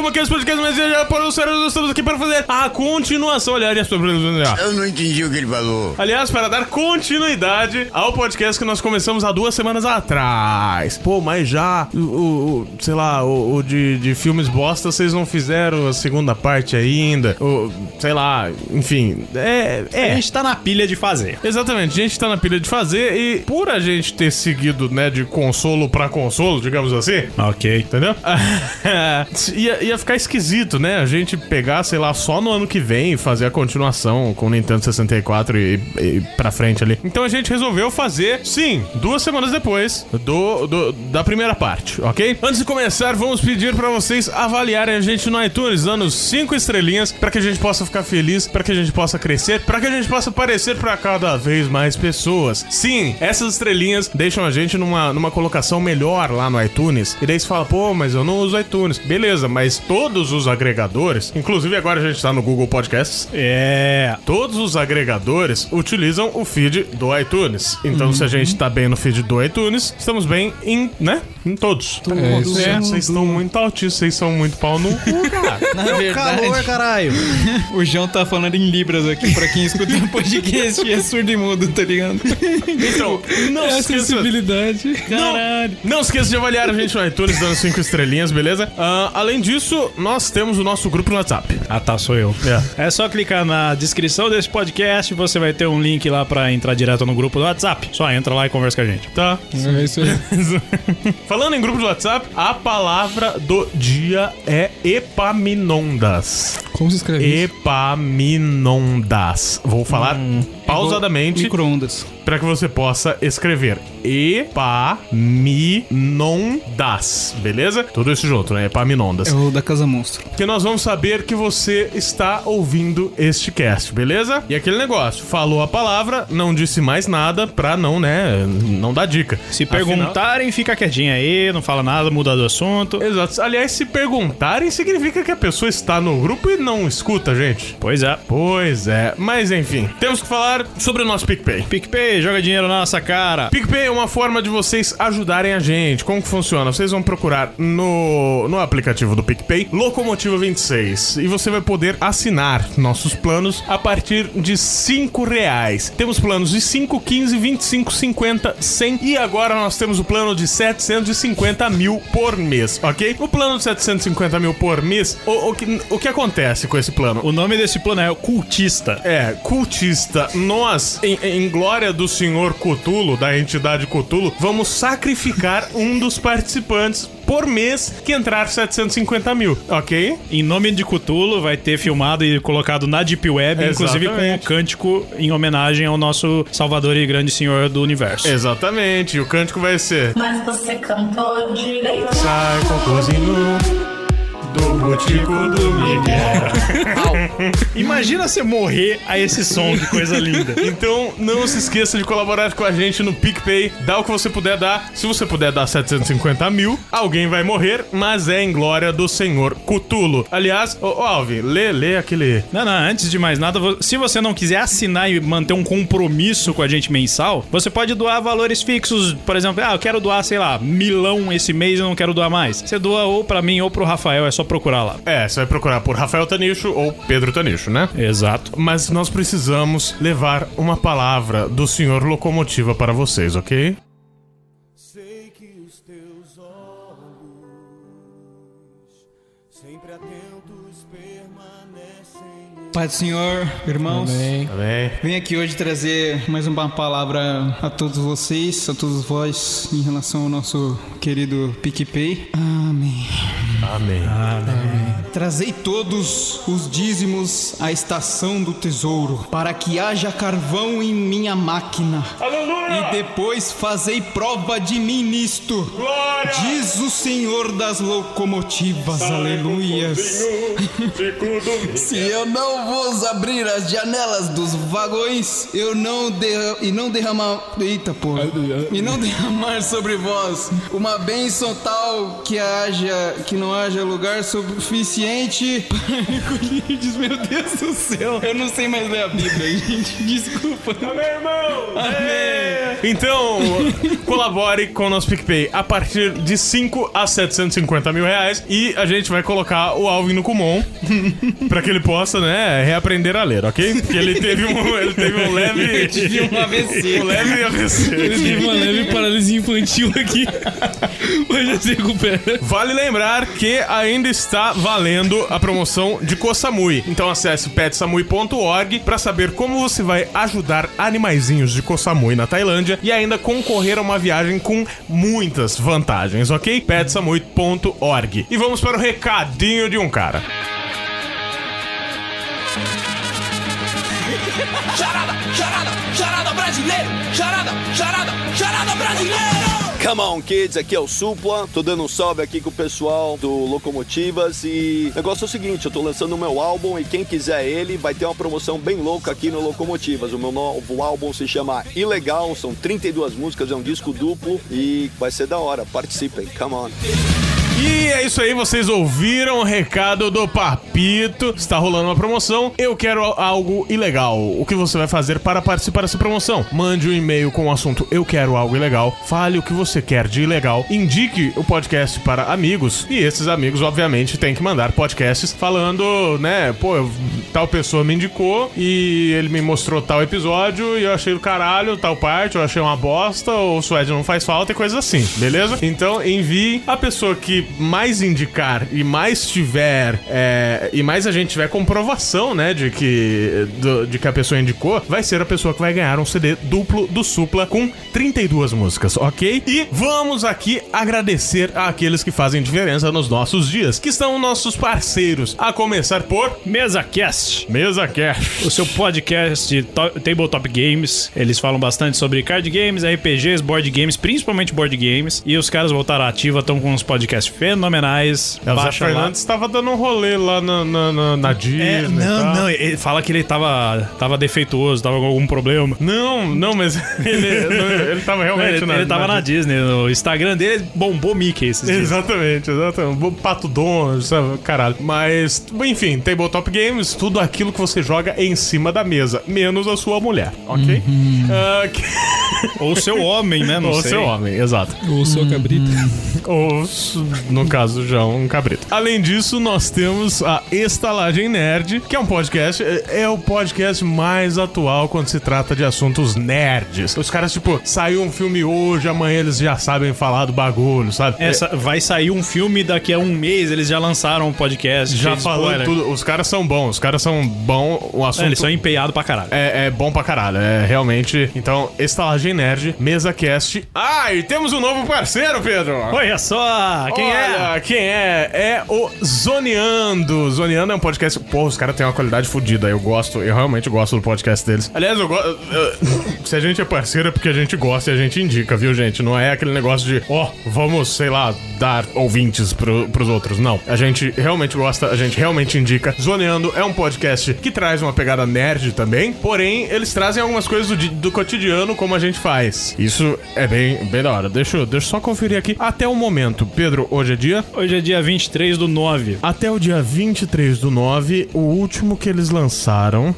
bloqueio os podcasts, um mas já para o sério, nós estamos aqui para fazer a continuação. Aliás, Eu não entendi o que ele falou. aliás, para dar continuidade ao podcast que nós começamos há duas semanas atrás. Pô, mas já, o, o- o- sei lá, o, o de, de filmes bosta, vocês não fizeram a segunda parte ainda. O, sei lá, enfim. É. A é. gente tá na pilha de fazer. Exatamente, a gente tá na pilha de fazer e por a gente ter seguido, né, de consolo pra consolo, digamos assim, Ok. entendeu? ia, ia ficar esquisito, né? A gente pegar, sei lá, só no ano que vem e fazer a continuação com o Nintendo 64 e, e pra frente ali. Então a gente resolveu fazer, sim, duas semanas depois do, do- da primeira parte, ok? Antes de começar, vamos pedir pra vocês avaliarem a gente no iTunes, dando cinco estrelinhas, pra que a gente possa ficar feliz, pra que a gente possa crescer, pra que a gente possa aparecer pra cada vez mais pessoas. Sim, essas estrelinhas deixam a gente numa, numa colocação melhor lá no iTunes. E daí você fala, pô, mas eu não uso iTunes. Beleza, mas todos os agregadores, inclusive agora a gente tá no Google Podcasts, É. todos os agregadores utilizam o feed do iTunes. Então, se a gente tá bem no feed do iTunes, estamos bem em, né? Em todos. É isso. É, vocês estão muito altistas, vocês são muito pau no cu, cara. Na verdade, Calor, caralho. o João tá falando em Libras aqui pra quem escuta o podcast e é surdo e mudo, tá ligado? Então, não É a se esqueça sensibilidade. Caralho. Não, não esqueça de avaliar a gente no iTunes dando 5 estrelinhas, beleza? Ah, além disso, nós temos o nosso grupo no WhatsApp. Ah, tá, sou eu. É. só clicar na descrição desse podcast, você vai ter um link lá pra entrar direto no grupo do WhatsApp. Só entra lá e conversa com a gente. Tá. É isso aí. Falando em grupo do WhatsApp, a palavra do dia é Epaminondas. Como se escreve isso? Epaminondas. Vou falar pausadamente Micro-ondas. para que você possa escrever Epaminondas, beleza? Tudo isso junto, né? Epaminondas. É o da Casa Monstro. que nós vamos saber que você está ouvindo este cast, beleza? E aquele negócio, falou a palavra, não disse mais nada pra não, né, não dar dica. Se Afinal- perguntarem, fica quietinho aí, não fala nada, muda do assunto. Exato. Aliás, se perguntarem, significa que a pessoa está no grupo e não escuta, a gente. Pois é. Pois é, mas enfim, temos que falar sobre o nosso PicPay. PicPay, joga dinheiro na nossa cara. PicPay é uma forma de vocês ajudarem a gente. Como que funciona? Vocês vão procurar no, no aplicativo do PicPay Locomotiva 26 e você vai poder assinar nossos planos a partir de 5 reais. Temos planos de 5, 15, 25, 50, 100 e agora nós temos o plano de 750 mil por mês, ok? O plano de 750 mil por mês, o, o, que, o que acontece com esse plano? O nome desse plano é o Cultista. É, cultista, nós, em, em glória do senhor Cutulo, da entidade Cutulo, vamos sacrificar um dos participantes por mês que entrar 750 mil, ok? Em nome de Cutulo, vai ter filmado e colocado na Deep Web, inclusive com o Exatamente. cântico em homenagem ao nosso Salvador e grande senhor do universo. Exatamente, e o cântico vai ser. Mas você cantou direito. Sai com o cozinho do botico do Miguel. Imagina você morrer a esse som, que coisa linda. Então não se esqueça de colaborar com a gente no PicPay. Dá o que você puder dar. Se você puder dar 750 mil, alguém vai morrer, mas é em glória do senhor Cutulo. Aliás, ô, ô Alvin, lê, lê aquele. Não, não, antes de mais nada, vo- se você não quiser assinar e manter um compromisso com a gente mensal, você pode doar valores fixos. Por exemplo, ah, eu quero doar, sei lá, milão esse mês, eu não quero doar mais. Você doa ou pra mim ou pro Rafael, é só procurar lá. É, você vai procurar por Rafael Tanicho ou Pedro Tanicho, né? Exato. Mas nós precisamos levar uma palavra do senhor Locomotiva para vocês, ok? Sei que os teus olhos, sempre atentos, permanecem. Pai do Senhor, irmãos. Tá bem. Venho aqui hoje trazer mais uma palavra a todos vocês, a todos vós, em relação ao nosso querido PicPay. Amém. Amém. Trazei todos os dízimos à estação do tesouro, para que haja carvão em minha máquina. E depois fazei prova de mim nisto. Diz o Senhor das locomotivas, aleluias. Se eu não vos abrir as janelas dos vagões, eu não derra- e não derramar, eita porra, e não derramar sobre vós uma bênção tal que haja que não haja lugar suficiente suficiente para encolher diz, meu Deus do céu, eu não sei mais ler a Bíblia, gente, desculpa. Meu irmão! Então, colabore com o nosso PicPay a partir de 5 a 750 mil reais e a gente vai colocar o Alvin no Kumon pra que ele possa, né, reaprender a ler, ok? Porque ele teve um, ele teve um leve... Tive um AVC. Um leve AVC. Teve uma leve paralisia infantil aqui. Mas já se recupera. Vale lembrar que ainda está valendo a promoção de Kosamui. Então acesse petsamui.org para saber como você vai ajudar animaizinhos de Kosamui na Tailândia e ainda concorrer a uma viagem com muitas vantagens, ok? petsamui.org. E vamos para o recadinho de um cara. Charada, charada, charada brasileiro! Charada, charada, charada brasileiro! Come on, kids, aqui é o Supla. Tô dando um salve aqui com o pessoal do Locomotivas e o negócio é o seguinte, eu tô lançando o meu álbum e quem quiser ele vai ter uma promoção bem louca aqui no Locomotivas. O meu novo álbum se chama Ilegal, são 32 músicas, é um disco duplo e vai ser da hora. Participem, come on. E é isso aí, vocês ouviram o recado do Papito. Está rolando uma promoção. Eu quero al- algo ilegal. O que você vai fazer para participar dessa promoção? Mande um e-mail com o assunto Eu quero algo ilegal. Fale o que você quer de ilegal. Indique o podcast para amigos. E esses amigos, obviamente, têm que mandar podcasts falando, né? Pô, eu- tal pessoa me indicou e ele me mostrou tal episódio e eu achei do caralho, tal parte, eu achei uma bosta, ou o suede não faz falta e coisas assim, beleza? Então envie a pessoa que mais indicar e mais tiver é, e mais a gente tiver comprovação, né, de que do- de que a pessoa indicou, vai ser a pessoa que vai ganhar um CD duplo do Supla com 32 músicas, ok? E vamos aqui agradecer àqueles que fazem diferença nos nossos dias, que são nossos parceiros, a começar por MesaCast. Mesa Cash. O seu podcast de to- Tabletop Games. Eles falam bastante sobre card games, RPGs, board games, principalmente board games. E os caras voltaram à ativa, estão com uns podcasts fenomenais. Elza Baixa lá. Fernandes estava dando um rolê lá na, na, na, na Disney. tá? É, e não, tal. não, ele fala que ele tava, tava defeituoso, tava com algum problema. Não, não, mas ele, ele tava realmente né? Ele, ele tava na, Disney, no Instagram dele bombou Mickey esses dias. Exatamente, exatamente. O Pato Donald, sabe? Caralho. Mas, enfim, Tabletop Games, tudo aquilo que você joga em cima da mesa, menos a sua mulher, ok? Ah, que- Uhum. Ou seu homem, né? Não Ou sei. Uhum. seu homem, exato. Ou sou cabrita. Ou, su- no caso, já um cabrito. Além disso, nós temos a Estalagem Nerd, que é um podcast, é, é o podcast mais atual quando se trata de assuntos nerds. Os caras, tipo, saiu um filme hoje, amanhã eles já sabem falar do bagulho, sabe? Essa, vai sair um filme daqui a um mês, eles já lançaram um podcast. já cheio de falou spoiler. tudo. Os caras são bons, os caras são bons, o É, assunto... né? eles são empenhados pra caralho. É, é bom pra caralho, é realmente. Então, Estalagem Nerd, Mesa Cast. Ah, e temos um novo parceiro, Pedro! Olha só, quem é? Olha, Quem é? É o Zoneando. Zoneando é um podcast. Porra, os caras têm uma qualidade fodida. Eu gosto, eu realmente gosto do podcast deles. Aliás, eu gosto. Se a gente é parceiro é porque a gente gosta e a gente indica, viu, gente? Não é aquele negócio de, ó, vamos, sei lá, dar ouvintes pro, pros outros. Não. A gente realmente gosta, a gente realmente indica. Zoneando é um podcast que traz uma pegada nerd também, porém, eles trazem algumas coisas do, di- do cotidiano como a gente faz. Isso é bem, bem da hora. Deixa eu, deixa eu só conferir aqui. Até o momento, Pedro, hoje é dia? Hoje é dia 23 do 9. Até o dia 23 do 9, o último que eles lançaram.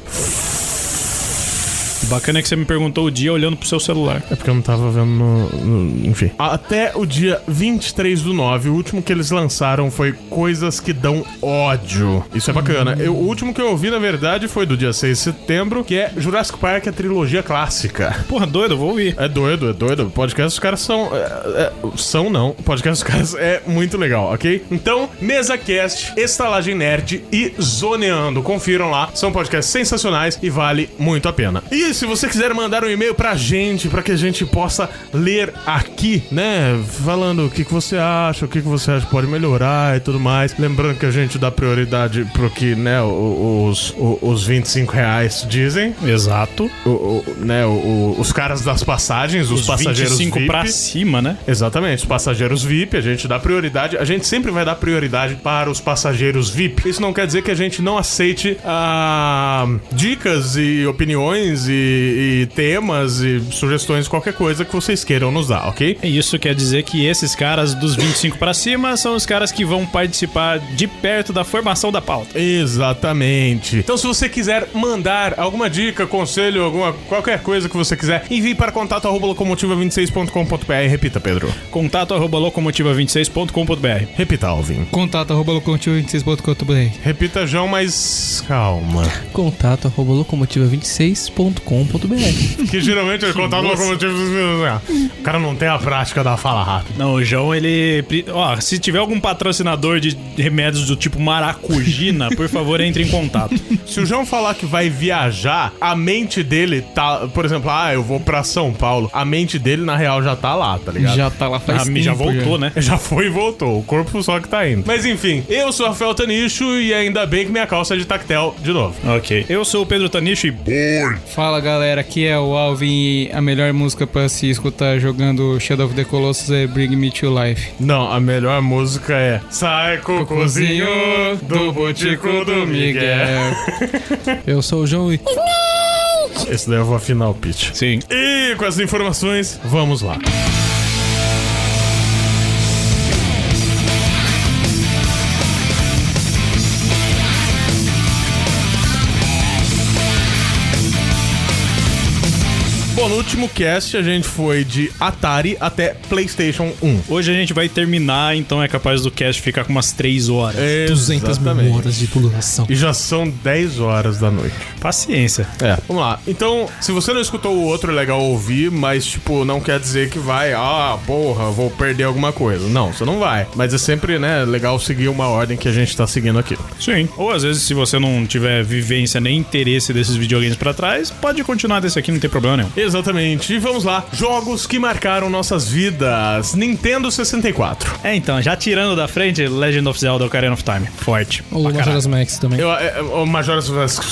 Bacana é que você me perguntou o dia olhando pro seu celular. É porque eu não tava vendo no. no- enfim. Até o dia 23 do 9, o último que eles lançaram foi Coisas que Dão Ódio. Isso é bacana. Eu- o último que eu ouvi, na verdade, foi do dia 6 de setembro, que é Jurassic Park, a trilogia clássica. Porra, doido, eu vou ouvir. É doido, é doido. O podcast dos caras são. é, é, são não. O podcast dos caras é muito legal, ok? Então, MesaCast, Estalagem Nerd e Zoneando. Confiram lá. São podcasts sensacionais e vale muito a pena. E se você quiser mandar um e-mail pra gente, pra que a gente possa ler aqui, né? Falando o que, que você acha, o que, que você acha que pode melhorar e tudo mais. Lembrando que a gente dá prioridade pro que, né, o- os, o- os 25 reais dizem. Exato. O- o- né, o- o- os caras das passagens, os, Os passageiros 25 VIP. pra cima, né? Exatamente, os passageiros VIP, a gente dá prioridade, a gente sempre vai dar prioridade para os passageiros VIP. Isso não quer dizer que a gente não aceite ah, dicas e opiniões e, e, e temas e sugestões, qualquer coisa que vocês queiram nos dar, ok? E É Isso quer dizer que esses caras dos 25 pra cima são os caras que vão participar de perto da formação da pauta. Exatamente. Então, se você quiser mandar alguma dica, conselho, alguma qualquer coisa que você quiser, envie para contato arroba locomotiva26.com.br. Repita, Pedro. Contato arroba locomotiva26.com.br. Repita, Alvin. Contato arroba locomotivo26.com.br. Repita, João, mas calma. Contato arroba locomotiva26.com.br. Que geralmente eu contato locomotiva. né? O cara não tem a prática da fala rápida. Não, o João, ele. pre- Ó, se tiver algum patrocinador de remédios do tipo maracujina, por favor, entre em contato. Se o João falar que vai viajar, a mente dele tá. Por exemplo, ah, eu vou pra São Paulo. A mente dele, na real, já tá lá, tá ligado? Já tá lá faz Ah, tempo. já voltou, né? Já foi e voltou. O corpo só que tá indo. Mas enfim, eu sou Rafael Tanicho e ainda bem que minha calça é de tactel de novo. Ok. Eu sou o Pedro Tanicho e Fala galera, aqui é o Alvin e a melhor música pra se escutar jogando Shadow of the Colossus é Bring Me to Life. Não, a melhor música é Sai cocôzinho do botico do Miguel. Eu sou o João e Esse daí eu vou afinar o pitch. Sim. E com essas informações, vamos lá. Bom, no último cast a gente foi de Atari até PlayStation 1. Hoje a gente vai terminar, então é capaz do cast ficar com umas 3 horas. 200 mil horas de duração. E já são 10 horas da noite. Paciência. É. Vamos lá. Então, se você não escutou o outro, é legal ouvir, mas, tipo, não quer dizer que vai, ah, porra, vou perder alguma coisa. Não, você não vai. Mas é sempre, né, legal seguir uma ordem que a gente tá seguindo aqui. Sim. Ou às vezes, se você não tiver vivência nem interesse desses videogames pra trás, pode continuar desse aqui, não tem problema nenhum. Exatamente. E vamos lá. Jogos que marcaram nossas vidas. Nintendo 64. É, então, já tirando da frente, Legend of Zelda Ocarina of Time. Forte. O Majora's Max também. Eu, é, é, o Majora's Mask.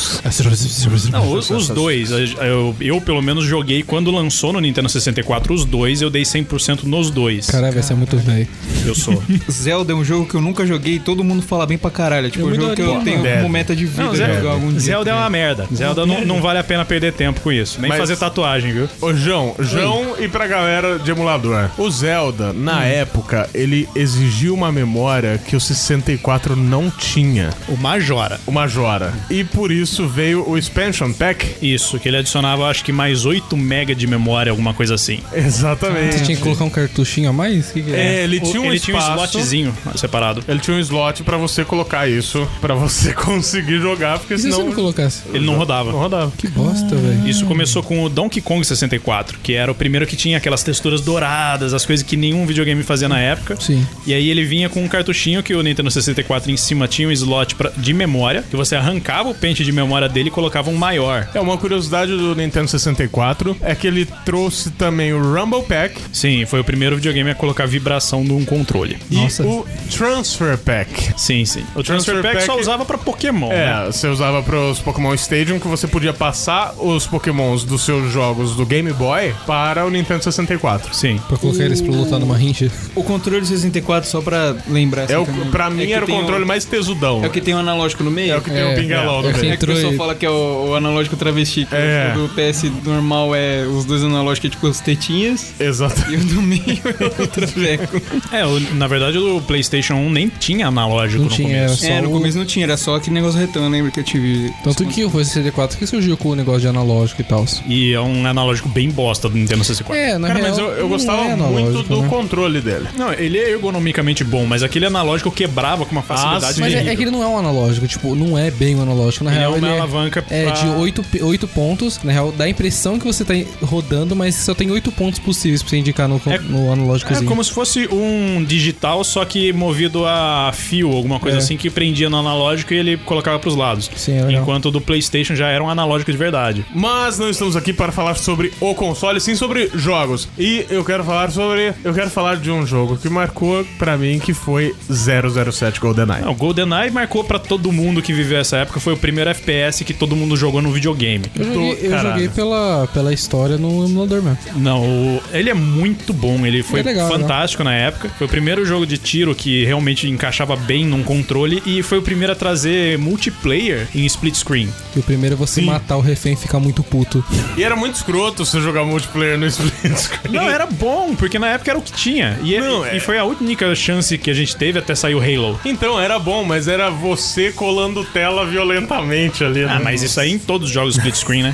Não, os, os dois. Eu, eu, pelo menos, joguei quando lançou no Nintendo 64 os dois, eu dei 100% nos dois. Caralho, vai ser muito velho. Eu sou. Zelda é um jogo que eu nunca joguei e todo mundo fala bem pra caralho. Tipo, é Eu um me jogo que daria eu uma- tenho Deve. como meta de vida Não, jogar Zelda, Um algum dia. Zelda é uma merda. Zelda não, não vale a pena perder tempo com isso. Nem Mas- fazer tatuagem, viu? Ô, João, João e pra galera de emulador. O Zelda, na época, ele exigiu uma memória que o 64 não tinha. O Majora. O Majora. E por isso veio o Expansion Pack. Isso, que ele adicionava, acho que mais 8 mega de memória, alguma coisa assim. Você Exatamente. tinha que colocar um cartuchinho a mais? O que, que é? É, ele O- tinha um ele tinha um espaço, slotzinho separado. Ele tinha um slot pra você colocar isso, pra você conseguir jogar, porque E se você senão não colocasse? Ele não rodava. não rodava. Que bosta, velho. Isso começou com o Donkey Kong 64, que era o primeiro que tinha aquelas texturas douradas, as coisas que nenhum videogame fazia na época. Sim. E aí ele vinha com um cartuchinho que o Nintendo 64 em cima tinha um slot pra- de memória, que você arrancava o pente de memória dele e colocava um maior. É, uma curiosidade do Nintendo 64 é que ele trouxe também o Rumble Pack Sim, foi o primeiro videogame a colocar vibração num controle. Nossa. e o Transfer Pack. Sim, sim. O Transfer, Transfer Pack, só Pack- usava pra Pokémon. né? É, você usava pros Pokémon Stadium que você podia passar os Pokémons dos seus jogos do Game Boy para o Nintendo 64. Sim. Pra colocar eles pra lutar numa rincha. O controle 64, só pra lembrar. É o, assim, também, pra mim é que era o tem controlê mais tesudão. É o que tem o analógico no meio? É o que tem o pingalão no é, né? é que meio. É que o entrou pessoal e- fala que é o, o analógico travesti. Que É. O do PS normal é os dois analógicos, é tipo as tetinhas. Exato. E o do meio é o traveco. É, o- na verdade o PlayStation 1 nem tinha analógico Não no tinha, começo. Só é, no o- começo não tinha, era só aquele negócio retão, eu lembro que eu tive. Tanto que foi o 64 que surgiu com o negócio de analógico e tal. E é um analógico bem bosta do Nintendo 64. É, na Cara, real, mas eu, eu não gostava é muito analógico, do né? controle dele. Não, ele é ergonomicamente bom, mas aquele analógico quebrava com uma facilidade sim. Mas é, terrível. é que ele não é um analógico, tipo, não é bem um analógico. Na Ele é real, uma ele alavanca é, pra- de 8, pontos. Na real, dá a impressão que você tá em- rodando, mas só tem 8 pontos possíveis pra você indicar no, con- É- no analógicozinho. É como se fosse um digital, só que movido a fio, alguma coisa É. assim, que prendia no analógico e ele colocava pros lados. Sim, é legal. Enquanto o do PlayStation já era um analógico de verdade. Mas não estamos aqui para falar sobre o console, sim sobre jogos. E eu quero falar sobre. Eu quero falar de um jogo que marcou pra mim que foi 007 GoldenEye. Não, GoldenEye marcou pra todo mundo que viveu essa época. Foi o primeiro FPS que todo mundo jogou no videogame. Eu joguei, eu caralho. joguei pela, pela história no emulador mesmo. Não, o- ele é muito bom. Ele foi É legal, fantástico na época. Foi o primeiro jogo de tiro que realmente encaixava bem num controle e foi o primeiro a trazer multiplayer em split screen. E o primeiro é você matar o refém e ficar muito puto. E era muito escroto você jogar multiplayer no split screen. Não, era bom, porque na época era o que tinha. E, Não, e é- foi a única chance que a gente teve até sair o Halo. Então, era bom, mas era você colando tela violentamente ali. né? Ah, mas isso aí em todos os jogos split screen, né?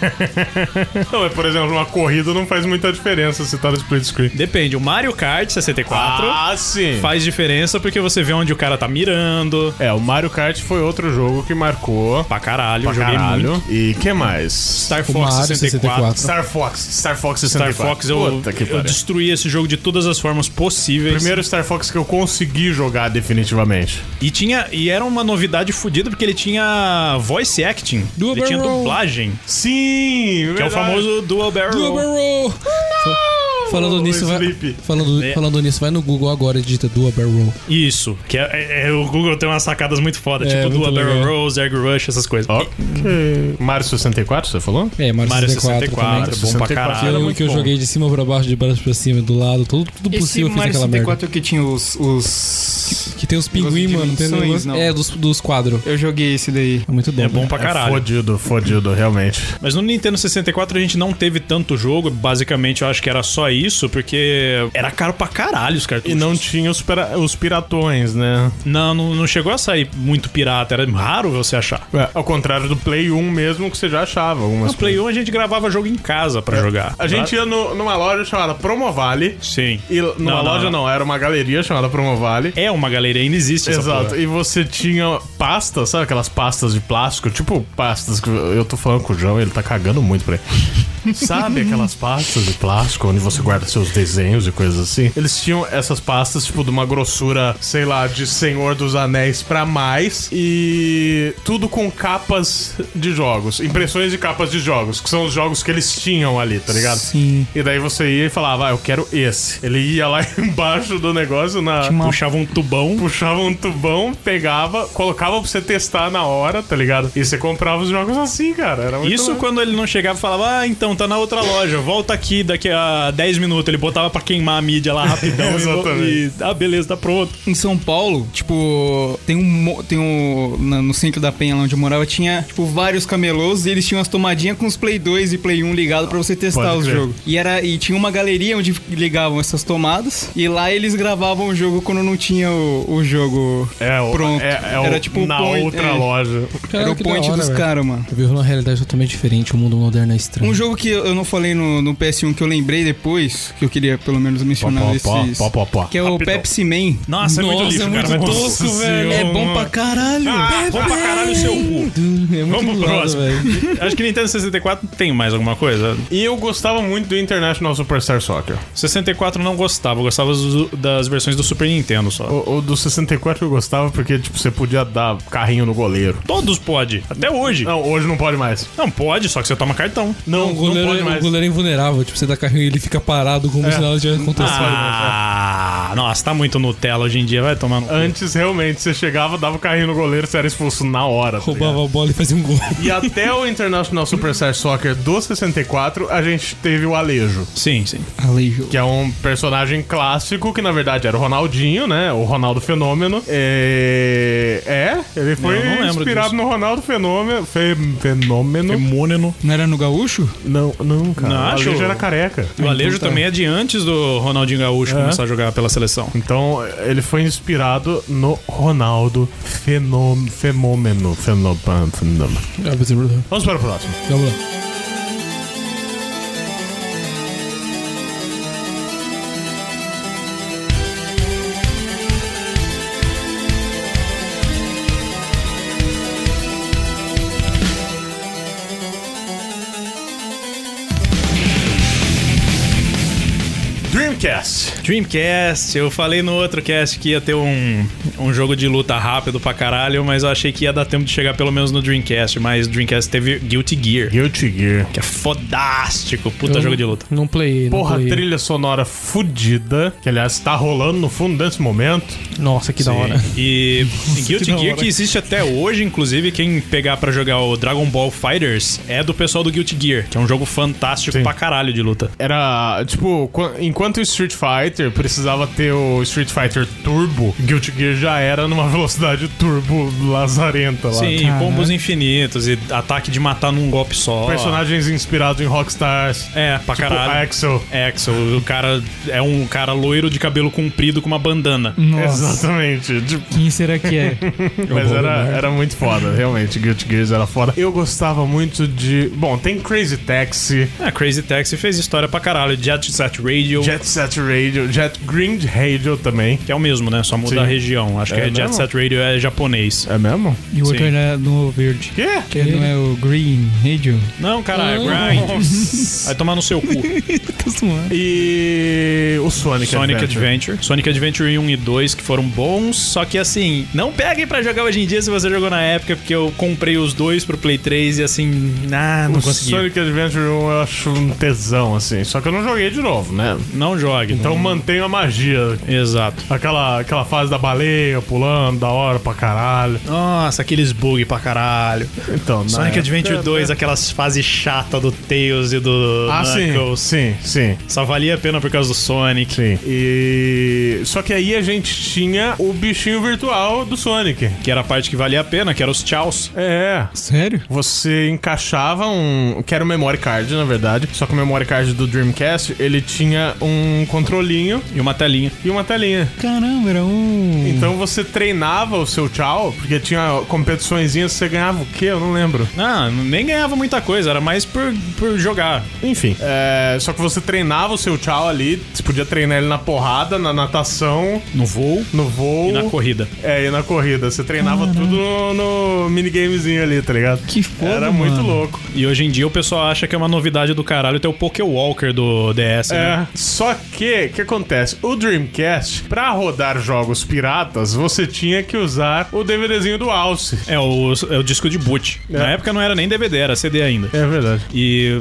Não, é, por exemplo, uma corrida não faz muita diferença se tá no split screen. Depende. O Mario Kart 64 Ah, sim. faz diferença porque você vê onde o cara tá mirando. É, o Mario Kart foi outro jogo que marcou Pra caralho, pra eu joguei caralho. muito. um E que mais? Star O Fox Mario 64. 64. Star Fox, Star Fox Star 64. Fox, eu, Puta que eu pariu. destruí esse jogo de todas as formas possíveis. Primeiro Star Fox que eu consegui jogar definitivamente. E tinha. E era uma novidade fodida, porque ele tinha voice acting. Dual ele tinha barrel. dublagem. Sim, Que é o famoso Dual Barrel. Dual Barrel! Falando nisso, vai, Sleep. falando, É. falando nisso, vai no Google agora e digita Dual Barrel Roll. Isso. Que é, é- é- o Google tem umas sacadas muito foda, É, tipo muito Dual Barrel legal. Rolls, Egg Rush, essas coisas. Ok. Mario 64, você falou? É, Mario, Mario 64, 64, também. é bom pra 64, Eu caralho. era lembro muito que eu bom. joguei de cima pra baixo, de baixo pra cima, do lado, tudo, tudo Esse possível eu fiz Mario aquela merda. 64 que tinha os. os... Que tem os Negócio pinguim, de mano. Tem dimensões, negócio- não. É, dos, dos quadros. Eu joguei esse daí. É muito bom. É bom pra É caralho. fodido, fodido, realmente. Mas no Nintendo 64 a gente não teve tanto jogo. Basicamente, eu acho que era só isso, porque era caro pra caralho os E cartuchos. não tinha os, pira- os piratões, né? não, não, não chegou a sair muito pirata. Era raro você achar. É, ao contrário do Play 1 mesmo, que você já achava algumas No Play 1 a gente gravava jogo em casa pra jogar. É. um, A gente ia no- numa loja chamada Promovale. Sim. E numa Não, não, loja não. não. era uma galeria chamada Promovale. É uma galeria, ainda existe essa Exato, porra. e você tinha pastas, sabe aquelas pastas de plástico? Tipo pastas que eu tô falando com o João, ele tá cagando muito pra ele. sabe aquelas pastas de plástico onde você guarda seus desenhos e coisas assim? Eles tinham essas pastas, tipo, de uma grossura, sei lá, de Senhor dos Anéis pra mais e tudo com capas de jogos, impressões de capas de jogos, que são os jogos que eles tinham ali, tá ligado? Sim. E daí você ia e falava, ah, eu quero esse. Ele ia lá embaixo do negócio na Uma- Puxava um tubão. puxava um tubão, pegava, colocava pra você testar na hora, tá ligado? E você comprava os jogos assim, cara. Era muito Isso quando ele não chegava e falava, ah, então, tá na outra loja, volta aqui daqui a 10 minutos. Ele botava pra queimar a mídia lá rapidão. Exatamente. E, ah, beleza, tá pronto. Em São Paulo, tipo, tem um. mo- Tem um na- no centro da Penha, lá onde eu morava, tinha, tipo, vários camelôs e eles tinham as tomadinhas com os Play 2 e Play 1 ligado pra você testar Pode os crer. jogos. E, era, e tinha uma galeria onde ligavam essas tomadas e lá eles gravavam o jogo quando não tinha o, o jogo É, o- pronto. é- é o- era tipo o na point- outra é, loja. Era o point dos caras, mano. Vive numa realidade totalmente diferente, o mundo moderno é estranho. Um jogo que eu não falei no, no PS1 que eu lembrei depois, que eu queria pelo menos mencionar Pó, pó, esses. pó, pó, pó. Que é o Pepsi Man. Nossa, é muito Nossa, lixo, é cara. muito mas- tosco, velho. É bom pra caralho. Ah, bom pra caralho o seu cu. É muito Vamos pro zoado, próximo. velho. Acho que Nintendo 64 tem mais alguma coisa. E eu gostava muito do International Superstar Soccer. 64 não gostava, eu gostava dos- das versões do Super Nintendo só. O, o do 64 eu gostava porque, tipo, você podia dar carrinho no goleiro. Todos pode, até hoje. Não, hoje não pode mais. Não pode, só que você toma cartão. Um Não, O goleiro, não pode o mais. É. goleiro é invulnerável, tipo, você dá carrinho e ele fica parado como se nada tivesse acontecido. tá Ah, nossa, tá muito Nutella hoje em dia, vai tomar no... Antes, realmente, você chegava, dava o carrinho no goleiro, você era expulso na hora. tá Roubava a bola e fazia um gol. E até o International Superstar Soccer do 64, a gente teve o Alejo. Sim, sim. Alejo. Que é um personagem clássico, que na verdade era o Ronaldinho, né? O Ronaldo Fenômeno. É. É? Ele foi Eu não lembro inspirado disso. no Ronaldo Fenômeno. Fe- Fenômeno. Môneno. Não era no Gaúcho? Não, não, cara. Não, o acho- Alejo era careca. O Alejo também é de antes do Ronaldinho Gaúcho começar a jogar pela seleção. Então, ele foi inspirado no Ronaldo Fenômeno. Fenômeno. Fenômeno. Fenômeno. Ah, é Vamos para o próximo. Tá Vamos lá. Dream Dreamcast. Dreamcast, eu falei no outro cast que ia ter um, um jogo de luta rápido pra caralho, mas eu achei que ia dar tempo de chegar pelo menos no Dreamcast, mas Dreamcast teve Guilty Gear, Guilty Gear. que é fodástico, puta Eu jogo de luta. Não playei, não Porra, playei. trilha sonora fudida, que aliás tá rolando no fundo nesse momento. Nossa, que da hora. E Guilty Que da Gear hora. que existe até hoje, inclusive, quem pegar pra jogar o Dragon Ball Fighters é do pessoal do Guilty Gear, que é um jogo fantástico Sim. pra caralho de luta. Era, tipo, qu- enquanto o Street Fighter precisava ter o Street Fighter Turbo, Guilty Gear já era numa velocidade turbo lazarenta lá. Sim, combos infinitos e ataque de matar num golpe só. Personagens inspirados em Rockstars. É, pra Tipo, caralho. Axel. É, Axel, o cara é um cara loiro de cabelo comprido com uma bandana. Hum. Nossa, Exatamente. Tipo, quem será que é? Mas era, era muito foda, realmente. Guilty Gears era foda. Eu gostava muito de. Bom, tem Crazy Taxi, É, Crazy Taxi fez história pra caralho. Jet Set Radio, Jet Set Radio, Jet Green Radio também. que é o mesmo, né? Só muda Sim. a região. Acho É que é Jet mesmo? Set Radio é japonês. É mesmo? E o outro Sim. era no verde. Quê? Que não é o Green Radio? Não, caralho, é grind. Vai tomar no seu cu. Tô zoando. E o Sonic, Sonic Adventure. Adventure. Sonic Adventure 1 e 2 que foram bons, só que assim, não peguem pra jogar hoje em dia se você jogou na época, porque eu comprei os dois pro Play 3 e assim, ah, não O consegui. Sonic Adventure 1 eu acho um tesão, assim. Só que eu não joguei de novo, né? Não jogue. Então Hum. mantenho a magia. Exato. Aquela, aquela fase da baleia pulando, da hora pra caralho. Nossa, aqueles bug pra caralho. Então, na Sonic época- Adventure 2, aquelas fases chatas do Tails e do Ah, sim, Knuckles. sim, sim. Só valia a pena por causa do Sonic. Sim. E. Só que aí a gente tinha o bichinho virtual do Sonic. Que era a parte que valia a pena, que era os tchauz. É. Sério? Você encaixava um. Que era o memory card, na verdade. Só que o memory card do Dreamcast, ele tinha um controlinho E uma telinha. e uma telinha. Caramba, era um. Então você treinava o seu tchau, porque tinha competiçõezinhas, você ganhava o quê? Eu não lembro. Não, Ah, nem ganhava muita coisa, era mais por, por jogar. Enfim. É, só que você treinava o seu tchau ali, você podia treinar ele na porrada, na natação, No voo no voo. e na corrida. É, e na corrida. Você treinava tudo no, no minigamezinho ali, tá ligado? Que foda, Era muito mano. louco. é. E hoje em dia o pessoal acha que é uma novidade do caralho ter o Pokéwalker do DS, né? É. Só que, o que acontece? O Dreamcast, pra rodar jogos piratas, você tinha que usar o DVDzinho do Alce. É o, é o disco de boot. Na época não era nem DVD, era CD ainda. É verdade. E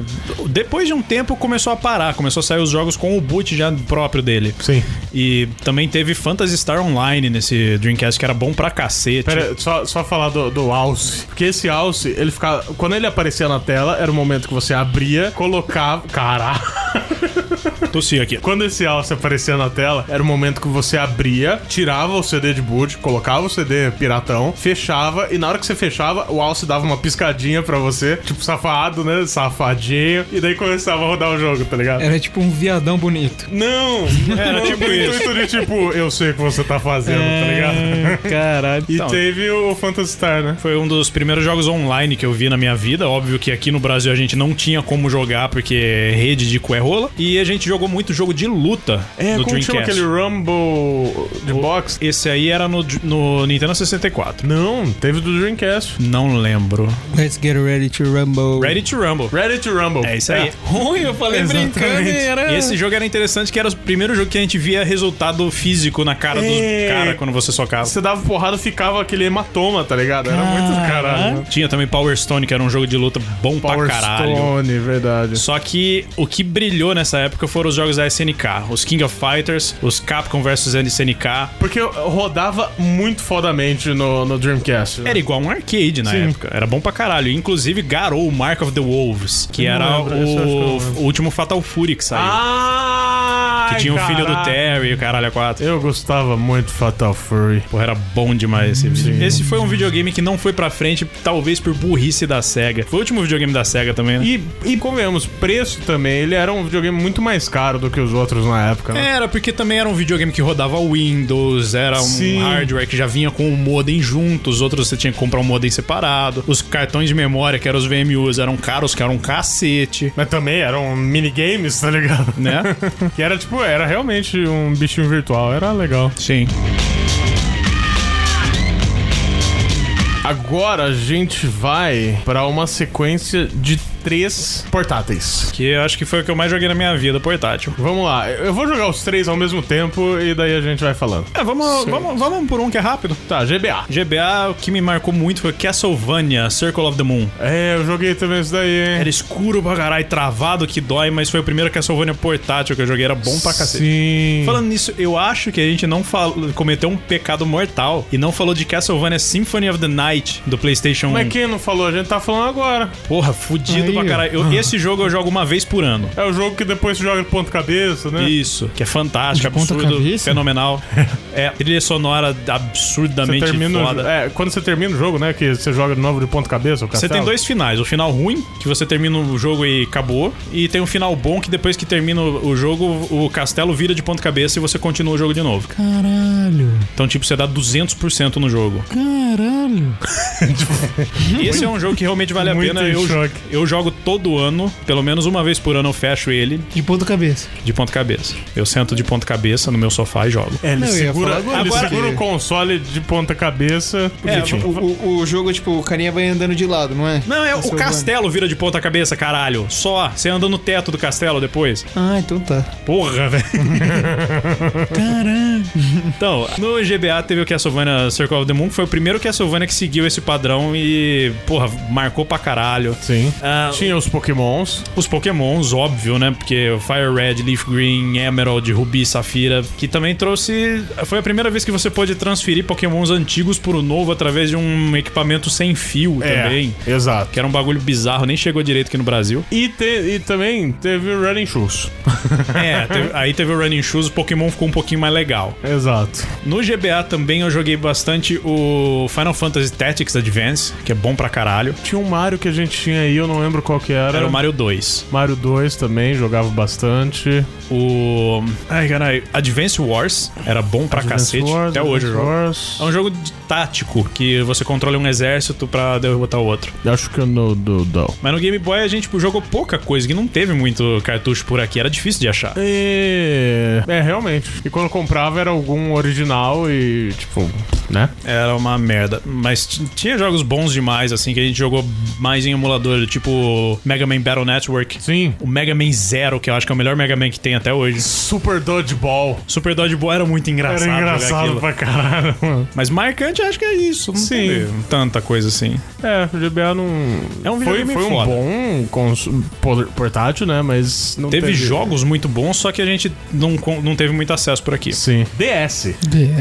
depois de um tempo começou a parar, começou a sair os jogos com o boot já próprio dele. Sim. E também teve Phantasy Star Online nesse Dreamcast, que era bom pra cacete. Pera, só, só falar do, do Alce. Porque esse Alce, ele ficava. Quando ele aparecia na tela, era o momento que você abria, colocava. Caraca! Tossi aqui. Quando esse Alce aparecia na tela, era o momento que você abria, tirava o CD de boot, colocava o CD piratão, fechava, e na hora que você fechava, o Alce dava uma piscadinha pra você, tipo safado, né? Safadinho, e daí começava a rodar o jogo, tá ligado? É. Era tipo um viadão bonito. Não! Era não tipo no isso. É, intuito de tipo, eu sei o que você tá fazendo, tá ligado? Caralho. E então. teve o Phantasy Star, né? Foi um dos primeiros jogos online que eu vi na minha vida. Óbvio que aqui no Brasil a gente não tinha como jogar, porque rede de cu é rola. E a gente jogou muito jogo de luta É, no como que Dreamcast. chama aquele Rumble de box? Esse aí era no, no Nintendo 64. Não, teve do Dreamcast. Não lembro. Let's get ready to rumble. Ready to Rumble. Ready to Rumble. É isso aí. Ruim, eu falei brincando e era. É. E esse jogo era interessante, que era o primeiro jogo que a gente via resultado físico na cara dos É. cara quando você socava. Você dava porrada, ficava aquele hematoma, tá ligado? Era muito do caralho. Tinha também Power Stone, que era um jogo de luta bom Power pra caralho. Stone, verdade. Só que o que brilhou nessa época foram os jogos da SNK. Os King of Fighters, os Capcom vs SNK. Porque eu rodava muito fodamente no, no Dreamcast. Era igual um arcade na época. Era bom pra caralho. Inclusive, garou o Mark of the Wolves, que Não era lembro, esse eu acho que eu não o, lembro. o último Fatal Fury que saiu. Ah! que tinha o filho do Terry, o caralho, a quatro. Eu gostava muito de Fatal Fury. Porra, era bom demais esse vídeo. Esse foi um videogame que não foi pra frente, talvez por burrice da SEGA. Foi o último videogame da SEGA também, né? E, e convenhamos, preço também, ele era um videogame muito mais caro do que os outros na época, né? Era, porque também era um videogame que rodava Windows, era um Sim. hardware que já vinha com o modem junto, os outros você tinha que comprar um modem separado. Os cartões de memória, que eram os VMUs, eram caros, que eram um cacete, Mas também eram minigames, tá ligado? né? Que era tipo, era realmente um bichinho virtual, era legal. Sim. Agora a gente vai pra uma sequência de três portáteis. Que eu acho que foi o que eu mais joguei na minha vida, portátil. Vamos lá, eu vou jogar os três ao mesmo tempo e daí a gente vai falando. É, vamos, vamos, vamos por um que é rápido. Tá, GBA. GBA, o que me marcou muito foi Castlevania, Circle of the Moon. É, eu joguei também isso daí, hein? Era escuro pra caralho, travado que dói, mas foi o primeiro Castlevania portátil que eu joguei, era bom pra cacete. Sim. Falando nisso, eu acho que a gente não falou, cometeu um pecado mortal e não falou de Castlevania Symphony of the Night do PlayStation 1. Como é que não falou? A gente tá falando agora. Porra, Aí, fudido pra caralho. Eu- esse jogo eu jogo uma vez por ano. É o jogo que depois você joga de ponta cabeça, né? Isso, que é fantástico, ponta absurdo, cabeça? fenomenal. É, trilha sonora Você absurdamente termina o foda. jo- é, quando você termina o jogo, né? Que você joga de novo de ponta cabeça, o Você castelo. tem dois finais. O final ruim, que você termina o jogo e acabou. E tem um final bom, que depois que termina o o jogo, o castelo vira de ponta cabeça e você continua o jogo de novo. Caralho. Então, tipo, você dá 200% no jogo. Caralho. E esse é um jogo que realmente vale a Muito pena. em Eu, choque. eu jogo todo ano, pelo menos uma vez por ano eu fecho ele De ponta cabeça. de ponta cabeça. Eu sento de ponta cabeça no meu sofá e jogo. É, ele Não, eu ia segura, falar agora, ele porque- segura o console de ponta cabeça. É, Bonitinho. O, o- o jogo, tipo, o carinha vai andando de lado, não é? Não, é Esse o é castelo vira de ponta cabeça, caralho. Só, você anda no teto do castelo depois. Ah, então tá. Porra, velho. Então, no GBA teve o Castlevania Circle of the Moon, que foi o primeiro Castlevania que seguiu esse padrão e, porra, marcou pra caralho. Sim. Ah, Tinha os pokémons. os pokémons, óbvio, né? Porque o Fire Red, Leaf Green, Emerald, Ruby, Safira, que também trouxe... Foi a primeira vez que você pôde transferir pokémons antigos pro novo através de um equipamento sem fio também. É, exato. Que era um bagulho bizarro, nem chegou direito aqui no Brasil. E, te- e também teve o Running Shoes. É, teve- aí teve o Running Shoes, o Pokémon ficou um pouquinho mais legal. Exato. No GBA também eu joguei bastante o Final Fantasy Tactics Advance, que é bom pra caralho. Tinha um Mario que a gente tinha aí, eu não lembro qual que era. Era o Mario 2. Mario 2 também, jogava bastante. O. Ai, caralho. Advance Wars era bom pra cacete. Até hoje eu jogo. É um jogo de tático que você controla um exército pra derrotar o outro. Acho que eu não do não. Mas no Game Boy a gente tipo, jogou pouca coisa, que não teve muito cartucho por aqui, era difícil de achar. É... é, realmente. E quando eu comprava era algum original e, tipo, né? Era uma merda. Mas t- tinha jogos bons demais, assim, que a gente jogou mais em emulador, tipo Mega Man Battle Network. Sim. O Mega Man Zero, que eu acho que é o melhor Mega Man que tem até hoje. Super Dodgeball. Super Dodgeball era muito engraçado. Era jogar engraçado aquilo. pra caralho, mano. Mas marcante, acho que é isso. Não Sim. teve tanta coisa assim. É, o GBA não. É um Foi, videogame foi um foda. bom cons... por- portátil, né? Mas não Teve jogos muito bons, só que a gente não, con- não teve muito acesso por aqui. Sim. DS.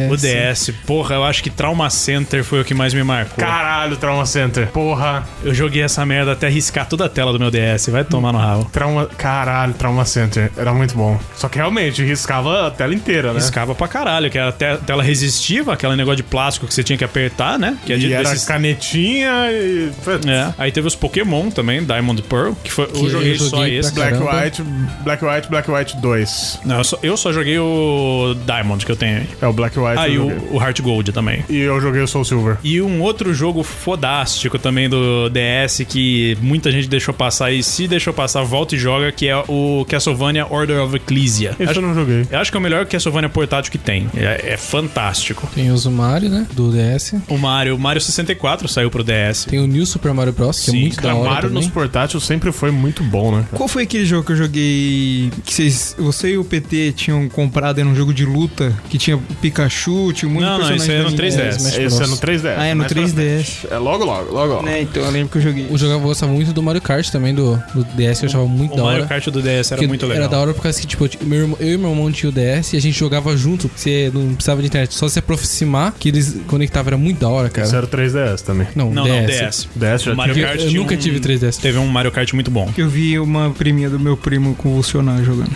O DS, porra, eu acho que Trauma Center foi o que mais me marcou. Caralho, Trauma Center. Porra. Eu joguei essa merda até riscar toda a tela do meu DS. Vai tomar no rabo. Trauma. Caralho, Trauma Center. Era muito bom. Só que realmente riscava a tela inteira, né? Riscava pra caralho, que era te- tela resistiva, aquele negócio de plástico que você tinha que apertar, né? Que é de- E era desses- canetinha e. É. Aí teve os Pokémon também, Diamond Pearl, que foi. eu eu joguei, só joguei esse. pra Black Caramba. White, Black White, Black White 2. Não, eu só, eu só joguei o Diamond que eu tenho aí. É o Black White. Ah, e eu o, joguei. o Heart Gold também. E eu joguei o Soul Silver. E um outro jogo fodástico também do DS que muita gente deixou passar e se deixou passar, volta e joga, que é o Castlevania Order of Ecclesia. Esse Acho- eu não joguei. eu acho que é o melhor Castlevania portátil que tem. É, é fantástico. Tem o Mario, né? Do DS. O Mario, o Mario 64 saiu pro DS. Tem o New Super Mario Bros, que Sim, é muito da hora Mario nos também. portáteis sempre foi muito bom, né? Qual foi aquele jogo que eu joguei que vocês, você e o PT tinham comprado? Era um jogo de luta que tinha Pikachu, tinha um monte Não, de não, personagem. isso aí é no da 3DS. Nintendo. Smash Esse é Bros. no 3DS. Ah, é no mais pra 3DS. frente. É logo, logo, logo. logo. Né, então eu lembro que eu joguei. Eu jogava, gostava muito do Mario Kart também, do, do DS, eu achava muito O da hora. Mario Kart do DS era Porque muito legal. Era da hora por causa que, tipo, eu ti- meu irmão- eu e meu irmão tinha o DS e a gente jogava junto. Você não precisava de internet, só se aproximar que eles conectavam. Era muito da hora, cara. Esse era o 3DS também. Não, é- Não, não, DS. DS. DS já O Mario tinha. Kart Eu tinha nunca um- tive 3DS. Teve um Mario Kart muito bom. Que eu vi uma priminha do meu primo convulsionar jogando.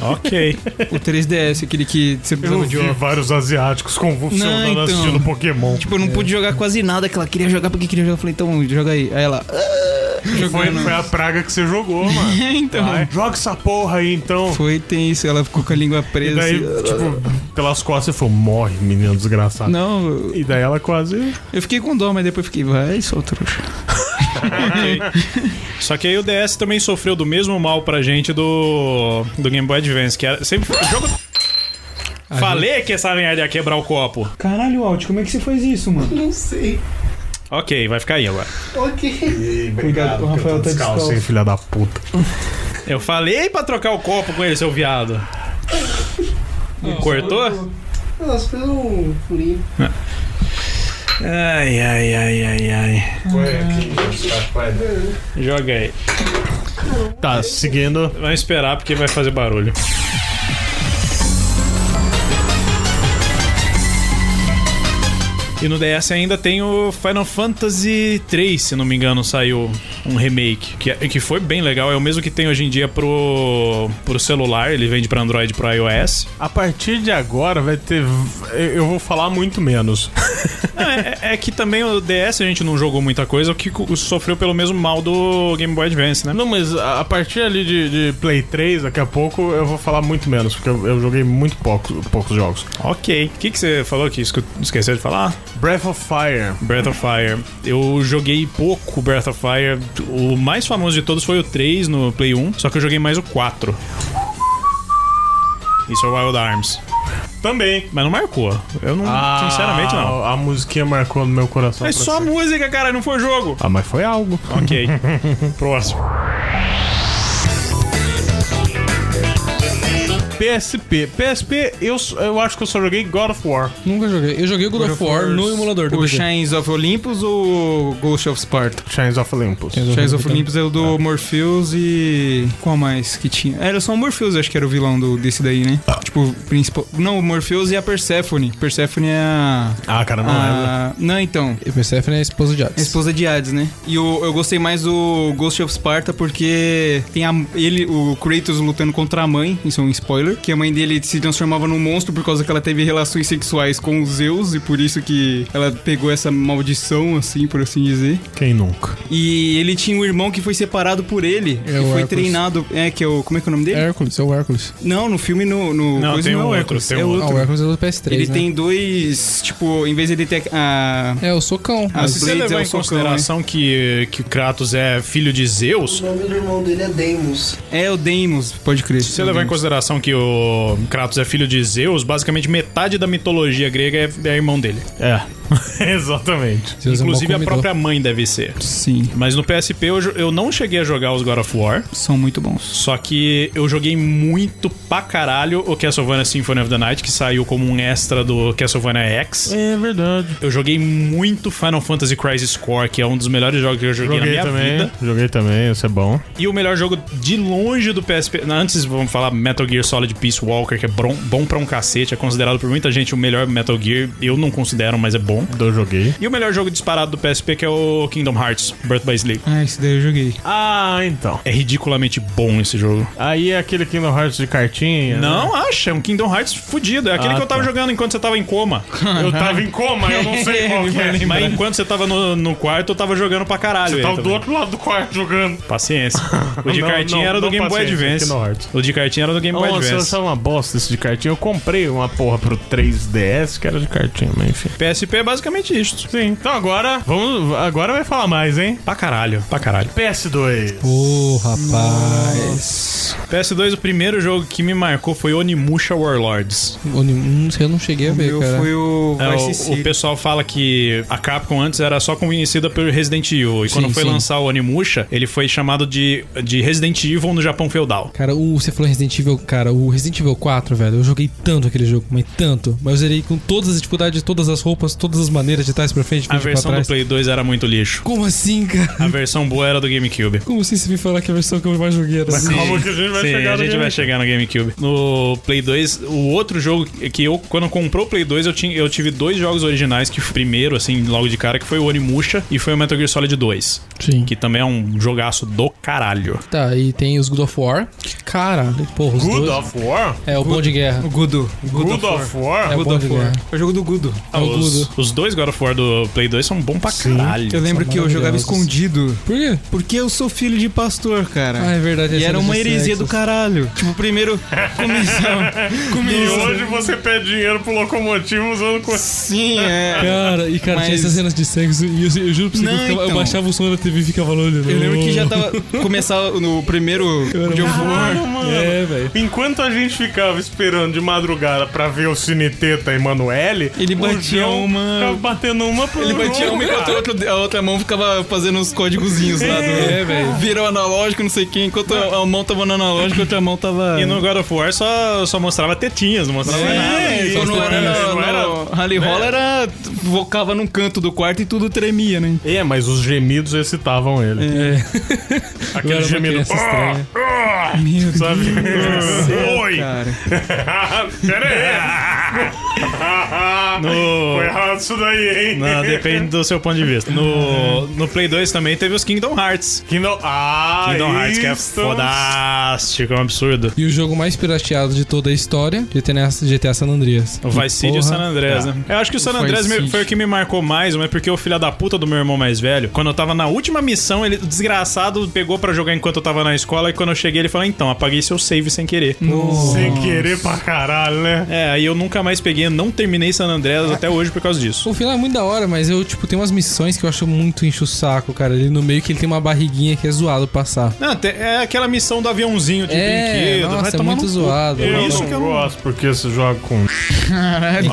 ok. O 3DS, aquele que você Eu precisava de vi óculos. vários asiáticos convulsionando Não, então. assistindo Pokémon. Tipo, eu não pude jogar quase nada que ela queria jogar porque queria jogar. Eu falei, então joga aí. Aí ela. "Ah", Foi, jogando. foi a praga que você jogou, mano. então. Vai, Joga essa porra aí, então. Foi, tem isso. Ela ficou com a língua E presa. daí, assim. tipo, pelas costas, você falou, morre, menino desgraçado. Não, eu- E daí ela quase... eu fiquei com dó, mas depois fiquei, vai, só trouxa. Ok. Só que aí o DS também sofreu do mesmo mal pra gente do, do Game Boy Advance, que era sempre o jogo Falei que essa merda ia quebrar o copo. Caralho, Alt, como é que você faz isso, mano? Não sei. Ok, vai ficar aí agora. Obrigado, Rafael. Tá descalço, hein, filha da puta. Eu falei pra trocar o copo com ele, seu viado. Cortou? Nossa, fez um furinho. Ai, ai, ai, ai, ai. Joga aí. Tá, seguindo. Vamos esperar porque vai fazer barulho. E no DS ainda tem o Final Fantasy 3, se não me engano, saiu um remake, que, é- que foi bem legal. É o mesmo que tem hoje em dia pro, pro celular, ele vende pra Android e pro iOS. A partir de agora vai ter. Eu vou falar muito menos. Não, é, é que também o DS a gente não jogou muita coisa, o que co- sofreu pelo mesmo mal do Game Boy Advance, né? Não, mas a a partir ali de, de Play 3, daqui a pouco eu vou falar muito menos, porque eu, eu joguei muito pouco, poucos jogos. Ok. O que, que você falou que escu- esqueceu de falar? Breath of Fire. Breath of Fire. Eu joguei pouco Breath of Fire. O mais famoso de todos foi o 3 no Play 1, só que eu joguei mais o 4. Isso é Wild Arms. Também. Mas não marcou. Eu não. sinceramente, não. A, a musiquinha marcou no meu coração. É pra só sempre. música, cara, não foi um jogo. Ah, mas foi algo. Ok. Próximo. PSP. PSP, eu, eu acho que eu só joguei God of War. Nunca joguei. Eu joguei o God, of War no emulador do O PC. Shines of Olympus ou Ghost of Sparta? Chains of Olympus. Shines of Olympus é o do Morpheus e. Qual mais que tinha? Era só o Morpheus, acho que era o vilão do, desse daí, né? Tipo, o principal. Não, o Morpheus e a Persephone. Persephone é a. Ah, cara, não lembro. a... Não, então. E o PCF é a esposa de A Hades. esposa de Hades, né? E o- eu gostei mais do Ghost of Sparta porque tem a- ele, o Kratos lutando contra a mãe, isso é um spoiler, que a mãe dele se transformava num monstro por causa que ela teve relações sexuais com os Zeus e por isso que ela pegou essa maldição, assim, por assim dizer. Quem nunca? E ele tinha um irmão que foi separado por ele, É, que o foi Hércules. treinado, é que é o como é que é o nome dele? Hércules, é o Hércules. Não, no filme no, no Não, tem não é o um outro. Hércules, Tem é um Ah, o outro. Hércules é do PS3. Ele né? tem dois, tipo, em vez de ele ter a É, o socão. Ah, Mas- sim. Se você Blades é levar um em socão, consideração que, que o Kratos é filho de Zeus, O nome do irmão dele é Deimos. é o Deimos, pode crer. Se você levar em consideração que o Kratos é filho de Zeus, basicamente metade da mitologia grega é, é irmão dele. É. Exatamente. Zeus é um Inclusive bom a comedor. própria mãe deve ser. Sim, Mas no PSP eu, jo- eu não cheguei a jogar os God of War, são muito bons. só que eu joguei muito pra caralho o Castlevania Symphony of the Night, que saiu como um extra do Castlevania X. É verdade. Eu joguei muito Final Fantasy Crisis Core, que é um dos melhores jogos que eu joguei, na Joguei minha também. vida. Joguei também, isso é bom. E o melhor jogo de longe do PSP. né, Antes, vamos falar Metal Gear Solid Peace Walker, que é bom, bom pra um cacete. É considerado por muita gente o melhor Metal Gear. Eu não considero, mas é bom. Eu joguei. E o melhor jogo disparado do PSP, que é o Kingdom Hearts Birth by Sleep. Ah, esse daí eu joguei. Ah, então. É ridiculamente bom esse jogo. Aí é aquele Kingdom Hearts de cartinha. né? Não, acha. É um Kingdom Hearts fudido. É aquele Ah, que eu tava tá. jogando enquanto você tava em coma. Eu tava em coma, eu não sei qual que é. Mas enquanto você tava no, no quarto, eu tava jogando pra caralho. Você ele tava do também. outro lado do quarto jogando. Paciência. O de Não, cartinha não, era do não Game Boy paciência, Advance. Kingdom Hearts. O de cartinha era do Game Boy Nossa, Advance. essa é uma bosta esse de cartinha. Eu comprei uma porra pro 3DS que era de cartinha, mas enfim. PSP é basicamente isto. Sim, então agora, vamos, agora vai falar mais, hein? Pra caralho, pra caralho. PS2. Ô, rapaz. PS2, o primeiro jogo que me marcou foi Onimusha Warlords. Oni- Não sei, hum, eu não cheguei a O ver, meu cara. foi o É, Vice o, o City. pessoal fala que a Capcom antes era só conhecida por Resident Evil. E Sim, quando foi sim. lançar o Onimusha, ele foi chamado de, de Resident Evil no Japão feudal. Cara, o, você falou Resident Evil, cara, o Resident Evil 4, velho, eu joguei tanto aquele jogo, mas tanto. Mas eu zerei com todas as dificuldades, todas as roupas, todas as maneiras de trás pra frente, de A frente pra versão do trás. Play 2 era muito lixo. Como assim, cara? A versão boa era do GameCube. Como assim você me falar que a versão que eu mais joguei era assim? Calma que a gente vai Sim, chegar a no gente game. vai chegar no GameCube. No Play 2, o outro jogo que eu, quando comprou o Play 2, eu, tinha, eu tive dois jogos originais, que o primeiro, assim, logo de cara, que foi o Onimusha e foi o Metal Gear Solid 2. Sim. Que também é um jogaço do caralho. Tá, e tem os God of War. Que Cara, porra, os Good dois... of War? É, o bom de guerra. O Gudo. O Gudo. Good of War? É o bom de guerra. É o jogo do Gudo. É o Gudo. os, os dois God of War do Play 2 são bons pra caralho. Eu lembro que eu jogava escondido. Por quê? Porque eu sou filho de pastor, cara. Ah, é verdade. é E era cena uma de heresia sexo. do caralho. Tipo, primeiro começava. E começava. hoje você pede dinheiro pro locomotivo usando coisa. Sim, é. Cara, e cara, tinha Mas- essas cenas de sexo e eu, eu juro pra você que eu, Não, ficava- eu então. tá baixava o som da TV e ficava olhando. Eu lembro que já tava. Começava no primeiro God of War. mano. É, velho. Enquanto a gente ficava esperando de madrugada pra ver o Cineteta Emanuele, Ele batia uma- ficava batendo uma pro Ele batia jogo, uma e cara. a outra, a outra mão ficava fazendo os códigozinhos lá. Do... É, velho. Virou analógico, não sei quem. Enquanto a a mão tava no analógico, a outra mão tava... E no God of War só, só mostrava tetinhas, não mostrava Sim, só nada. Só É, não mostrava- era, não não era- Rally né? Roll era... Vocava num canto do quarto e tudo tremia, né? É, mas os gemidos excitavam ele. É. Eu Aquele era uma gemido. "Ah, criança estranha. Meu Deus. Sabe? Oi! ah, Cara. Pera aí! Foi errado isso daí, hein? Não, depende do seu ponto de vista. No, no Play 2 também teve os Kingdom Hearts. Kingdom, ah, Kingdom Hearts, que é isto. fodástico, é um absurdo. E o jogo mais pirateado de toda a história, GTA, GTA San Andreas. O Vice City e o San Andreas, né? Eu acho que o San Vice Andreas me- City. foi o que me marcou mais, mas é porque o filho da puta do meu irmão mais velho, quando eu tava na última missão, ele, o desgraçado, pegou pra jogar enquanto eu tava na escola, e quando eu cheguei, ele falou: então, apaguei seu save sem querer. Sem querer pra caralho, né? É, aí eu nunca mais peguei, não terminei San Andreas até hoje por causa disso. O final é muito da hora, mas eu, tipo, tem umas missões que eu acho muito enche o saco, cara. Ele no meio que ele tem uma barriguinha que é zoado passar. Não, te- é aquela missão do aviãozinho de É, brinquedo. vai nossa, é tomar muito no cu. zoado. Eu mano. isso não que eu não- gosto, porque esse joga com...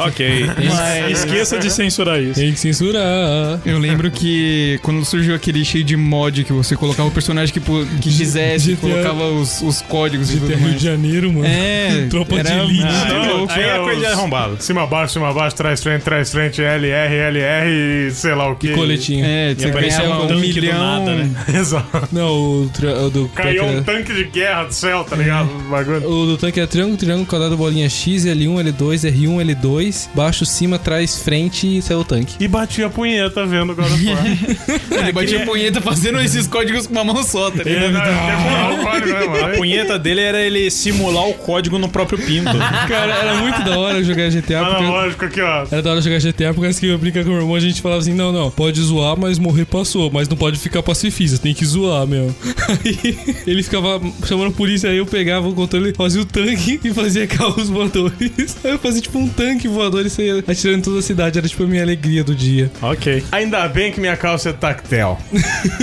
Ok. Mas esqueça de censurar isso. Tem que censurar. Eu lembro que quando surgiu aquele cheio de mod que você colocava o personagem que, po- que quisesse, GTA. colocava os, os códigos e tudo mais. Janeiro, mano. É, Tropa era- de elite. Ah, Tá eu- louco, aí é é coisa de os- arrombado. Cima, baixo, cima, baixo, trás, frente, trás, frente, LR, LR e sei lá o que. Coletinho. É, você apareceu ganhava um um, tanque do milhão. nada, né? Exato. Não, o, tra- o do. Caiu um aquele- tanque de guerra do céu, tá ligado? O bagulho. O do tanque é triângulo, triângulo, quadrado, bolinha X, L1, L2, R1, L2, baixo, cima, trás, frente e saiu o tanque. E batia a punheta vendo o God of War. Ele batia punheta fazendo esses códigos com uma mão só, tá ligado? É, não, é tempo normal, né, A mano? punheta dele era ele simular o código no próprio pinto. Cara, era muito da hora jogar GTA. porque- Analógico tá aqui, ó. Era da hora jogar GTA, porque antes que eu brincar com o meu irmão, a gente falava assim, não, não, pode zoar, mas morrer passou, mas não pode ficar pacifista, tem que zoar, meu. Aí ele ficava chamando a polícia, aí eu pegava o controle, fazia o tanque e fazia carros voadores. Aí eu fazia tipo um tanque voador e saía atirando em toda a cidade, era tipo a minha alegria do dia. ok. Ainda bem que minha calça é tactel.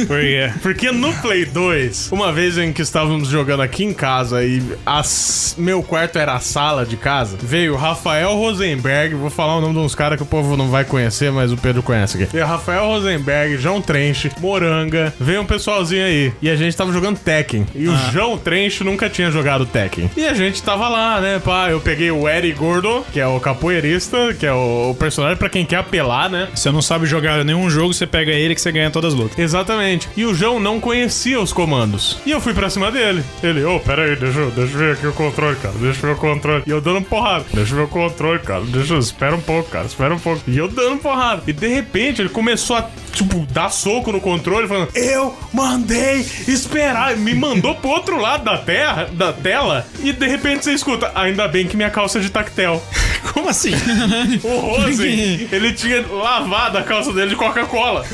Por quê? Porque no Play 2, uma vez em que estávamos jogando aqui em casa e as- meu quarto era a sala de casa, veio o Rafael Rosenberg, vou falar o nome de uns caras que o povo não vai conhecer, mas o Pedro conhece aqui. Veio Rafael Rosenberg, João Trench, Moranga, veio um pessoalzinho aí. E a gente tava jogando Tekken. E o João Trench nunca tinha jogado Tekken. E a gente tava lá, né, pá, eu peguei o Eri Gordo, que é o capoeirista, que é o, o personagem pra quem quer apelar, né? Você não sabe jogar nenhum jogo, você pega ele que você ganha todas as lutas. Exatamente. E o João não conhecia os comandos. E eu fui pra cima dele. Ele, ô, pera aí, deixa, eu- deixa eu ver aqui o controle, cara. Deixa eu ver o controle. E eu dando porrada. Deixa eu ver o controle, cara. Deixa eu... Espera um pouco, cara. Espera um pouco. E eu dando porrada. E de repente ele começou a, tipo, dar soco no controle, falando, eu mandei esperar. Me mandou pro outro lado da terra, da tela. E de repente você escuta, ainda bem que minha calça é de tactel. Como assim? O Rosen, ele tinha lavado a calça dele de Coca-Cola.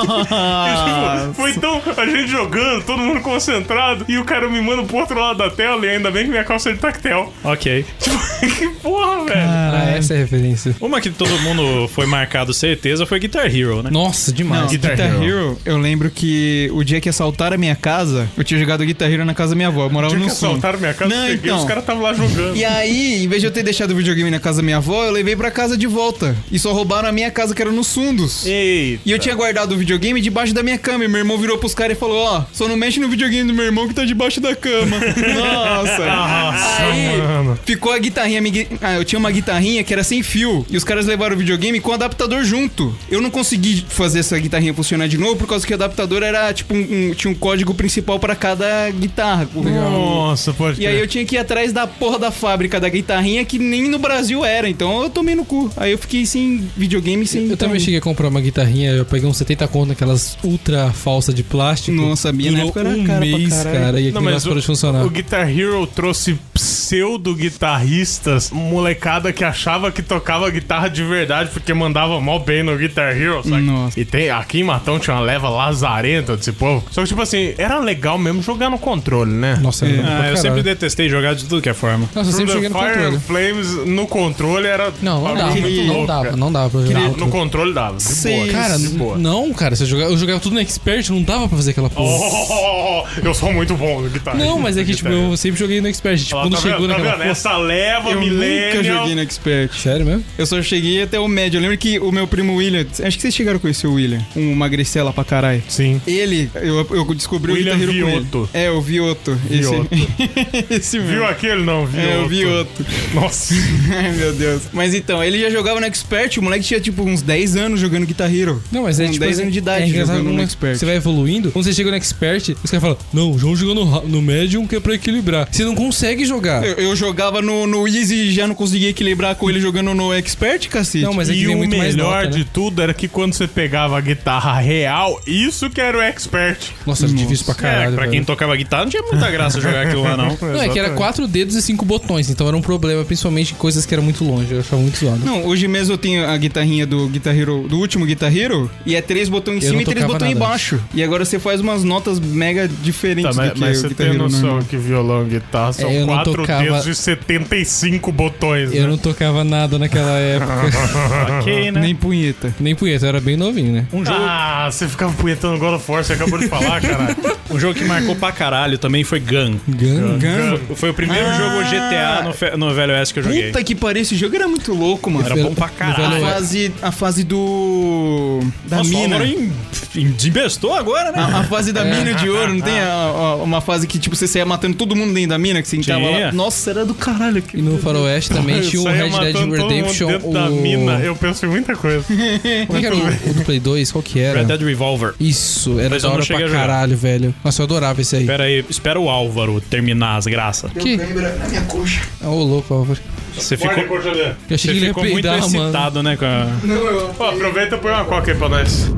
Tipo, foi tão. A gente jogando, todo mundo concentrado, e o cara me manda pro outro lado da tela, e ainda bem que minha calça é de tactel. ok. Tipo, que porra, velho. Ah, essa é a referência. Uma que todo mundo foi marcado certeza foi Guitar Hero, né? Nossa, demais. Não, Guitar, Guitar Hero. Hero. eu lembro que o dia que assaltaram a minha casa, eu tinha jogado Guitar Hero na casa da minha avó, eu morava Tinha no que sul. assaltaram minha casa, Não, peguei, então. os caras estavam lá jogando. E aí, em vez de eu ter deixado o videogame na casa da minha avó, eu levei pra casa de volta. E só roubaram a minha casa, que era nos fundos. E, Ei, eu tinha guardado o videogame debaixo da minha cama. E meu irmão virou pros caras e falou: Ó, só não mexe no videogame do meu irmão que tá debaixo da cama. Nossa. aí, ficou a guitarrinha. minha gui- Ah, eu tinha uma guitarrinha que era sem fio. E os caras levaram o videogame com o adaptador junto. Eu não consegui fazer essa guitarrinha funcionar de novo por causa que o adaptador era tipo um, um- tinha um código principal pra cada guitarra. Nossa, pode E aí eu tinha que ir atrás da porra da fábrica da guitarrinha que nem no Brasil era. Então eu tomei no cu. Aí eu fiquei sem videogame, sem. Eu também guitarrinha. cheguei a comprar uma guitarrinha, eu peguei uns 70 conto naquelas ultra falsa de plástico. Nossa, a minha na Durou época era um cara pra mês, caralho. cara, e aquele Não, mas negócio parou de funcionar. o Guitar Hero trouxe ps- pseudo-guitarristas, molecada que achava que tocava guitarra de verdade porque mandava mó bem no Guitar Hero, sabe? E tem, aqui em Matão tinha uma leva lazarenta desse povo. Só que, tipo assim, era legal mesmo jogar no controle, né? Nossa, é. era pra Ah, eu caralho. sempre detestei jogar de tudo que é forma. Nossa, eu sempre Through joguei the no é Fire controle. and Flames no controle era. Não, não algo dava, muito não louco, dava, cara. não dava pra jogar. Não, outro. no controle dava. De boa, Cara, de boa. não, cara, você jogava, eu jogava tudo no Expert, não dava pra fazer aquela porra. Oh, eu sou muito bom no guitarra. Não, mas é que, tipo, eu sempre joguei no Expert. Tipo, Ó, quando tá chegou vendo, tá naquela vendo? Essa leva Eu nunca millennial. joguei no Expert. Sério mesmo? Eu só cheguei até o médio. Eu lembro que o meu primo William, acho que vocês chegaram a conhecer o William, um magricela pra caralho. Sim. Ele, eu, eu descobri William o Guitar Hero com Vioto. ele. É, o Vioto. Esse, Vioto. esse mesmo. Viu aquele? Não, viu. É, eu outro. vi outro. Nossa. Ai, meu Deus. Mas então, ele já jogava no Expert, o moleque tinha tipo uns 10 anos jogando Guitar Hero. Não, mas é Com tipo. 10 assim, anos de idade é engraçado jogando como no é que Expert. Você vai evoluindo. Quando você chega no Expert, os caras falam: Não, o João jogou no, ra- no médium que é pra equilibrar. Você não consegue jogar. Eu, eu jogava no, no Easy e já não conseguia equilibrar com ele jogando no Expert, cacete. Não, mas é que E vem o muito mais melhor nota, né? de tudo era que quando você pegava a guitarra real, isso que era o expert. Nossa, era difícil pra caralho. é, pra quem velho. tocava guitarra não tinha muita graça jogar aquilo lá, não. Não, é que era quatro dedos e cinco botões, então era um problema, principalmente em coisas que eram muito longe. Eu achava muito zoado. Não, hoje mesmo eu tenho a guitarrinha do Guitar Hero, do último Guitar Hero, e é três botões em Eu cima não e três tocava botões nada. embaixo. E agora você faz umas notas mega diferentes Tá, mas, do que mas o você Guitar tem Hero noção normal. que violão e guitarra são É, eu não quatro tocava- dedos e 75 botões. Eu né? não tocava nada naquela época. Ok, né? Nem punheta. Nem punheta, eu era bem novinho, né? Um jogo, Ah, você ficava punhetando God of War, você acabou de falar, caralho. um jogo que marcou pra caralho também foi Gun. Gun, gun. Foi o primeiro jogo GTA no, fe- no Velho Oeste que eu joguei. Puta que pariu, esse jogo era muito louco, mano. Era bom pra A caralho. fase, a fase do. Da Nossa, o mina. Álvaro em- em- Desbestou agora, né? Ah. A, a fase da É. mina de ouro, não tem a- a- uma fase que, tipo, você saia matando todo mundo dentro da mina, que você entrava Tinha. lá. Nossa, era do caralho E aqui. no Faroeste também tinha o saía Red matando Dead todo mundo Redemption. dentro o... da mina, eu penso em muita coisa. Como é que era o, o do Play 2? Qual que era? Red Dead Revolver. Isso, era Mas eu da não hora cheguei a pra jogar. caralho, velho. Nossa, eu adorava esse aí. Pera aí, espera o Álvaro terminar as graças. Que? Deu câimbra na minha coxa. Ô, louco, Álvaro. Você Tipo, ficou, Eu achei você que ele ia ficou muito peidar, mano. excitado, né? Com a... Ó, aproveita e põe uma coca aí pra nós.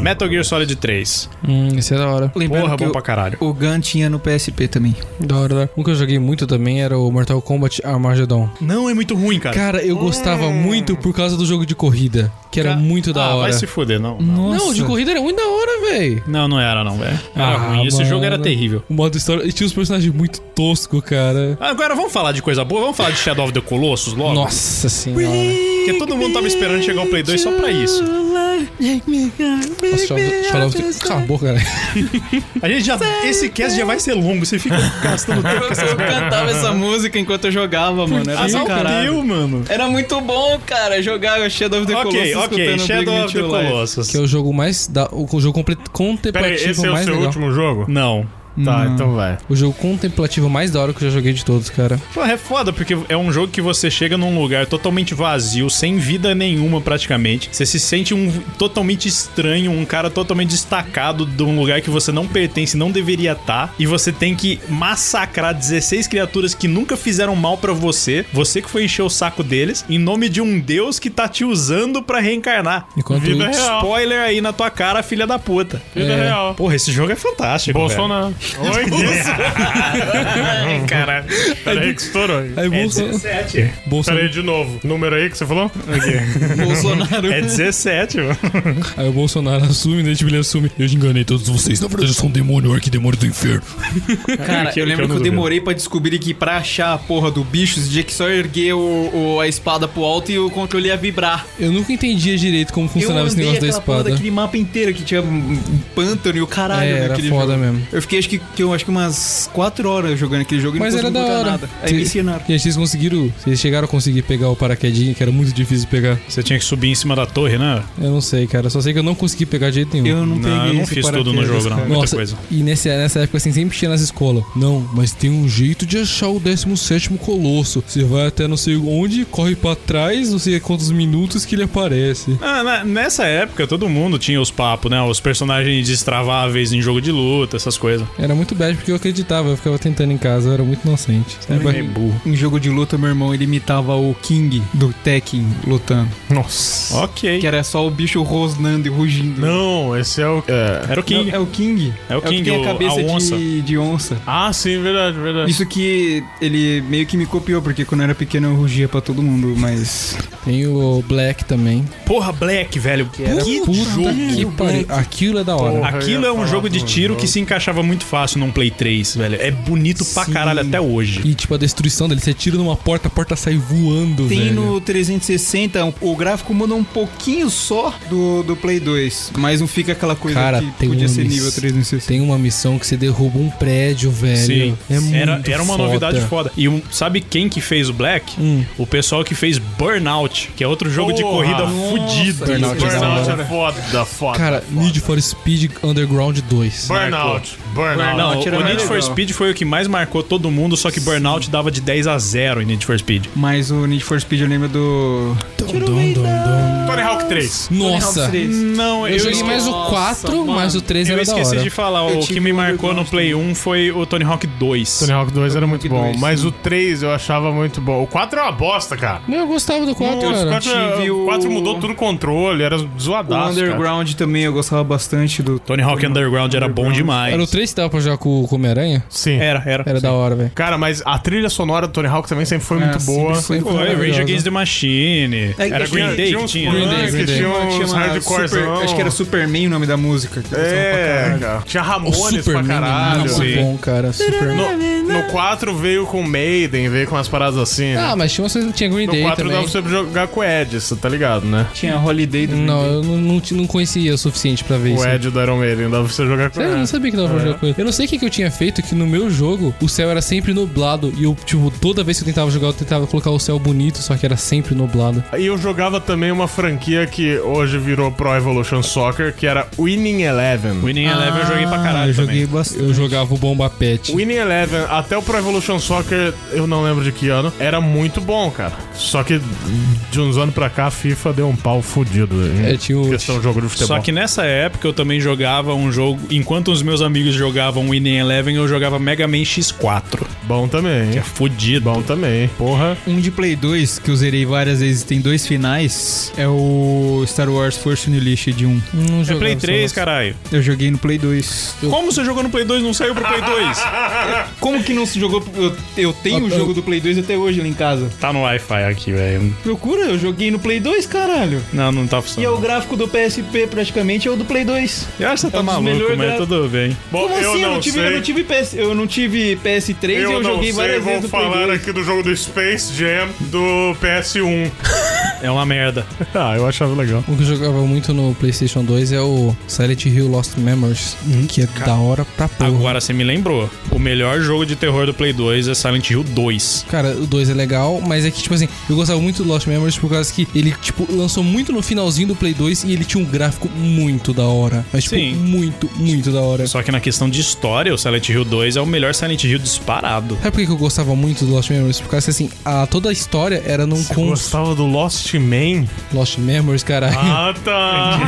Metal Gear Solid 3. Hum, esse é da hora. Lembrando Porra, que bom o- pra caralho. O Gun tinha no PSP também. Da hora, da hora. Um que eu joguei muito também era o Mortal Kombat Armageddon. Não, é muito ruim, cara. Cara, eu gostava muito por causa do jogo de corrida, que era muito da ah, hora. vai se fuder, não. Não, Não, o de corrida era muito da hora, velho. não, não era, não, velho. Era Ah, ruim. Esse mano. jogo era terrível. O modo história. E tinha os personagens muito tosco, cara. Agora vamos falar de coisa boa, vamos falar de Shadow of the Colossus logo? Nossa senhora. Porque todo mundo tava esperando chegar o Play 2 só pra isso. Nossa, Shadow- Shadow of the- Cala a boca, cara. A gente já. Esse cast já vai ser longo, você fica gastando tempo. Eu cantava essa música enquanto eu jogava, mano. Ah, Era do caralho. mano. Era muito bom, cara, jogar Shadow of the Ok, Colossus ok. escutando Shadow Bring Me of the to Life. Colossus. Que é o jogo mais. Da, o jogo comple- Pera aí, contemplativo esse é o mais seu legal. último jogo? Não. Tá, então vai. O jogo contemplativo mais da hora que eu já joguei de todos, cara. Pô, é foda, porque é um jogo que você chega num lugar totalmente vazio, sem vida nenhuma praticamente. Você se sente um totalmente estranho, um cara totalmente destacado de um lugar que você não pertence, não deveria estar. e você tem que massacrar 16 criaturas que nunca fizeram mal pra você, você que foi encher o saco deles, em nome de um deus que tá te usando pra reencarnar. Enquanto Vida isso. real. Spoiler aí na tua cara, filha da puta. Vida É. real. Porra, esse jogo é fantástico. Bolsonaro. Oi, Guilherme. Velho. Caralho. Peraí que estourou. aí. Aí, É, Bolso... Peraí Bolsonaro... de novo. Número aí que você falou? Bolsonaro. É 17, mano. aí o Bolsonaro assume, né? Tipo, ele assume. Eu te enganei todos vocês. Na verdade, eu sou um demônio, arquidemônio do inferno. Cara, é eu lembro que eu duvido. demorei pra descobrir que pra achar a porra do bicho, esse dia que só erguer o, o- a espada pro alto e o controle ia vibrar. Eu nunca entendia direito como funcionava eu esse negócio da aquela porra espada. daquele mapa inteiro que tinha um um pântano e o caralho É, era naquele foda jogo. mesmo. Eu fiquei acho que, que eu acho que umas 4 horas jogando aquele jogo e Mas não era consegui da botar hora. nada. Aí me ensinaram. Gente, vocês conseguiram. Vocês chegaram a conseguir pegar o paraquedinho, que era muito difícil pegar. Você tinha que subir em cima da torre, né? Eu não sei, cara. Só sei que eu não consegui pegar de jeito nenhum. Eu não, peguei Não, eu não esse fiz tudo no paraquedas, jogo, não. cara. Muita Nossa, coisa. e nesse, nessa época assim, sempre tinha nas escolas. Não, mas tem um jeito de achar o 17 colosso. Você vai até não sei onde, corre pra trás, não sei quantos minutos que ele aparece. Ah, na- nessa época, todo mundo tinha os papos, né? Os personagens destraváveis em jogo de luta, essas coisas. É, Era muito bad porque eu acreditava, eu ficava tentando em casa, eu era muito inocente. Lembra? Em jogo de luta, meu irmão, ele imitava o King do Tekken lutando. Nossa. Ok. Que é- era só o bicho rosnando e rugindo. Não, esse é o. É... Era o King. Não, é o King. É o King, que tem o- a cabeça a onça. De, de onça. Ah, sim, verdade, verdade. Isso que ele meio que me copiou, porque quando eu era pequeno eu rugia pra todo mundo, mas. Tem o Black também. Porra, Black, velho. é que jogo. que pariu. Aquilo é da hora. Porra. Aquilo Eu ia é um falar jogo de do tiro jogo. que se encaixava muito fácil num Play 3, velho. É bonito pra Sim. caralho até hoje. E tipo, a destruição dele, você tira numa porta, a porta sai voando, Tem velho. no 360, o gráfico muda um pouquinho só do, do Play 2, mas não fica aquela coisa Cara, que tem podia uma ser miss- nível 360. Tem uma missão que você derruba um prédio, velho. É muito era, era uma foda. novidade foda. E um- sabe quem que fez o Black? O pessoal que fez Burnout, que é outro jogo de Porra. corrida Nossa, fudido. Burnout é Burnout da é foda, foda. Cara, Need for Speed Underground 2. Burnout. Burnout. Não, Burnout era o Need legal. for Speed foi o que mais marcou todo mundo, só que Burnout dava de 10 a 0 em Need for Speed. Mas o Need for Speed eu lembro do. Dum, dum, dum, dum. Tony Hawk 3. Nossa. Não, Eu joguei mais o Nossa, 4, mano. mas o 3 Eu era da esqueci hora. de falar, Eu o tive que me um marcou no Underground Play 1 foi o Tony Hawk 2. Tony Hawk 2 era muito bom, dois, mas o 3 eu achava muito bom. O 4 é uma bosta, cara. Não, eu gostava do 4, Nossa, o cara. 4, é- tive o o- 4 mudou todo o controle, era O zoadaço. cara. Underground também eu gostava bastante do. Tony Hawk Underground era bom demais. Era o 3 que dava pra jogar com o Homem-Aranha? Sim. Era, era. Era da hora, velho. Cara, mas a trilha sonora do Tony Hawk também sempre foi É, muito sempre boa. foi Sempre Pô, foi Rage maravilhosa. Against the Machine. era Green Day Ah, que uns tinha. funk, Green Day, Green Tinha Day. Tinha uns uma hardcore. super- acho que era Superman o nome da música. que eu gostava pra É, caralho. cara. Tinha O Ramones pra Superman é caralho. muito Sim. bom, cara. Superman. No, no 4 veio com Maiden, veio com umas paradas assim, né? Ah, mas tinha, umas- tinha Green no Day 4 dava pra também. você jogar com o Ed, você tá ligado, né? Tinha Holiday do Não, eu não, não, não conhecia o suficiente pra ver O isso. Ed do Iron Maiden, dava pra você jogar com Sério, eu ele. não sabia que dava É. pra jogar com ele. Eu não sei o que, que eu tinha feito, que no meu jogo o céu era sempre nublado. E eu, tipo, toda vez que eu tentava jogar, eu tentava colocar o céu bonito, só que era sempre nublado. E eu jogava também uma franquia que hoje virou Pro Evolution Soccer, que era Winning Eleven. Winning Eleven eu Ah, joguei pra caralho eu também. joguei bastante. Eu jogava o Bomba Pet. Winning Eleven, até o Pro Evolution Soccer, eu não lembro de que ano, era muito bom, cara. Só que de uns anos pra cá, a FIFA deu um pau fudido em É, tinha o- questão de jogo de futebol. Só que nessa época eu também jogava um jogo. Enquanto os meus amigos jogavam Winning Eleven, eu jogava Mega Man X4. Bom também, Que é hein? fodido. Bom também, porra. Um de Play 2 que eu zerei várias vezes tem dois finais é o Star Wars Force Unleashed 1. Não É jogava, Play 3, só- caralho. Eu joguei no Play 2. Como você jogou no Play 2 e não saiu pro Play 2? Como que não se jogou? Eu, eu tenho o jogo do Play 2 até hoje lá em casa. tá no Wi-Fi aqui, velho. Procura, eu joguei no Play 2, caralho. Não, não tá E é o funcionando. gráfico do PSP praticamente é o do Play 2. Eu acho que você tá é um dos maluco, melhores mas gra- tudo bem. Bom, Como assim? eu, não tive, eu não tive PS, eu não tive PS3 e eu joguei várias vezes do Play 2. do jogo do Space Jam do PS1. É uma merda. ah, eu achava legal. O que eu jogava muito no PlayStation 2 é o Silent Hill Lost Memories, que é da hora pra porra. Hum, Agora você me lembrou. O melhor jogo de terror do Play 2 é Silent Hill 2. Cara, o 2 é legal, mas é que, tipo assim, eu gostava muito do Lost Memories por causa que ele, tipo, lançou muito no finalzinho do Play 2 e ele tinha um gráfico muito da hora. Mas, tipo, Sim. muito, muito da hora. Só que na questão de história, o Silent Hill 2 é o melhor Silent Hill disparado. Sabe por que que eu gostava muito do Lost Memories? Por causa que, assim, a, toda a história era num conto. Gostava do Lost Man? Lost Memories, caralho. Ah, tá.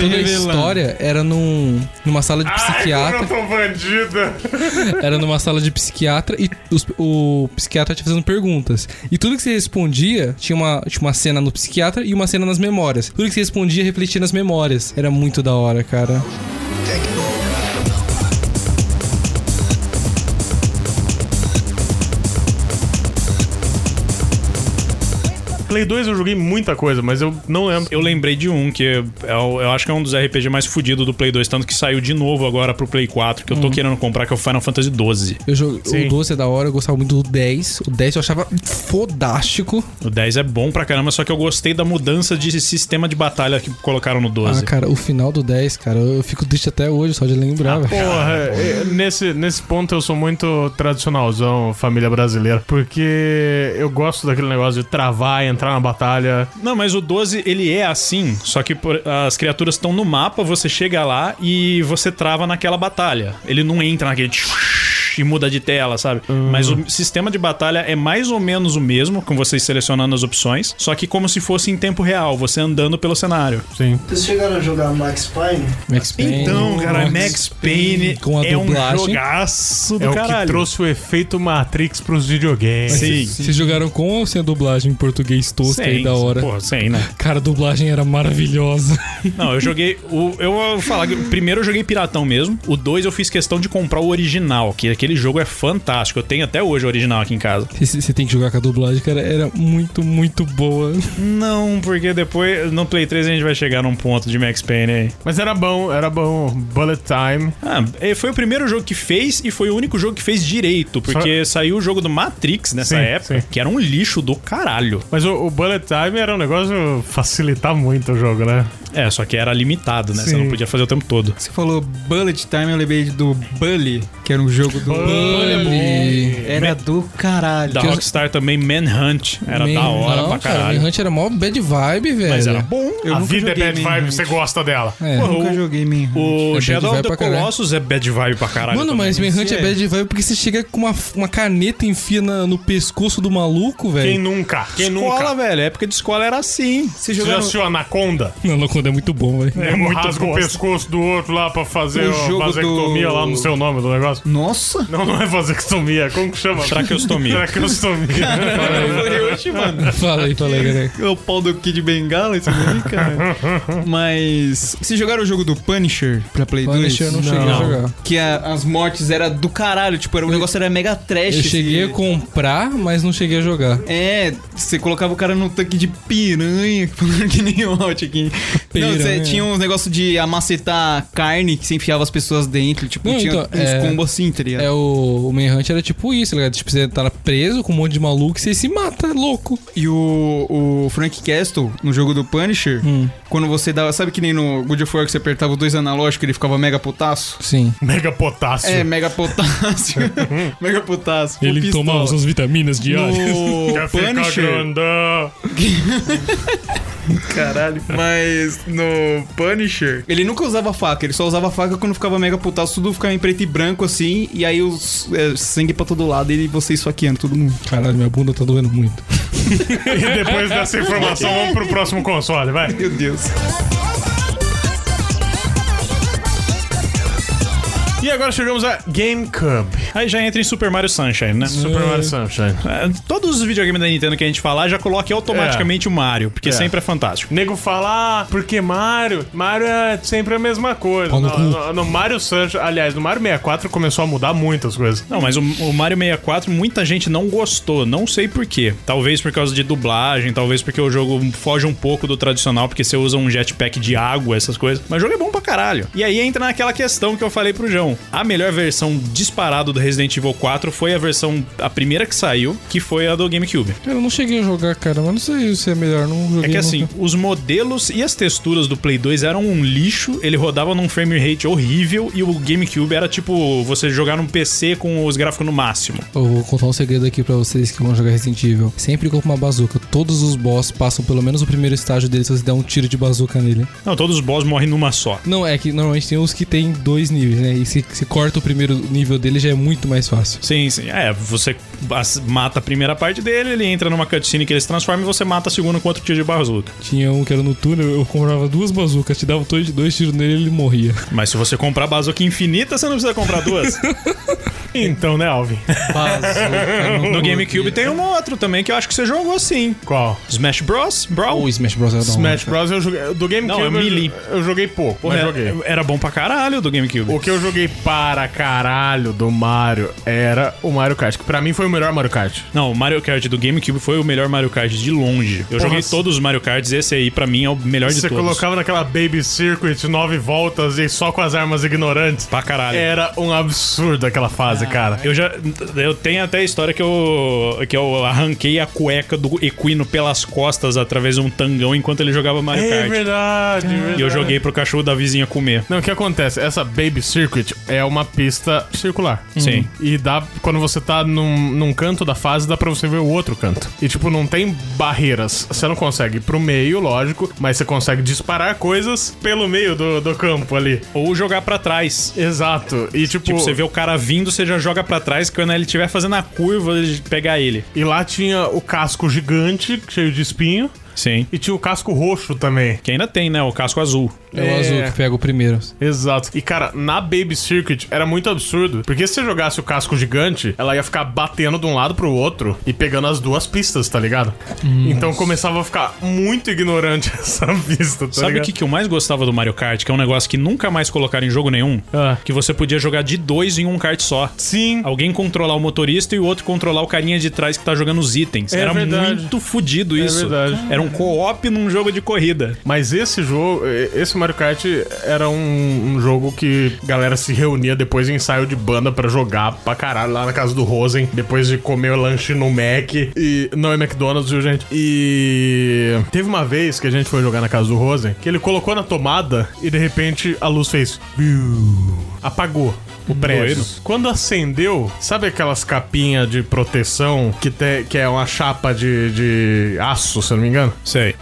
toda a história era num, numa sala de psiquiatra. tô bandida. Era numa sala de psiquiatra e os- o psiquiatra te fazendo perguntas. E tudo que você respondia tinha uma, tinha uma cena no psiquiatra e uma cena nas memórias. Tudo que você respondia refletia nas memórias. Era muito da hora, cara. Play 2 eu joguei muita coisa, mas eu não lembro. Eu lembrei de um que eu, eu acho que é um dos RPG mais fudidos do Play 2, tanto que saiu de novo agora pro Play 4, que eu tô querendo comprar, que é o Final Fantasy 12. Eu jogo, Sim. o 12 é da hora, eu gostava muito do 10. O 10 eu achava fodástico. O 10 é bom pra caramba, só que eu gostei da mudança de sistema de batalha que colocaram no Ah, 12. cara, o final do 10, cara, eu fico triste até hoje só de Ah, lembrar, velho. Porra, é, nesse, nesse ponto eu sou muito tradicionalzão, família brasileira, porque eu gosto daquele negócio de travar, entrar na batalha. Não, mas o 12 ele é assim, só que por- as criaturas estão no mapa, você chega lá e você trava naquela batalha. Ele não entra naquele. tsh- e muda de tela, sabe? Hum. Mas o sistema de batalha é mais ou menos o mesmo, com vocês selecionando as opções, só que como se fosse em tempo real, você andando pelo cenário. Sim. Vocês chegaram a jogar Max Payne? um Max Payne. Então, cara, Max Payne com a é um dublagem. jogaço do é o que caralho. trouxe o efeito Matrix pros videogames. Sim. Vocês jogaram com ou sem a dublagem em português tosca aí Sem, da hora? Porra, sem, né? Cara, a dublagem era maravilhosa. Não, eu joguei. O, eu vou falar. que O primeiro eu joguei Piratão mesmo. O dois eu fiz questão de comprar o original, que aquele jogo é fantástico. Eu tenho até hoje o original aqui em casa. Você você tem que jogar com a dublagem, cara. Era muito, muito boa. Não, porque depois no Play 3 a gente vai chegar num ponto de Max Payne aí. Mas era bom, era bom. Bullet Time. Ah, eh, foi o primeiro jogo que fez e foi o único jogo que fez direito, porque saiu o jogo do Matrix nessa Sim, época, sim. que era um lixo do caralho. Mas o, o Bullet Time era um negócio facilitar muito o jogo, né? É, só que era limitado, né? Você Sim. não podia fazer o tempo todo. Você falou Bullet Time, eu lembrei do Bully, que era um jogo do... Bully. Era do caralho. Da Que eu- Rockstar também, Manhunt. Era Man- da hora pra caralho. Manhunt era mó bad vibe, velho. Mas era bom. Eu a nunca vida é joguei bad Manhunt. vibe, você gosta dela. É. Eu Nunca joguei Manhunt. O bad Shadow of vibe the pra caralho. Colossus é bad vibe pra caralho. Mano, também. mas Manhunt é bad vibe porque você chega com uma, uma caneta e enfia na- no pescoço do maluco, Quem velho. nunca? Quem Escola, nunca? é velho. Época de escola era assim. Você já assistiu Anaconda? Não, Anaconda é muito bom, velho. É, rasga o pescoço do outro lá pra fazer O a jogo vasectomia do- lá, não sei o nome do negócio. Nossa! Não, não é vasectomia, como que chama? Traqueostomia. Traqueostomia. É. Fala aí, fala aí, galera. É o pau do Kid Bengala, isso daí, cara. Mas. Vocês jogaram o jogo do Punisher pra Play 2? Punisher eu não cheguei a jogar. Que a- as mortes eram do caralho, tipo, era, o negócio era mega trash. Eu cheguei a assim. comprar, mas não cheguei a jogar. É, você colocava o cara num tanque de piranha, falando que nem o Alt aqui. Não, você Piranha. tinha uns negócio de amacetar carne que você enfiava as pessoas dentro, tipo, Não, tinha então, uns é- combos assim, tá ligado? É, o, o Manhunt era tipo isso, tá ligado? Tipo, você tá preso com um monte de maluco e você se mata, louco. E o, o Frank Castle, no jogo do Punisher, Hum. quando você dava. Sabe que nem no Good of War que você apertava os dois analógicos e ele ficava mega putaço? Sim. Mega potássio. É, mega potássio. mega potássio. com pistola. suas vitaminas no Quer ficar Punisher, grandão. mas no Punisher, ele nunca usava faca, ele só usava faca quando ficava mega putaço, tudo ficava em preto e branco assim, e aí os é, sangue pra todo lado e você esfaqueando todo mundo. Caralho, minha bunda tá doendo muito. E depois dessa informação, vamos pro próximo console, vai. Meu Deus. E agora chegamos a GameCube. Aí já entra em Super Mario Sunshine, né? Super Mario Sunshine. É, Todos os videogames da Nintendo que a gente falar já coloque automaticamente o Mario, porque É. sempre é fantástico. Nego fala, ah, porque Mario, Mario é sempre a mesma coisa. Pau no No, cu. no- no Mario Sunshine, aliás, no Mario 64 começou a mudar muitas coisas. Não, mas o, o Mario 64 muita gente não gostou, não sei por quê. Talvez por causa de dublagem, talvez porque o jogo foge um pouco do tradicional, porque você usa um jetpack de água, essas coisas. Mas o jogo é bom pra caralho. E aí entra naquela questão que eu falei pro João. A melhor versão disparado do Resident Evil 4 foi a versão, a primeira que saiu, que foi a do GameCube. Cara, eu não cheguei a jogar, cara, mas não sei se é melhor, não joguei. É que nunca. assim, os modelos e as texturas do Play 2 eram um lixo, ele rodava num frame rate horrível e o GameCube era tipo você jogar num PC com os gráficos no máximo. Eu vou contar um segredo aqui pra vocês que vão jogar Resident Evil. Sempre compra uma bazuca. Todos os boss passam pelo menos o primeiro estágio dele se você der um tiro de bazuca nele. Não, todos os boss morrem numa só. Não, é que normalmente tem os que tem dois níveis, né? E se, se corta o primeiro nível dele já é muito mais fácil. Sim, sim. É, você as- mata a primeira parte dele, ele entra numa cutscene que ele se transforma e você mata a segunda com outro tiro de bazuca. Tinha um que era no túnel, eu comprava duas bazucas, te dava dois, dois tiros nele e ele morria. Mas se você comprar bazuca infinita, você não precisa comprar duas. Então, né, Alvin? no GameCube tem um outro também que eu acho que você jogou sim. Qual? Smash Bros, Brawl. Ou Smash Bros. era da hora. Smash Bros. eu joguei. Do GameCube. Não, é eu- Melee. Eu joguei pouco, mas era, joguei. era bom pra caralho do GameCube. O que eu joguei para caralho do Mario era o Mario Kart, que pra mim foi o melhor Mario Kart. Não, o Mario Kart do GameCube foi o melhor Mario Kart de longe. Eu joguei se- todos os Mario Karts, esse aí pra mim é o melhor de Você todos. colocava naquela Baby Circuit nove voltas e só com as armas ignorantes. Pra caralho. Era um absurdo aquela fase, cara. Eu já. Eu tenho até a história que eu. que eu arranquei a cueca do equino pelas costas através de um tangão enquanto ele jogava Mario Kart. É verdade, E eu joguei pro cachorro da vizinha comer. Não, o que acontece? Essa Baby Circuit, é uma pista circular. Sim. E dá, quando você tá num, num canto da fase, dá pra você ver o outro canto. E, tipo, não tem barreiras. Você não consegue ir pro meio, lógico, mas você consegue disparar coisas pelo meio do, do campo ali. Ou jogar pra trás. Exato. E, tipo... Tipo, você vê o cara vindo, você já joga pra trás, que quando ele estiver fazendo a curva, de pegar ele. E lá tinha o casco gigante, cheio de espinho. Sim. E tinha o casco roxo também. Que ainda tem, né? O casco azul. É o azul que pega o primeiro. Exato. E, cara, na Baby Circuit era muito absurdo. Porque se você jogasse o casco gigante, ela ia ficar batendo de um lado pro outro e pegando as duas pistas, tá ligado? Então começava a ficar muito ignorante essa pista, tá Sabe o ligado? que, que eu mais gostava do Mario Kart? Que é um negócio que nunca mais colocaram em jogo nenhum. Ah. Que você podia jogar de dois em um kart só. Sim. Alguém controlar o motorista e o outro controlar o carinha de trás que tá jogando os itens. É Era verdade. É muito fudido isso. verdade. Era um co-op num jogo de corrida. Mas esse jogo, eh, esse Mario Kart era um, um jogo que a galera se reunia depois em ensaio de banda pra jogar pra caralho lá na casa do Rosen, depois de comer o lanche no Mac e não é McDonald's, viu, gente? E teve uma vez que a gente foi jogar na casa do Rosen, que ele colocou na tomada e de repente a luz fez "Biu", apagou. O prédio. Doido. Quando acendeu, sabe aquelas capinhas de proteção que, te- que é uma chapa de, de aço, se eu não me engano? Sei.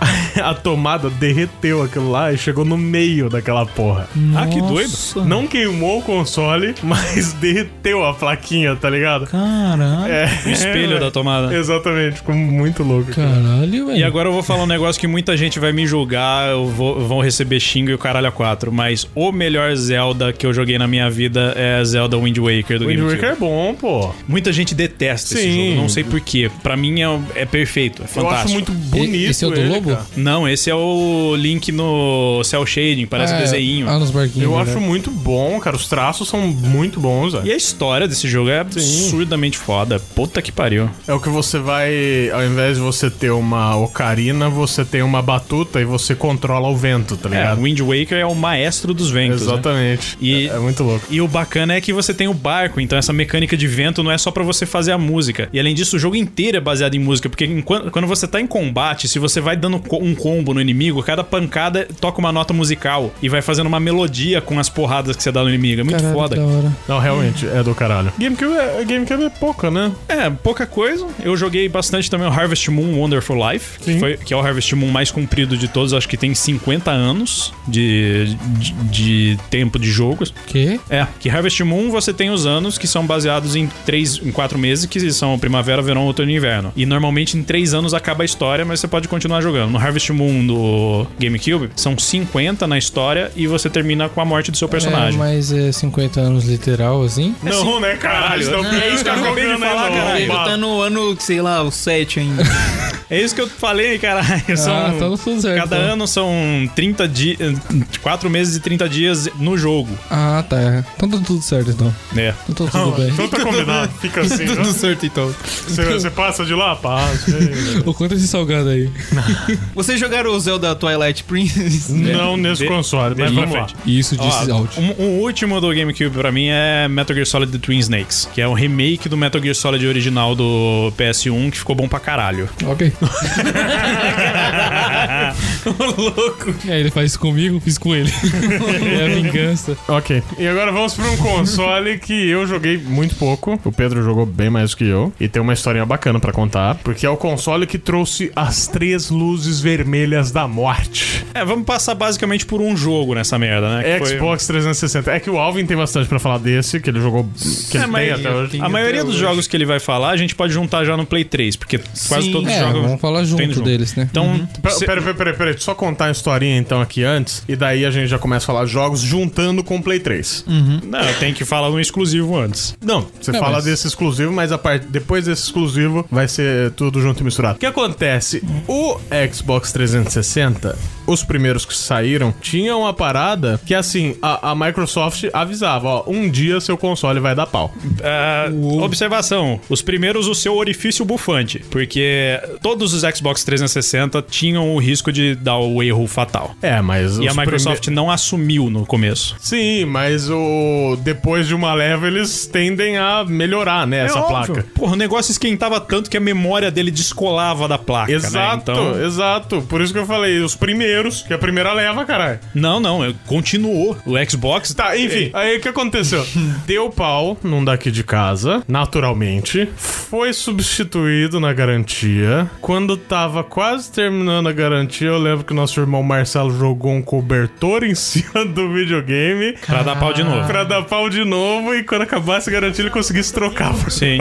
a tomada derreteu aquilo lá e chegou no meio daquela porra. Ah, que doido. Não queimou o console, mas derreteu a plaquinha, tá ligado? Caralho. É. O espelho da tomada. Exatamente, ficou muito louco. Caralho, E velho. agora eu vou falar um negócio que muita gente vai me julgar, eu vou, vão receber xingo e o caralho a quatro, mas o melhor Zelda que eu joguei na minha vida é Zelda Wind Waker do Wind GameCube. Waker é bom, pô. Muita gente detesta Sim. esse jogo, não sei porquê. Pra mim é, é perfeito, é Eu acho fantástico. muito bonito. Esse é o do ele, lobo? cara. Não, esse é o Link no Cell Shading, parece É, desenho. Ah, nos barquinhos. Eu né? acho muito bom, cara. Os traços são muito bons, velho. E a história desse jogo é absurdamente foda. Puta que pariu. É o que você vai. Ao invés de você ter uma ocarina, você tem uma batuta e você controla o vento, tá É, ligado? Wind Waker é o maestro dos ventos. né? Exatamente. E- É, é muito louco. E o bacana é que você tem o barco, então essa mecânica de vento não é só pra você fazer a música. E além disso, o jogo inteiro é baseado em música, porque enquan- quando você tá em combate, se você vai dando co- um combo no inimigo, cada pancada toca uma nota musical e vai fazendo uma melodia com as porradas que você dá no inimigo. É muito Caralho, foda. que Da hora. Não, realmente, é do caralho. GameCube é, GameCube é pouca, né? É, pouca coisa. Eu joguei bastante também o Harvest Moon Wonderful Life, que, Sim. foi- que é o Harvest Moon mais comprido de todos, acho que tem 50 anos de, de, de tempo de jogos. Quê? É, que Harvest Moon você tem os anos que são baseados em três, em quatro meses, que são primavera, verão, outono e inverno. E normalmente em três anos acaba a história, mas você pode continuar jogando. No Harvest Moon do GameCube, são 50 na história e você termina com a morte do seu personagem. É, mas é 50 anos literal, assim. Não, né, caralho? Não, Não, é isso que eu acabei de jogando, falar, né, caralho. arrombado. Tá no ano, sei lá, o 7 ainda. É isso que eu falei, caralho. Ah, É, são, tá tudo certo. Cada ano são 30 dias. 4 meses e 30 dias no jogo. Ah, tá. Então tá tudo certo, então. É. Então tá tudo bem. Então tá combinado, fica assim. né? Tudo certo, então. Você, você passa de lá? Passa. O quanto esse salgado aí? Vocês jogaram o Zelda Twilight Princess? Não nesse de- console, mas deixa vamos pra lá. frente. E Isso Ó, disse out. um, um último do GameCube pra mim é Metal Gear Solid The Twin Snakes, que é o remake do Metal Gear Solid original do PS1, que ficou bom pra caralho. Ok. Ô, louco. E aí É, ele faz isso comigo, fiz com ele. é a vingança. Ok. E agora vamos pra um console que eu joguei muito pouco. O Pedro jogou bem mais do que eu. E tem uma historinha bacana pra contar. Porque é o console que trouxe as três luzes vermelhas da morte. É, vamos passar basicamente por um jogo nessa merda, né? que foi- Xbox 360. É que o Alvin tem bastante pra falar desse, que ele jogou. Que É, ele tem mas até hoje. a maioria até dos hoje. jogos que ele vai falar, a gente pode juntar já no Play 3, porque quase Sim. todos os É, jogos. vamos falar tem no junto jogo. deles, né? Então, Pera- cê- Peraí, peraí, peraí, peraí, deixa eu só contar a historinha então aqui antes, e daí a gente já começa a falar jogos juntando com o Play 3. Hum. não, tem que falar um exclusivo antes. Não, você Não, fala mas- desse exclusivo, mas a parte depois desse exclusivo vai ser tudo junto e misturado. O que acontece? O Xbox 360, os primeiros que saíram, tinham uma parada que assim, a, a Microsoft avisava, ó, um dia seu console vai dar pau. Ah, observação: os primeiros, o seu orifício bufante. Porque todos os Xbox 360 tinham o risco de dar o erro fatal. É, mas E os a Microsoft prime- não assumiu no começo. Sim, mas o depois de uma leva eles tendem a melhorar, É né, essa placa. Porra, o negócio esquentava tanto que a memória dele descolava da placa. né? Exato, Então, exato. Por isso que eu falei, os primeiros, que é a primeira leva, caralho. Não, não, eu- continuou. O Xbox. Tá, enfim. Aí o que aconteceu? Deu pau num daqui de casa, naturalmente. Foi substituído na garantia. Quando tava quase terminando a garantia, eu lembro que nosso irmão Marcelo jogou um cobertor em cima do videogame. Pra dar pau de novo. Pra dar pau de novo e quando acabasse a garantia ele conseguisse trocar. Sim.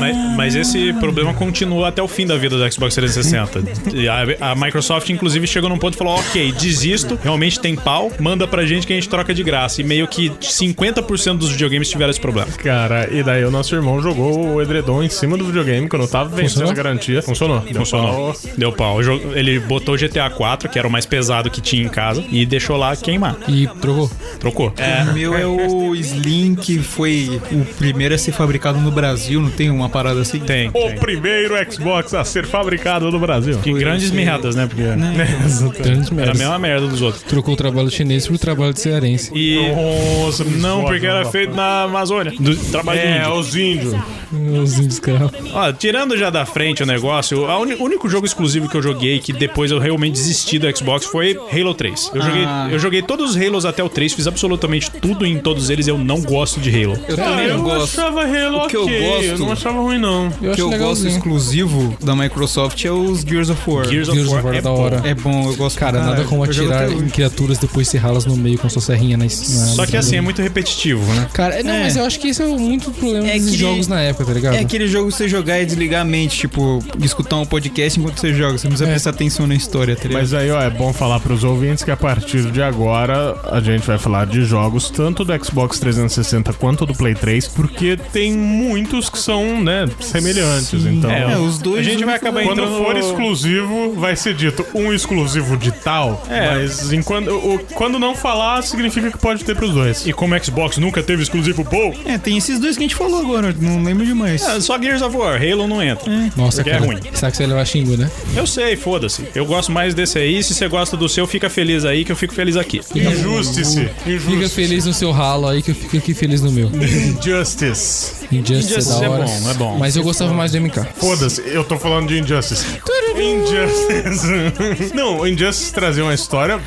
mas, mas esse problema continua até o fim da vida do Xbox 360. E a, a Microsoft, inclusive, chegou num ponto e falou: ok, desisto, realmente tem pau, manda pra gente que a gente troca de graça. E meio que 50% dos videogames tiveram esse problema. Cara, e daí o nosso irmão jogou o edredom em cima do videogame quando eu tava vencendo Funcionou? a garantia. Funcionou. Deu Funcionou. pau. Deu pau. O jogo- Ele botou o GTA 4, que era o mais pesado que tinha em casa, e deixou lá queimar. E trocou. Trocou. É. O meu é o Slim, que foi o primeiro a ser fabricado no Brasil, não tem uma parada assim? Tem. O tem. primeiro Xbox a ser fabricado no Brasil. Que grandes merdas, né? Porque era Grandes a merdas. mesma merda dos outros. Trocou o trabalho chinês pro trabalho de cearense. E. Nossa, né, Não, porque era feito na Amazônia. Do trabalho do É, índio. os índios. Os índios escravos. Ó, tirando já da frente o negócio, a uni- o único jogo exclusivo que eu joguei que depois eu realmente desisti do Xbox foi Halo 3. Eu joguei, eu joguei todos os Halos até o 3, fiz absolutamente tudo em todos eles, eu não gosto de Halo. Ah, Eu também não gosto. achava Halo O que eu gosto- achava ruim, não. Eu O que acho eu gosto legalzinho. exclusivo da Microsoft é os Gears of War. Gears of Deus War é da bom. hora. É bom, eu gosto Cara, nada como atirar em criaturas depois serrá-las no meio com sua serrinha na esquina. Só que assim, é muito repetitivo, né? Cara, é, não, É. mas eu acho que esse é muito o problema É dos que- jogos na época, tá ligado? É aquele jogo que você jogar e desligar a mente, tipo, escutar um podcast enquanto você joga. Você não É. precisa prestar atenção na história, tá ligado? Mas aí, ó, é bom falar pros ouvintes que a partir de agora a gente vai falar de jogos tanto do Xbox 360 quanto do Play 3, porque tem muitos que são, né, semelhantes. Então, É, É, os dois. a gente vai acabar quando entrando... for exclusivo, vai ser dito um exclusivo de tal, É. mas enquanto, o, quando não falar, significa que pode ter pros dois. E como o Xbox nunca teve exclusivo bom, É, tem esses dois que a gente falou agora, não lembro demais. é, só Gears of War, Halo não entra. Nossa, Porque é cara. ruim. Sabe que você ia levar xingo, né? Eu sei, foda-se. Eu gosto mais desse aí, se você gosta do seu, fica feliz aí que eu fico feliz aqui. Injustice. Fica Injustice. feliz no seu ralo aí que eu fico aqui feliz no meu. Injustice. Injustice, Injustice é é da hora. bom, é bom. Mas eu gostava mais do MK. Foda-se, eu tô falando de Injustice. Injustice. Não, Injustice trazia uma história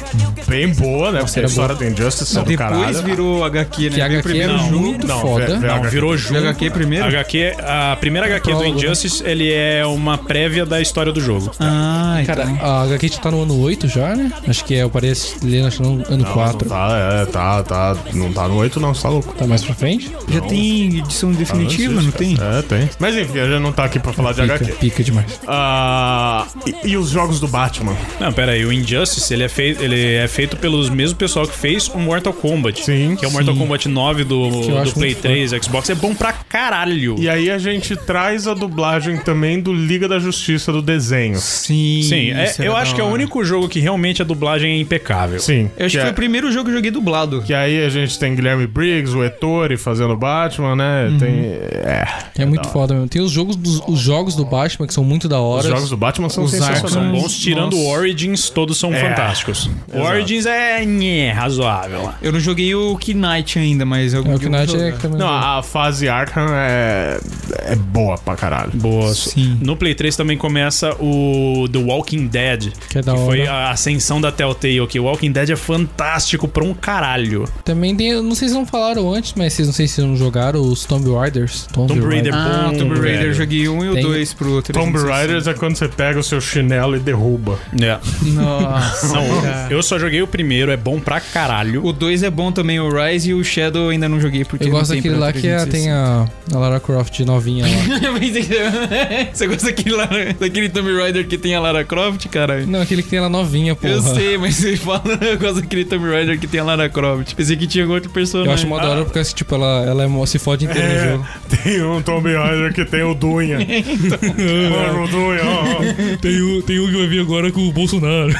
bem boa, né? Porque a era história do Injustice é do Depois caralho. virou HQ, né? Que a Veio HQ primeiro era jogo. muito Não, foda. velho, Não, virou Veio junto. HQ primeiro? HQ, a primeira HQ do Prólogo, né? Injustice, ele é uma prévia da história do jogo. Ah, então. Cara, a HQ tá no ano 8 já, né? Acho que é, eu parei de ler acho, no ano Não, não 4. tá, é, tá, tá. Não tá no 8, não, você tá louco. Tá mais pra frente? já tem Ah, edição definitiva, não, tem? É, tem. Mas enfim, a gente não tá aqui pra falar de Pica, HQ. pica demais. Ah, e, e os jogos do Batman? Não, pera aí, o Injustice, ele é, fei ele é feito pelos mesmo pessoal que fez o Mortal Kombat. Sim, Que é o Mortal sim. Kombat 9 do, eu do acho Play muito 3, Xbox. É bom pra caralho. E aí a gente traz a dublagem também do Liga da Justiça do desenho. Sim. Sim, é- isso era eu da acho que é o hora. único jogo que realmente a dublagem é impecável. Sim. Eu acho que é- foi o primeiro jogo que eu joguei dublado. que aí a gente tem Guilherme Briggs, o Ettore fazendo Batman, né? Uhum. Tem. É. É muito foda mesmo. Tem os jogos, dos, os jogos do Batman que são muito da hora. Os jogos do Batman são Os arcos sensacionais. São bons, tirando o Nossa. Origins, todos são É, fantásticos. O Origins é nhé, razoável. Eu não joguei o Knight ainda, mas eu É o que o Night é também. Não, a a fase Arkham é, é boa pra caralho. Boa. Sim. No Play 3 também começa o The Walking Dead, Que é da hora. foi a ascensão da Telltale, que o Walking Dead é fantástico pra um caralho. Também tem. eu Não sei se não falaram antes, mas vocês não sei se não jogaram os Tomb Raiders. Tomb Raider. Ah, Bom, Tomb Raider, velho. eu joguei um e o Tem- dois pro 360. Tomb Raiders é quando você pega o seu chinelo e derruba. É. Nossa. Não, eu só joguei o primeiro, é bom pra caralho. O 2 é bom também, o Rise e o Shadow eu ainda não joguei porque Eu não gosto tem um né, daquele pra lá que é- tem a, a Lara Croft novinha lá. 360. é Você gosta daquele, lá, né? daquele Tomb Raider que tem a Lara Croft, cara? não, aquele que tem ela novinha, porra. Eu sei, mas você fala, eu gosto daquele Tomb Raider que tem a Lara Croft. Pensei que tinha algum outro personagem. Eu acho mó da hora porque, assim, tipo, ela, ela é mó- se fode inteira no jogo. Tem um Tomb Raider que tem o Dunha. Mano, o Dunha, ó, Tem um, tem um que vai vir agora com o Bolsonaro.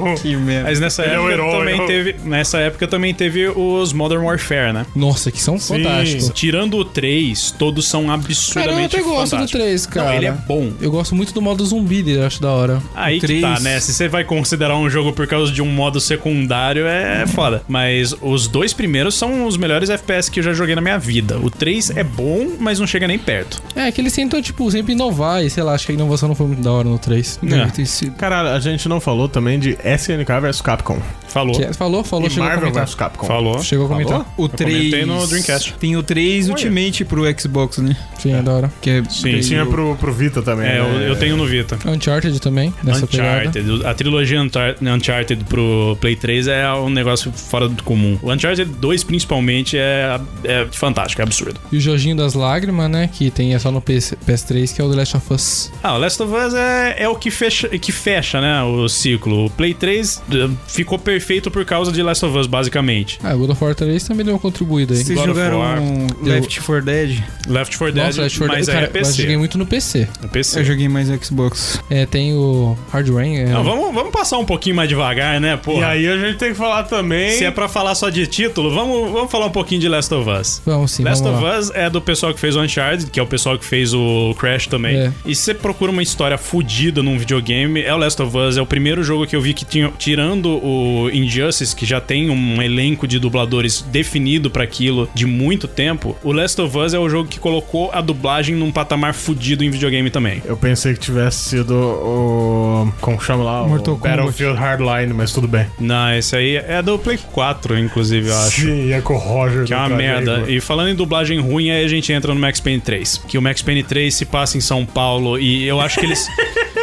ó. Que merda. Mas nessa Ele é um época, herói, também ó. teve, nessa época também teve os Modern Warfare, né? Nossa, que são fantásticos. Tirando o 3, todos são Cara, eu absurdamente até gosto do fantásticos. 3, cara. Não, ele é bom. Eu gosto muito do modo zumbi dele, eu acho da hora. Aí que três. tá, né? Se você vai considerar um jogo por causa de um modo secundário, é foda. Mas os dois primeiros são os melhores FPS que eu já joguei na minha vida. O 3 é bom, mas não chega nem perto. É, que eles tentam, tipo, sempre inovar e, sei lá, acho que a inovação não não foi muito da hora no 3. É. Cara, a gente não falou também de SNK vs Capcom. Falou. Que- é falou, falou, E chegou a Marvel comentar. vs Capcom. Falou. Chegou a Falou? comentar. O comentei 3. no Dreamcast. Tem o 3 Ultimate pro Xbox, né? Sim, é da hora. Que é Sim, sim. Tinha pro, pro Vita também. É, né? eu, eu tenho no Vita. Uncharted também, nessa pegada. Uncharted, a trilogia Untar- Uncharted pro Play 3 é um negócio fora do comum. O Uncharted 2, principalmente, é, é fantástico, é absurdo. E o Joginho das Lágrimas, né? Que tem é só no PS, PS3, que é o The Last of Us. Ah, o Last of Us é, é o que fecha, que fecha, né, o ciclo. O Play 3 eh, ficou perfeito por causa de Last of Us, basicamente. Ah, o God of War 3 também deu uma contribuída aí. Vocês God of jogaram um War. Left 4 Dead? Left 4 Dead, Nossa, Left 4 mas Dead, cara, é mas eu joguei PC. muito no PC. É PC. Eu joguei mais Xbox. É, tem o Hard Rain. É... Não, vamos, vamos passar um pouquinho mais devagar, né, pô? E aí a gente tem que falar também. Se é pra falar só de título, vamos, vamos falar um pouquinho de Last of Us. Vamos sim, Last vamos of lá. Us é do pessoal que fez o Uncharted, que é o pessoal que fez o Crash também. É. E se você procura uma história fodida num videogame, é o Last of Us. É o primeiro jogo que eu vi que tinha, tirando o Injustice, que já tem um elenco de dubladores definido pra aquilo de muito tempo, o Last of Us é o jogo que colocou a dublagem num patamar fodido em videogame também. Eu pensei que tivesse sido o. Como chama lá? O Mortal Kombat. Battlefield Hardline, mas tudo bem. Não, esse aí é do Play 4, inclusive, eu acho. Sim, é com o Roger. Que é uma merda. E falando em dublagem ruim, aí a gente entra no Max Payne 3. Que o Max Payne 3 se passa em São Paulo e eu acho que eles.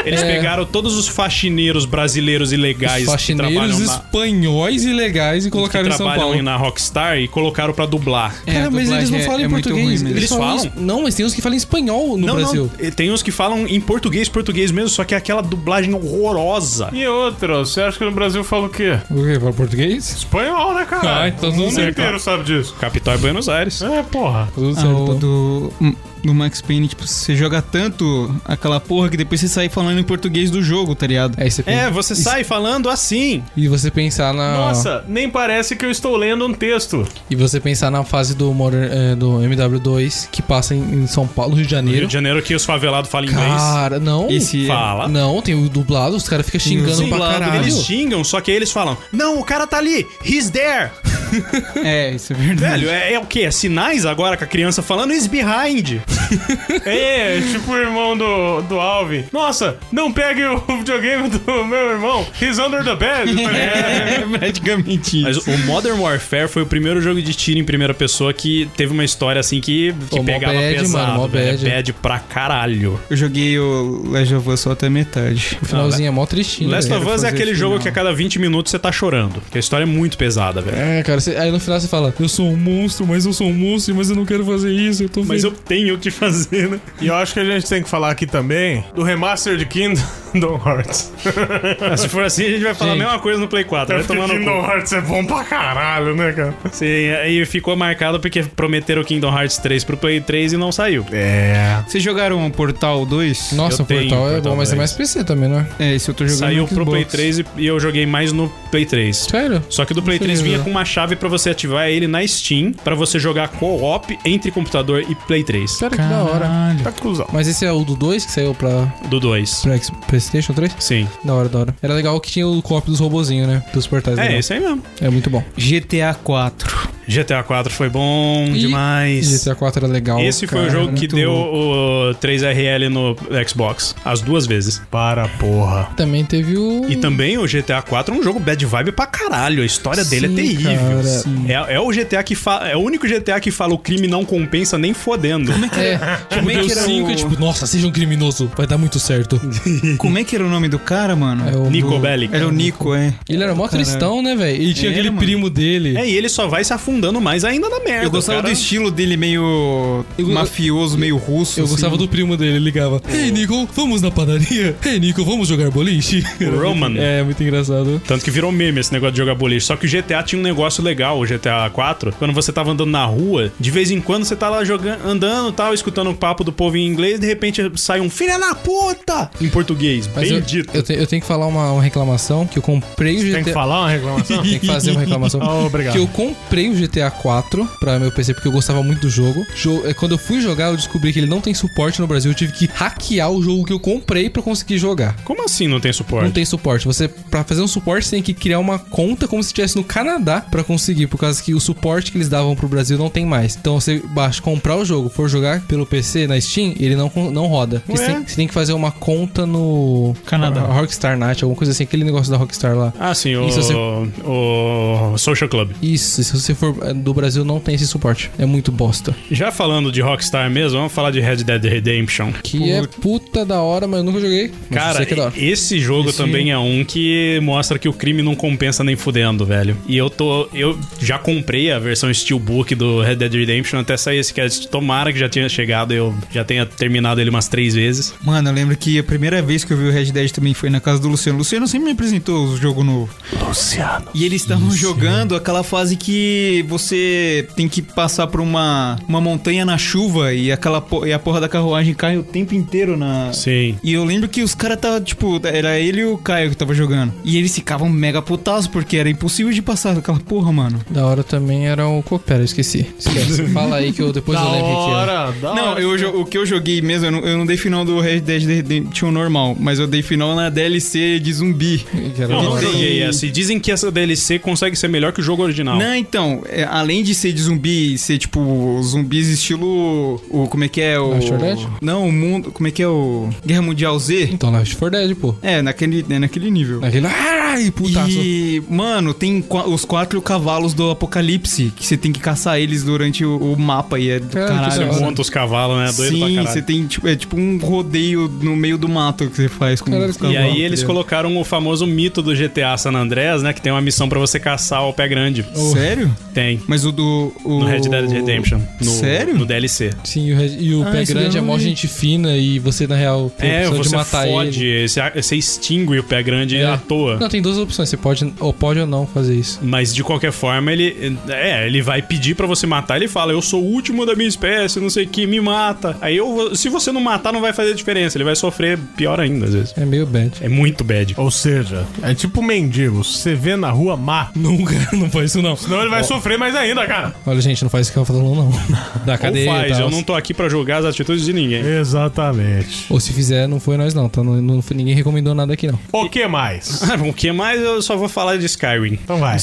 Eles É. pegaram todos os faxineiros brasileiros ilegais Os que trabalham, faxineiros na, espanhóis ilegais e que colocaram em São trabalham Paulo. na Rockstar e colocaram pra dublar. É, a Cara, mas eles dublagem não é- falam é em muito português. ruim mesmo. Eles falam? em- Não, mas tem uns que falam em espanhol no Brasil. não. Tem uns que falam em português, português mesmo, só que é aquela dublagem horrorosa. E outra, você acha que no Brasil fala o quê? O quê? Fala português? Espanhol, né, cara? Ah, então o tudo mundo certo. inteiro sabe disso. Capital é Buenos Aires. É, porra. Tudo Ah, certo, o então. do, do Max Payne, tipo, você joga tanto aquela porra que depois você sai falando em português do jogo, tá ligado? Aí você É, pensa, você sai falando assim. E você pensar na. Nossa, nem parece que eu estou lendo um texto. E você pensar na fase do, Modern, eh, do MW2 que passa em, em São Paulo, Rio de Rio Janeiro. de Janeiro que os favelados falam inglês. Cara, não. Esse é, Fala. Não, tem o dublado, os caras ficam xingando Sim, pra dublado, caralho. Eles xingam, só que aí eles falam: Não, o cara tá ali, he's there. É, isso é verdade. Velho, é, é o quê? É sinais agora com a criança falando is behind. É, tipo o irmão do, do Alvin. Nossa, não pegue o videogame do meu irmão. He's under the bed. É, praticamente isso. Mas o Modern Warfare foi o primeiro jogo de tiro em primeira pessoa que teve uma história assim que, que Ô, mó pegava bad, pesado. mano, mó velho. bad. bad pra caralho. Eu joguei o Last of Us só até metade. O finalzinho é mó tristinho. né? Last velho. of Us é fazer aquele isso, jogo não. que a cada 20 minutos você tá chorando. Porque a história é muito pesada, velho. É, cara, você- aí no final você fala, eu sou um monstro, mas eu sou um monstro, mas eu não quero fazer isso, eu tô Mas fe- eu tenho o que fazer, né? E eu acho que a gente tem que falar aqui também do remaster de Kingdom Hearts. Ah, Se for assim, a gente vai falar Gente. Tá a mesma coisa no Play 4. Vai Porque tomar no cu. Kingdom Hearts é bom pra caralho, né, cara? Sim, aí ficou marcado porque prometeram Kingdom Hearts 3 pro Play 3 e não saiu. É. Vocês jogaram o Portal 2? Nossa, eu o portal tenho é Portal bom, mas é 2. mais PC também, não é? É, esse eu tô jogando Saiu no pro Xbox. Play 3 e- e eu joguei mais no Play 3. Sério? Só que do Play Não 3 sabia, vinha não. com uma chave pra você ativar ele na Steam, pra você jogar co-op entre computador e Play 3. Sério, que da hora. Caralho. Tá cuzão. Mas esse é o do 2 que saiu pra, Do 2. pra X- PlayStation 3? Sim. Da hora, da hora. Era legal que tinha o co-op dos robozinhos, né? Dos portais. É, legal. esse aí mesmo. É muito bom. GTA 4. GTA 4 foi bom Ih, demais. GTA 4 era legal. Esse foi o cara, jogo que muito deu louco. o 3RL no Xbox. As duas vezes. Para, porra. Também teve o. E também o GTA 4 é um jogo bad vibe pra caralho. A história dele é Sim, terrível. cara. Sim. É, é o GTA que fala. É o único GTA que fala o crime não compensa nem fodendo. É, tipo, Também deu que era 5 o- e tipo, nossa, seja um criminoso, vai dar muito certo. Como é que era o nome do cara, mano? É o- Nico Bellic. Era o Nico, é. Ele era mó Caralho. cristão, né, velho? E tinha Era, aquele mano. primo dele. É, e ele só vai se afundando mais ainda na merda. Eu gostava cara. é um do estilo dele meio Eu- mafioso, meio russo. Eu assim. gostava do primo dele, ele ligava. Ei, Nico, vamos na padaria? Ei, Nico, vamos jogar boliche? Era muito- Roman. É, muito engraçado. Tanto que virou meme esse negócio de jogar boliche. Só que o GTA tinha um negócio legal, o GTA 4. Quando você tava andando na rua, de vez em quando você tá lá jogando, andando tal, escutando o papo do povo em inglês, de repente sai um filha da puta em português. Mas eu, Bendito. eu, te- eu tenho que falar uma, uma reclamação que eu comprei o GTA. Tem que falar uma reclamação? Tem que fazer uma reclamação. Ah, obrigado. Que eu comprei o GTA 4 pra meu PC porque eu gostava muito do jogo. Jo- é, Quando eu fui jogar, eu descobri que ele não tem suporte no Brasil. Eu tive que hackear o jogo que eu comprei pra conseguir jogar. Como assim não tem suporte? Não tem suporte. Você para fazer um suporte você tem que criar uma conta como se estivesse no Canadá pra conseguir, por causa que o suporte que eles davam pro Brasil não tem mais. Então você baixa comprar o jogo, for jogar pelo PC na Steam, ele não con- não roda. Porque Você Ué? tem, você tem que fazer uma conta no Canadá. Ro- Rockstar Night, alguma coisa assim, aquele negócio da Rockstar lá. Ah, sim, o, Isso, você- o Social Club. Isso, se você for eh, do Brasil não tem esse suporte. É muito bosta. Já falando de Rockstar mesmo, vamos falar de Red Dead Redemption. Que é puta da hora, mas eu nunca joguei. Mas eu Cara, sei que é da hora. esse jogo Esse- também é um que mostra que o crime não compensa nem fudendo, velho. E eu tô. Eu já comprei a versão Steelbook do Red Dead Redemption até sair esse cast. Tomara que já tinha chegado, eu já tenha terminado ele umas três vezes. Mano, eu lembro que a primeira vez que eu vi o Red Dead também foi na casa do Luciano. Luciano sempre me apresentou o jogo novo. Luciano. E eles estavam jogando aquela fase que você tem que passar por uma, uma montanha na chuva e, aquela, po- e a porra da carruagem cai o tempo inteiro na. Sim. E eu lembro que os caras tava, tipo, era ele e o Caio que tava jogando. E eles ficavam mega putaços porque era impossível de passar daquela porra, mano. Da hora também era o Coopera, eu esqueci. Esquece. Fala aí que eu depois eu lembro o que é. Ah, Não, eu jo- o que eu joguei mesmo, eu não, eu não dei final do Red Dead Redemption normal, mas eu dei final na DLC de zumbi. Que era Eu da não hora. joguei essa. E dizem que essa DLC consegue ser melhor que o jogo original. Não, então, é, além de ser de zumbi, ser tipo zumbis estilo. O, como é que é? O. Left 4 Dead? Não, o mundo. Como é que é o. Guerra Mundial Z? Então, Left 4 Dead, pô. É, naquele, é naquele nível. Naquele. Ai, um putaço. E, mano, tem qua- os quatro cavalos do apocalipse que você tem que caçar eles durante o, o mapa e é do Cara, que caralho. da hora. Monta os cavalos, né? Doido pra Sim, caralho. você tem tipo, é tipo um rodeio no meio do mato que você faz com Caralho, os que cavalos. E aí eles entendeu? colocaram o famoso mito do GTA San Andreas, né? Que tem uma missão pra você caçar o pé grande. Sério? Tem. Mas o do. O... No Red Dead Redemption. No, Sério? No DLC. Sim, e o, Red- e o Ah, pé isso grande daí é eu mó não vi. gente fina e você, na real, tem a É, opção você de matar fode, ele. Você, você extingue o pé grande É. à toa. Não, tem duas opções. Você pode ou, pode ou não fazer isso. Mas de qualquer forma, ele. É, ele vai pedir pra você matar, ele fala, eu sou o último da minha espécie, não sei o que, me mata. Aí eu vou- se você não matar, não vai fazer diferença. Ele vai sofrer pior ainda, às vezes. É meio bad. É muito bad. Ou seja, é tipo mendigo. Se você vê na rua, má. Nunca, não faz isso não. Senão ele vai sofrer mais ainda, cara. Olha, gente, não faz isso que eu tô falando, não. Da cadeia. Ou faz, e tal. eu não tô aqui pra julgar as atitudes de ninguém. Exatamente. Ou se fizer, não foi nós não, tá? Não, não foi- ninguém recomendou nada aqui não. O que mais? Ah, o que mais? Eu só vou falar de Skyrim. Então vai.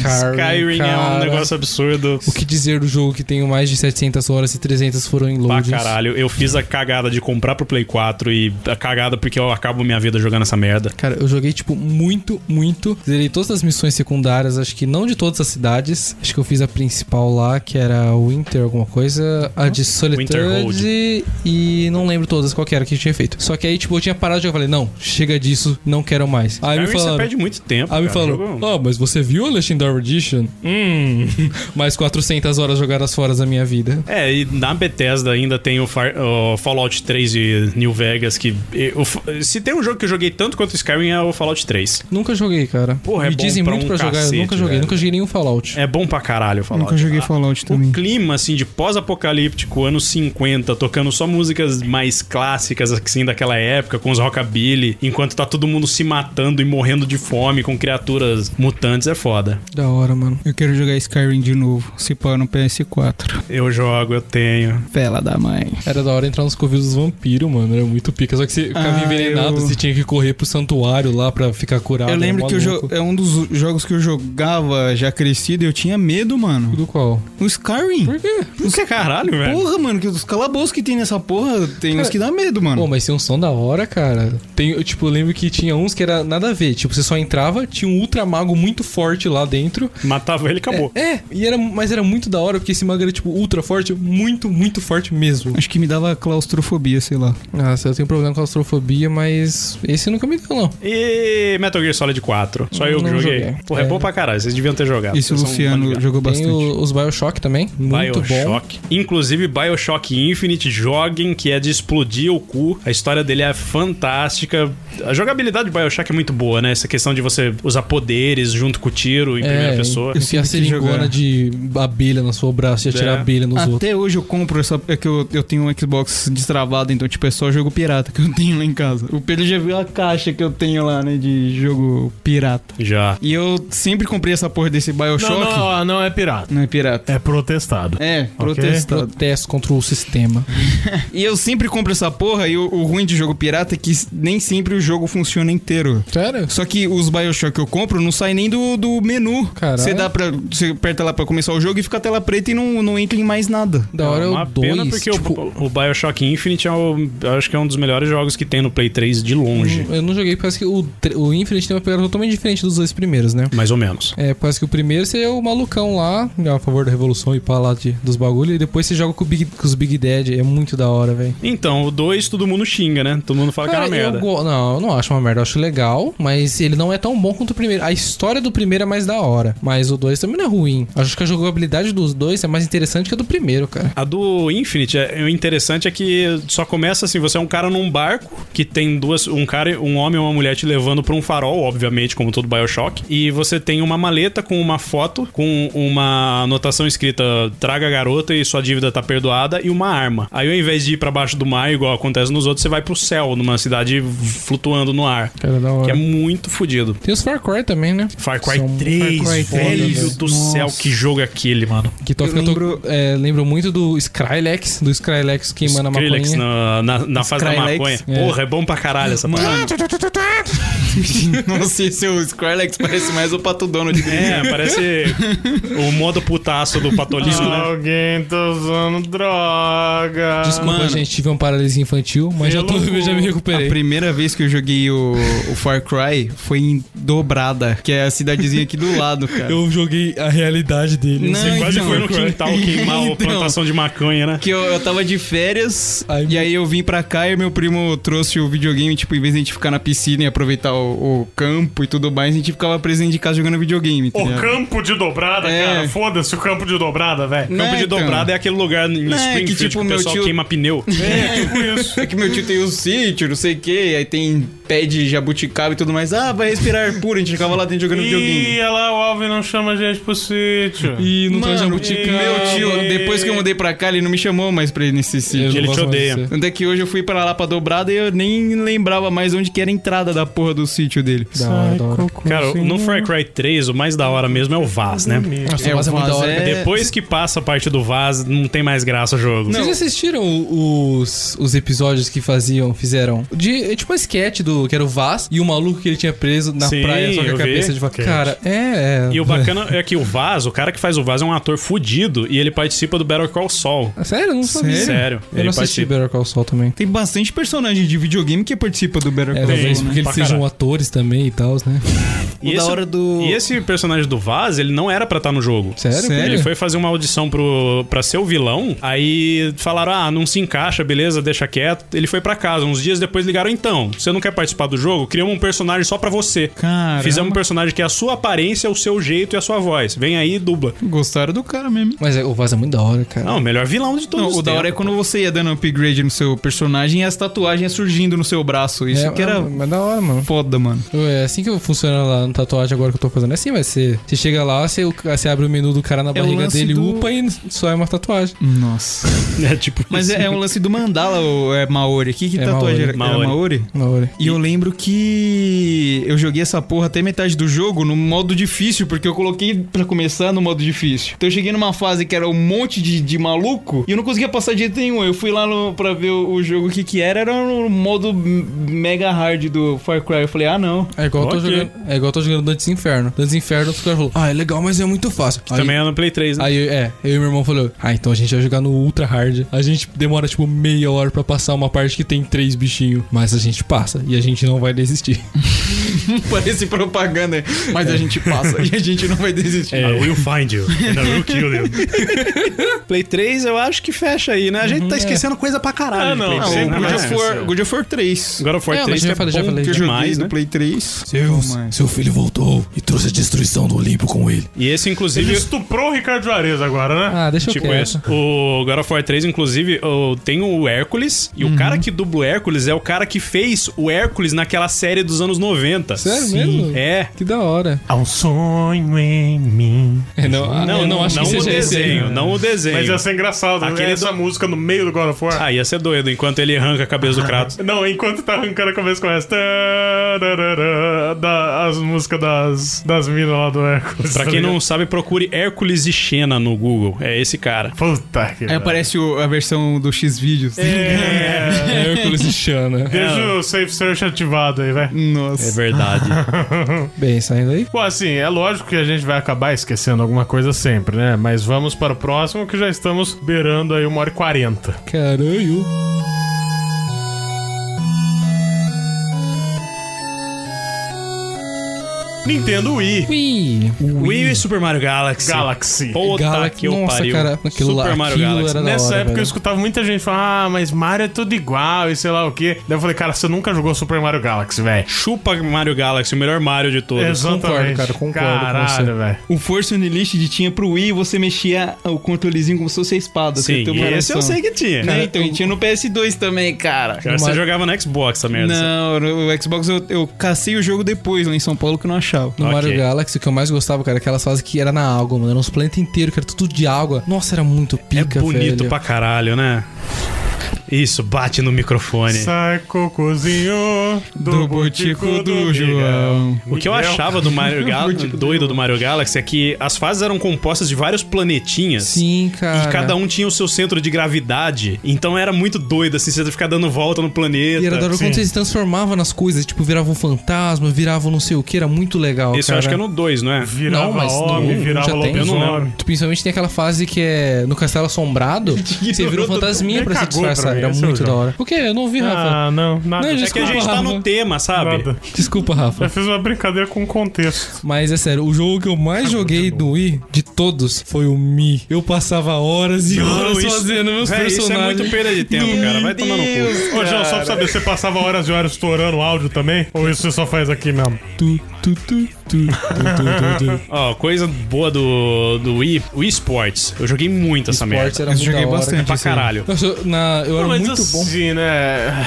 Skyrim é um cara. negócio absurdo. O que dizer do jogo que tem mais de 700 horas e 300 foram em Pra loadings? caralho, eu fiz a cagada de comprar pro Play 4 e a cagada porque eu acabo minha vida jogando essa merda. Cara, eu joguei, tipo, muito, muito. Zerei todas as missões secundárias, acho que não de todas as cidades. Acho que eu fiz a principal lá, que era Winter, alguma coisa. A de Winterhold. Solitude. E não lembro todas qual que era que eu tinha feito. Só que aí, tipo, eu tinha parado de jogar. Falei, não, chega disso, não quero mais. Aí me Skyrim você falaram. perde muito tempo. Aí me cara. falaram, Jogo- ah, mas você viu a Legendary Edition? Hum, mais 400 horas jogadas fora da minha vida. É, e na Bethesda ainda tem o, Far- o Fallout 3 e New Vegas, que... e- o Fa- se tem um jogo que eu joguei tanto quanto Skyrim é o Fallout 3. Nunca joguei, cara. Porra, é Me bom dizem pra muito um pra jogar, cacete, eu nunca joguei, velho. nunca joguei nenhum Fallout. É bom pra caralho o Fallout. Nunca joguei Ah, Fallout O também. clima, assim, de pós-apocalíptico, anos 50, tocando só músicas mais clássicas, assim, daquela época, com os rockabilly, enquanto tá todo mundo se matando e morrendo de fome com criaturas mutantes, é foda. Da hora, mano. Eu quero jogar Skyrim de novo, se pá no PS4. Eu jogo, eu tenho. Vela da mãe. Era da hora entrar nos covis dos vampiros, mano. Era muito pica. Só que você ficava Ah, envenenado, eu- você tinha que correr pro santuário lá pra ficar curado. eu lembro era que eu jo- Ah, maluco. é um dos jogos que eu jogava já crescido e eu tinha medo, mano. Do qual? O Skyrim. Por quê? Os... Caralho, velho. Porra, mano, que os calabouços que tem nessa porra tem É. uns que dá medo, mano. Pô, mas tem um som da hora, cara. Tem, eu, tipo, eu lembro que tinha uns que era nada a ver. Tipo, você só entrava, tinha um ultramago muito forte lá dentro. Matava ele, acabou. É, e era, mas era muito da hora, porque esse mago era, tipo, ultra forte, muito, muito forte mesmo. Acho que me dava claustrofobia, sei lá. Nossa, eu tenho problema com claustrofobia, mas esse nunca me deu, não. E Metal Gear Solid 4. Só eu que Não joguei. joguei. Porra, é. É. bom pra caralho. Vocês deviam ter Ah, jogado. Isso o Vocês são Luciano maniados. jogou um Tem bastante. o- os Bioshock também, muito bom. Bioshock. Inclusive, Bioshock Infinite, joguem, que é de explodir o cu. A história dele é fantástica. A jogabilidade de Bioshock é muito boa, né? Você essa questão de você usar poderes junto com o tiro em É, primeira pessoa. jogar. Enfiar seringona de abelha no seu braço e atirar É. abelha nos Até outros. hoje eu compro essa. É que eu, eu tenho um Xbox destravado, então, tipo, é só jogo pirata que eu tenho lá em casa. O Pedro já viu a caixa que eu tenho lá, né? De jogo pirata. Já. E eu sempre comprei essa porra desse Bioshock. Não, não, ó, não é pirata. Não é pirata. É protestado. É, protestado. Protesto contra o sistema. E eu sempre compro essa porra e o, o ruim de jogo pirata é que nem sempre o jogo funciona inteiro. Sério? Só que os Bioshock que eu compro não saem nem do, do menu. Caralho. Você dá pra. Você aperta lá pra começar o jogo e fica a tela preta e não, não entra em mais nada. Da hora é Uma o pena 2. porque o- Tipo, o, Bioshock Infinite é o, eu acho que é um dos melhores jogos que tem no Play 3 de longe. eu não joguei, parece que o, tre- o Infinite tem uma pegada totalmente diferente dos dois primeiros, né? Mais ou menos. É, parece que o primeiro você é o malucão lá, né, a favor da revolução e pá lá de, dos bagulho, e depois você joga com, o Big, com os Big Dead. É muito da hora, velho. Então, o 2 todo mundo xinga, né? Todo mundo fala que é uma Cara, eu merda. go- Não, eu não acho uma merda, eu acho legal, mas ele não é tão bom quanto o primeiro. A história do primeiro é mais da hora, mas o dois também não é ruim. Acho que a jogabilidade dos dois é mais interessante que a do primeiro, cara. A do Infinite, é, o interessante é que só começa assim, você é um cara num barco que tem duas, um cara, e- um homem e uma mulher te levando pra um farol, obviamente, como todo BioShock, e você tem uma maleta com uma foto com uma anotação escrita traga a garota e sua dívida tá perdoada e uma arma. Aí ao invés de ir pra baixo do mar, igual acontece nos outros, você vai pro céu, numa cidade flutuando no ar. Cara, da Que é hora. muito fodido. Tem os Far Cry também, né? Far Cry São- 3, Far Cry velho 3, do céu, que jogo é aquele, mano? Que toca, Eu eu tô- lembro- é, lembro muito do Skrylex, do Skrylex queimando a Skrillex na, maconha. na, na fase da Skrillex, maconha. é. Porra, é bom pra caralho essa parada. não sei se é o Skrillex parece mais o Pato Donald. É, parece o modo putaço do patolismo, né? Alguém tá usando droga. Desculpa, Mano. gente, tive uma paralisia infantil, mas já, tô, eu já me A recuperei. primeira vez que eu joguei o, o Far Cry foi em Dobrada, que é a cidadezinha aqui do lado, cara. Eu joguei a realidade dele. Não, sei. Quase então, foi no quintal queimar a Então. plantação de maconha, né? Que eu, eu tava de férias, Aí- e aí eu vim pra cá e meu primo trouxe o videogame, tipo, em vez de a gente ficar na piscina e aproveitar o, o campo e tudo mais, a gente ficava preso dentro de casa jogando videogame, O entendeu? campo de dobrada, É. cara. Foda-se o campo de dobrada, velho. Não, Campo de então. dobrada é aquele lugar em Não, é que, Springfield que, tipo, o meu pessoal tio- queima pneu. É, tipo isso. É que meu tio tem um sítio, não sei o que, aí tem pé de jabuticaba e tudo mais. Ah, vai respirar puro, a gente ficava lá dentro jogando videogame. Ih, olha lá, o Alvin não chama a gente pro sítio. E não traz Mano, jabuticaba. meu tio, depois que eu mudei pra cá, ele não me chamou mais pra ir nesse Eu não sítio. Ele gosto te mais de odeia. você. Tanto é que hoje eu fui pra lá pra dobrada e eu nem lembrava mais onde que era a entrada da porra do sítio dele. Da hora, da hora. Cara, assim? no Far Cry 3, o mais da hora mesmo é o Vaz, né? Nossa, É, mas é o muito da Vaz hora. é- Depois que passa a parte do Vaz, não tem mais graça o jogo. Vocês assistiram o- os, os episódios que faziam, fizeram? De, é tipo um sketch do que era o Vaz e o maluco que ele tinha preso na Sim, praia, só com eu a vi. cabeça de vaca. Sketch. Cara, é. é. E o bacana é que o Vaz, o cara que faz o Vaz é um ator fudido e ele participa do Better Call Saul. Ah, Sério? Eu Não sabia. Sério? Sério. Eu Ele não assisti participa. Better Call Saul também. Tem bastante personagem de videogame que participa do Better É, Call talvez Saul, né? porque eles Pra sejam caralho. atores também e tal, né? E O da hora do- E esse personagem do Vaz, ele não era pra estar no jogo. Sério? Sério? Ele foi fazer uma audição pro, pra ser o vilão, aí falaram, ah, não se encaixa, beleza, deixa quieto. Ele foi pra casa, uns dias depois ligaram, então, você não quer participar do jogo? Criamos um personagem só pra você. Caramba. Fizemos um personagem que é a sua aparência, o seu jeito e a sua voz. Vem aí e dubla. Gostaram do cara mesmo. Mas é, o Vaz é muito da hora, cara. Não, o melhor vilão de todos Não, os o da hora é tempos. quando você ia dando upgrade no seu personagem e as tatuagens surgindo no seu braço. Isso é, que era é, mas da hora, mano. foda, mano. É assim que funciona lá no tatuagem agora que eu tô fazendo. É assim, mas você, você chega lá, você, você abre É o menu do cara na barriga lance dele, do- upa e só é uma tatuagem. Nossa. É tipo... Mas é, é um lance do mandala, o é Maori. Que, que É tatuagem era? Maori. Era Maori? Na hora. E eu lembro que eu joguei essa porra até metade do jogo no modo difícil, porque eu coloquei pra começar no modo difícil. Então eu cheguei numa fase que era um monte de, de maluco e eu não conseguia passar de jeito nenhum. Eu fui lá no, pra ver o, o jogo o que que era, era no modo m- mega hard do Far Cry. Eu falei, ah não. É igual, eu tô Ok. jogando, é igual eu tô jogando Dantes Inferno. Dantes Inferno, os caras falaram, ah, é legal, mas é muito fácil. Aí, Também é no Play 3, né? aí eu- é, eu e meu irmão falou, ah, então a gente vai jogar no Ultra Hard. A gente demora tipo meia hora pra passar uma parte que tem três bichinhos, mas a gente passa e a gente não vai desistir. Parece propaganda, mas a gente passa É. e a gente não vai desistir. I Ah, will find you and I will kill you. Play 3 eu acho que fecha aí, né? A Uhum, gente é. tá esquecendo coisa pra caralho. Ah, de não, Play não, 3, o né? God of War- Mas- God of War 3. God of War É, 3 mas já que é falei- já bom falei, Que eu já. joguei demais, do né? Play 3. Deus, mãe. seu filho voltou e trouxe a destruição do Olimpo com ele. E esse, Ele inclusive... estuprou o Ricardo Juarez agora, né? Ah, deixa eu Tipo quieto. isso. O God of War Uhum. 3, inclusive, o- tem o Hércules. E o cara que dubla o Hércules é o cara que fez o Her Hércules naquela série dos anos 90. Sério mesmo? É. Que da hora. Há um sonho em mim. não, ah, eu não acho que o seja esse aí, desenho, né? não o desenho. Mas ia ser engraçado, Aquele Aquele essa música no meio do God of War. Ah, ia ser doido enquanto ele arranca a cabeça do Kratos. Não, enquanto tá arrancando a cabeça com essa. tararara, da- As músicas das, das minas lá do Hércules. Pra tá quem não ligado? sabe, procure Hércules e Xena no Google. É esse cara. Puta que. Aí aparece o- a versão do X-Vídeos. Hércules É e Xana. Deixa É. o Safe Search ativado aí, vai. É Nossa. verdade. Bem, saindo aí. Bom, assim, é lógico que a gente vai acabar esquecendo alguma coisa sempre, né? Mas vamos para o próximo que já estamos beirando aí uma hora e quarenta. Caralho. Nintendo Wii. Ui. Wii e Super Mario Galaxy. Galaxy. Puta Galaxy. que eu Nossa, pariu. cara, aquilo lá- Super Mario aquilo Galaxy. era da Nessa hora, época eu velho. escutava muita gente falar, ah, mas Mario é tudo igual e sei lá o quê. Daí eu falei, cara, você nunca jogou Super Mario Galaxy, velho. Chupa Mario Galaxy, o melhor Mario de todos. Exatamente. concordo, cara, concordo com você. Caralho, velho. O Force Unleashed tinha pro Wii, você mexia o controlezinho como se fosse a espada. você Sim, tem uma esse eu noção. sei que tinha. Né, então, e tinha no PS2 também, cara. Cara, você jogava no Xbox essa merda. assim. Não, no Xbox eu, eu cacei o jogo depois lá em São Paulo que eu não achava. Ok. No Mario Galaxy, o que eu mais gostava, cara, é aquelas fases que era na água, mano. Era uns planetas inteiros, que era tudo de água. Nossa, era muito É pica, bonito velho. pra caralho, né? Isso, bate no microfone. Sai cocozinho do, Do botico do João. O que Miguel. eu achava do Mario Galaxy, doido do Mario Galaxy, é que as fases eram compostas de vários planetinhas. Sim, cara. E cada um tinha o seu centro de gravidade. Então era muito doido, assim, você ficar dando volta no planeta. E era da hora Sim. quando você se transformava nas coisas, tipo, virava um fantasma, virava um não sei o que, era muito legal, Isso eu cara. acho que é no 2, não é? Virava não, mas no homem, um virava já tem, Eu não lobisomem. lembro. Tu, principalmente tem aquela fase que é no Castelo Assombrado, que você vira um fantasminha pra se Cagou pra disfarçar. mim, Era esse é o muito jogo. da hora. Por quê? Eu não vi, Rafa. Ah, não, nada. Não, É que a gente tá no tema, sabe? nada. Desculpa, Eu Rafa. fiz uma brincadeira com o contexto. Mas é sério, o jogo que eu mais joguei do Wii, de todos, foi o Mi. Eu passava horas e Não, horas isso- fazendo meus Véi, isso é personagens. muito perda de tempo, cara. Vai tomar no cu. Ô, João, só pra saber, você passava horas e horas estourando o áudio também? Ou isso você só faz aqui mesmo? Tu, tu, tu, tu, tu, tu, tu, tu. Ó, coisa boa do, do Wii, Wii Sports. Eu joguei muito essa merda. Esportes era Eu muito joguei da hora, bastante. assim. É cara. pra caralho. Nossa, eu- na- eu era muito bom. assim, né?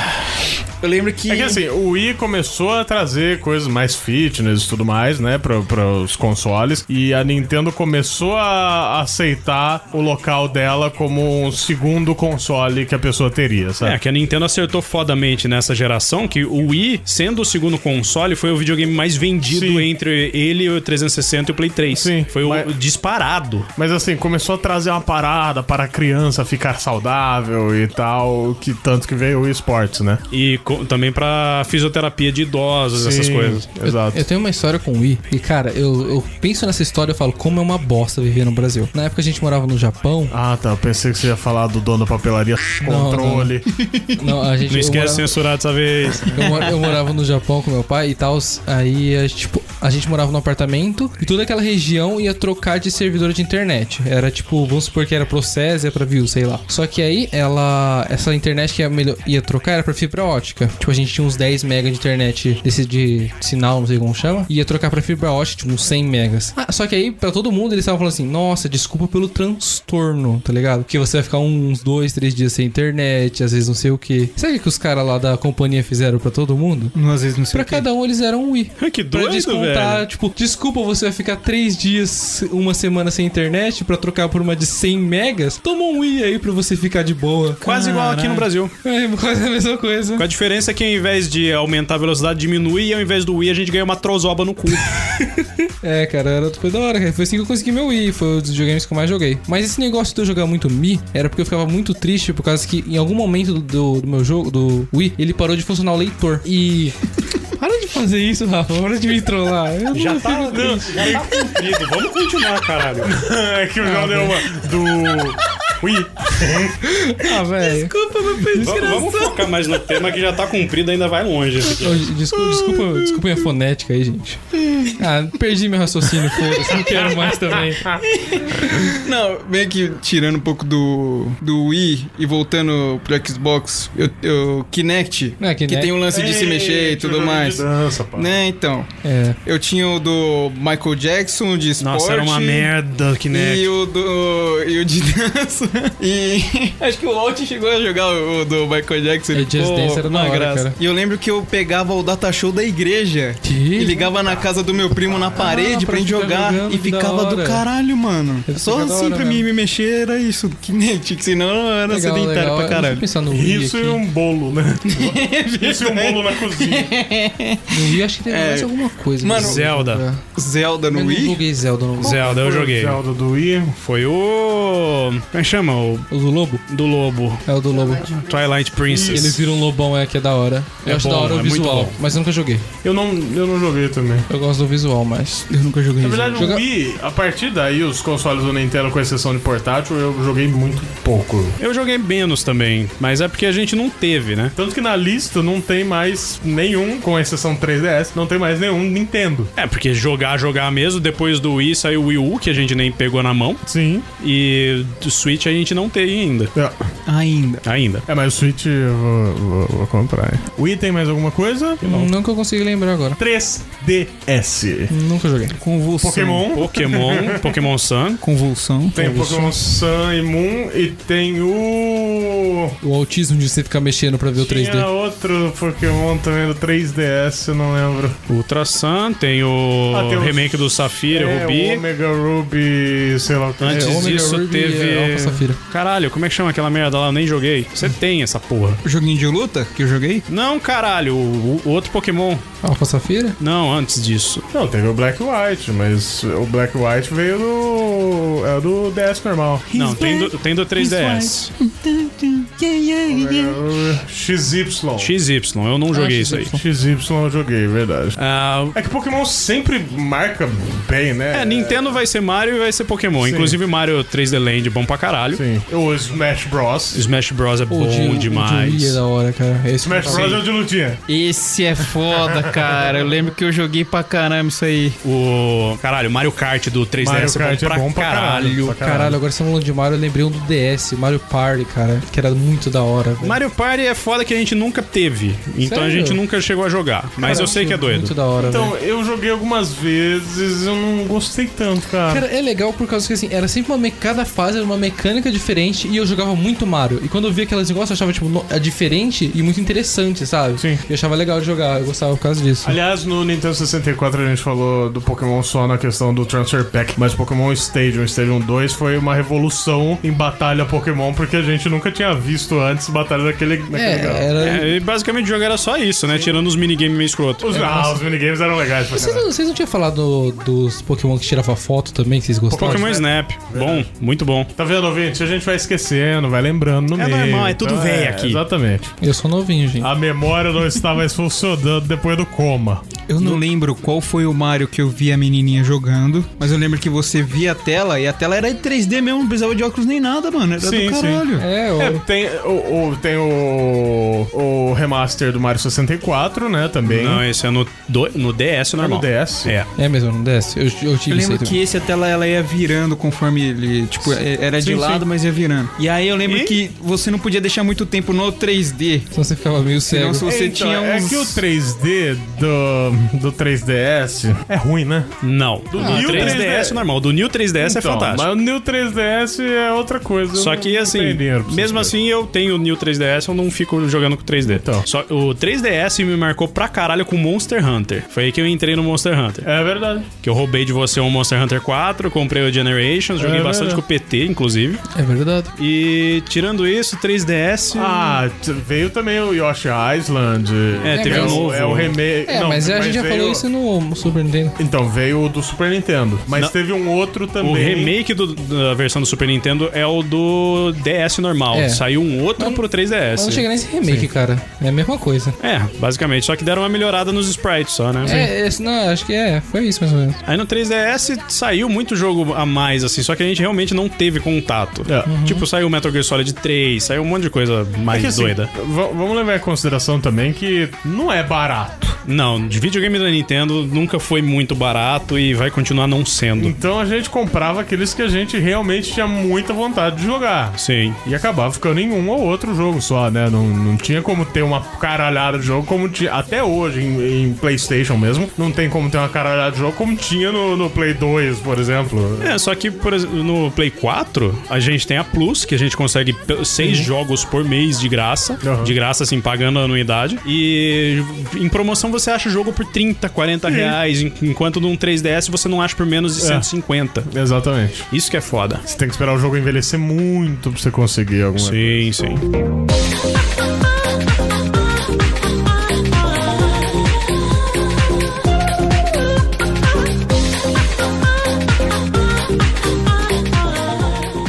Eu lembro que. É que assim, o Wii começou a trazer coisas mais fitness e tudo mais, né? Pra, os consoles. E a Nintendo começou a aceitar o local dela como um segundo console que a pessoa teria, sabe? É, que a Nintendo acertou fodamente nessa geração que o Wii, sendo o segundo console, foi o videogame mais vendido Sim. entre ele, o 360 e o Play 3. Sim, Foi o mas- disparado. Mas assim, começou a trazer uma parada para a criança ficar saudável e tal, que tanto que veio o esportes, né? E co- também pra fisioterapia de idosos, essas Sim, coisas. Exato. Eu tenho uma história com o Wii. E, cara, eu, eu penso nessa história e falo como é uma bosta viver no Brasil. Na época a gente morava no Japão. Ah, tá. Eu pensei que você ia falar do dono da papelaria controle. Não, a gente, Não eu esquece de morava- censurar dessa vez. Eu, mor- eu morava no Japão com meu pai e tal. Aí, a, tipo, a gente morava num apartamento e toda aquela região ia trocar de servidor de internet. Era tipo, vamos supor que era pro César, pra Viu, sei lá. Só que aí, ela. Essa internet que ia, melhor- ia trocar era pra fibra ótica. Tipo, a gente tinha uns 10 mega de internet desse de sinal, não sei como chama. E ia trocar pra fibra ótica, tipo, uns 100 megas. Ah, só que aí, pra todo mundo, eles estavam falando assim: nossa, desculpa pelo transtorno, tá ligado? Porque você vai ficar uns dois, três dias sem internet, às vezes não sei o quê. Sabe o que os caras lá da companhia fizeram pra todo mundo? Não, às vezes não sei. Pra o quê. cada um eles eram um i. que doido, Pra descontar, velho. tipo, desculpa, você vai ficar três dias, uma semana sem internet pra trocar por uma de 100 megas? Toma um i aí pra você ficar de boa. Quase igual aqui no Brasil. É, quase a mesma coisa. Com a diferença é que ao invés de aumentar a velocidade, diminui e ao invés do Wii a gente ganha uma trozoba no cu. É, cara, era, foi da hora, cara. Foi assim que eu consegui meu Wii, foi um dos videogames que eu mais joguei. Mas esse negócio de eu jogar muito Mi era porque eu ficava muito triste por causa que em algum momento do, do- do meu jogo, do Wii, ele parou de funcionar o leitor. E. Para de fazer isso, Rafa, para de me trollar. Eu Já não tá, fico triste. Vamos continuar, caralho. é que o João deu uma. Do. Ui. Ah, velho. Vamos, vamos focar mais no tema que já tá cumprido, ainda vai longe. esse aqui. Ô, Desculpa, desculpa, desculpa minha fonética aí, gente. Ah, perdi meu raciocínio, foda-se, não quero mais também. Não, meio que tirando um pouco do, do Wii e voltando pro Xbox, eu, eu- É, Kinect, Ah, Kinect. que tem o lance de se mexer e tudo mais. Dança, pá. Né, então. É. Eu tinha o do Michael Jackson de esporte. Nossa, era uma merda que E o do. E o de dança. né? E acho que o Walt chegou a jogar o, o do Michael Jackson. Ele Just pô, Dance É, era da uma hora, graça. cara. E eu lembro que eu pegava o data show da igreja e ligava na casa do meu primo na parede pra, Ah, pra gente ficar jogar jogando, e que da ficava do hora. caralho, mano. Só fica da assim hora pra mim mesmo. me mexer era isso. Que nem que senão eu era Legal, sedentário legal. pra Eu caralho. é fui pensar no Wii Isso aqui. e um bolo, né? Isso e um bolo na cozinha. No Wii acho que teve É. mais alguma coisa. Mano, Zelda. Zelda no Eu não Wii? joguei Zelda no Wii. Zelda, eu joguei. Zelda do Wii. Foi o. Como é que chama? O O do Lobo? do Lobo. É o do Lobo. Twilight Princess. Ele vira um lobão, é, que é da hora. Eu É acho bom, da hora o é muito visual, bom. mas eu nunca joguei. Eu não, eu não joguei também. Eu gosto do visual, mas... Eu nunca joguei. Na verdade, Joga- o Wii, a partir daí, os consoles do Nintendo, com exceção de portátil, eu joguei muito pouco. Eu joguei menos também, mas é porque a gente não teve, né? Tanto que na lista não tem mais nenhum, com exceção 3DS, não tem mais nenhum Nintendo. É, porque jogar, jogar mesmo, depois do Wii saiu o Wii U, que a gente nem pegou na mão, Sim. e do Switch a gente não tem ainda. É, Ainda. Ainda. é mas o Switch eu vou, vou- vou comprar. hein? Wii tem mais alguma coisa? Nunca consigo lembrar agora. 3DS. Nunca joguei. Convulsão. Pokémon. Pokémon, Pokémon Sun. Convulsão. Tem o Pokémon Sun e Moon e tem o. O autismo de você ficar mexendo pra ver o 3D. Tinha outro Pokémon também do 3DS, eu não lembro. Ultra Sun, tem o Ah, tem os- remake do Safira, é, o Rubi. Omega Ruby, sei lá o que. Antes É, Omega disso Ruby teve. e Alpha Safira. Caralho, como é que chama aquela merda lá? Eu nem joguei. Você tem essa porra. Joguinho de luta que eu joguei? Não, caralho, o, o outro Pokémon. Alpha Safira? Não, antes disso. Não, teve o Black White, mas o Black White veio do. É do DS normal. Não, tem do, tem do 3DS. XY. XY, eu não joguei isso aí. XY eu joguei, verdade. Ah, É que Pokémon sempre marca bem, né? é, Nintendo vai ser Mario e vai ser Pokémon. Sim. Inclusive Mario 3D Land, é bom pra caralho. Sim. O Smash Bros. Smash Bros é O de- bom o de Wii é demais. da hora, cara. Esse Smash eu Bros falei. é o de lutinha. Esse é foda, cara. Eu lembro que eu joguei pra caramba isso aí. O. Caralho, Mario Kart do 3DS Mario é, bom Kart é pra bom pra caralho. caralho. Caralho, agora você falando de Mario, eu lembrei um do DS, Mario Party, cara, que era muito da hora. velho. Mario Party é foda que a gente nunca teve. Então a Sério? gente nunca chegou a jogar. Mas eu sei que é doido. Muito da hora, velho. Então, eu joguei algumas vezes, eu não gostei tanto, cara. Cara, é legal por causa que assim, era sempre uma me- cada fase era uma mecânica diferente e eu jogava muito Mario. E quando eu via aqueles negócios, eu achava tipo no- é diferente e muito interessante, sabe? Sim. Eu achava legal de jogar, eu gostava por causa disso. Aliás, no Nintendo 64 a gente falou do Pokémon só na questão do Transfer Pack, mas Pokémon Stadium, Stadium 2 foi uma revolução em batalha Pokémon, porque a gente nunca tinha visto antes batalha daquele. É, daquele grau. era É, e basicamente o jogo era só isso, né? Tirando os minigames meio escroto. Os, ah, os minigames eram legais pra Vocês caralho. não, vocês não tinham falado dos Pokémon que tirava foto também, que vocês gostavam? Pokémon é Snap. Bom, muito bom. Tá vendo, ouvinte? A gente vai esquecendo, vai lembrando no É meio. normal, é tudo Então, velho aqui. Exatamente. Eu sou novinho, gente. A memória não está mais funcionando depois do coma. Eu não lembro qual foi o Mario que eu vi a menininha jogando, mas eu lembro que você via a tela e a tela era em 3D mesmo, não precisava de óculos nem nada, mano. Era Sim, do sim. caralho. É, eu... É, tem o, o- tem o, o remaster do Mario 64, né, também. Não, esse é no, do- no DS É normal. no DS. É. é mesmo, não desce? Eu, eu tive Eu isso aí lembro também. que esse a tela ela ia virando conforme ele, tipo, é- era de Sim, lado, sim. mas ia virando. E aí eu lembro E? que você não podia deixar muito tempo no 3D. Senão você ficava meio Senão cego. se você Então, tinha É uns... que o 3D do, do 3DS é ruim, né? Não. Do New 3DS, 3DS. é normal. Do New 3DS é Então, fantástico. Mas o New 3DS é outra coisa. Só Eu que não assim, tenho dinheiro pra mesmo essas assim eu tenho o New 3DS, eu não fico jogando com 3D. Então. Só o 3DS me marcou pra caralho com Monster Hunter. Foi aí que eu entrei no Monster Hunter. coisas. É verdade. Que eu roubei de você um Monster Hunter 4, comprei o Generations, joguei É bastante verdade. com o PT, inclusive. É verdade. E tirando isso, 3DS. Ah, t- veio também o Yoshi Island. É, teve é um o- novo. É o remake. É, não, mas a gente já veio- falou isso no Super Nintendo. Então, veio o do Super Nintendo. Mas Não. teve um outro também. O remake do- da versão do Super Nintendo é o do DS normal. É. Saiu um outro Mas- pro Mas não 3DS. chega nesse remake, cara. É a mesma coisa. É, basicamente. Só que deram uma melhorada nos sprites só, né? É, esse- não, acho que é. Foi isso mais ou menos. Aí no 3DS saiu muito jogo a mais, assim, só que a gente realmente não teve contato. É. Tipo, saiu Metal Gear Solid 3, saiu um monte de coisa mais Que, assim, doida. v- vamos levar em consideração também que não é barato. Não, de videogame da Nintendo nunca foi muito barato e vai continuar não sendo. Então a gente comprava aqueles que a gente realmente tinha muita vontade de jogar. Sim. E acabava ficando em um ou outro jogo só, né? Não, não tinha como ter um, uma caralhada de jogo como ti- até hoje em, em PlayStation mesmo. Não tem como ter uma caralhada de jogo como tinha no, no Play 2, por exemplo. É, só que, por exemplo, no Play 4, a gente tem a Plus, que a gente consegue pe- seis jogos por mês de graça. De graça, assim, pagando a anuidade. E em promoção você acha o jogo por 30, 40 reais, en- enquanto num 3DS você não acha por menos de É. 150. Exatamente. Isso que é foda. Você tem que esperar o jogo envelhecer muito pra você conseguir alguma Sim, sim.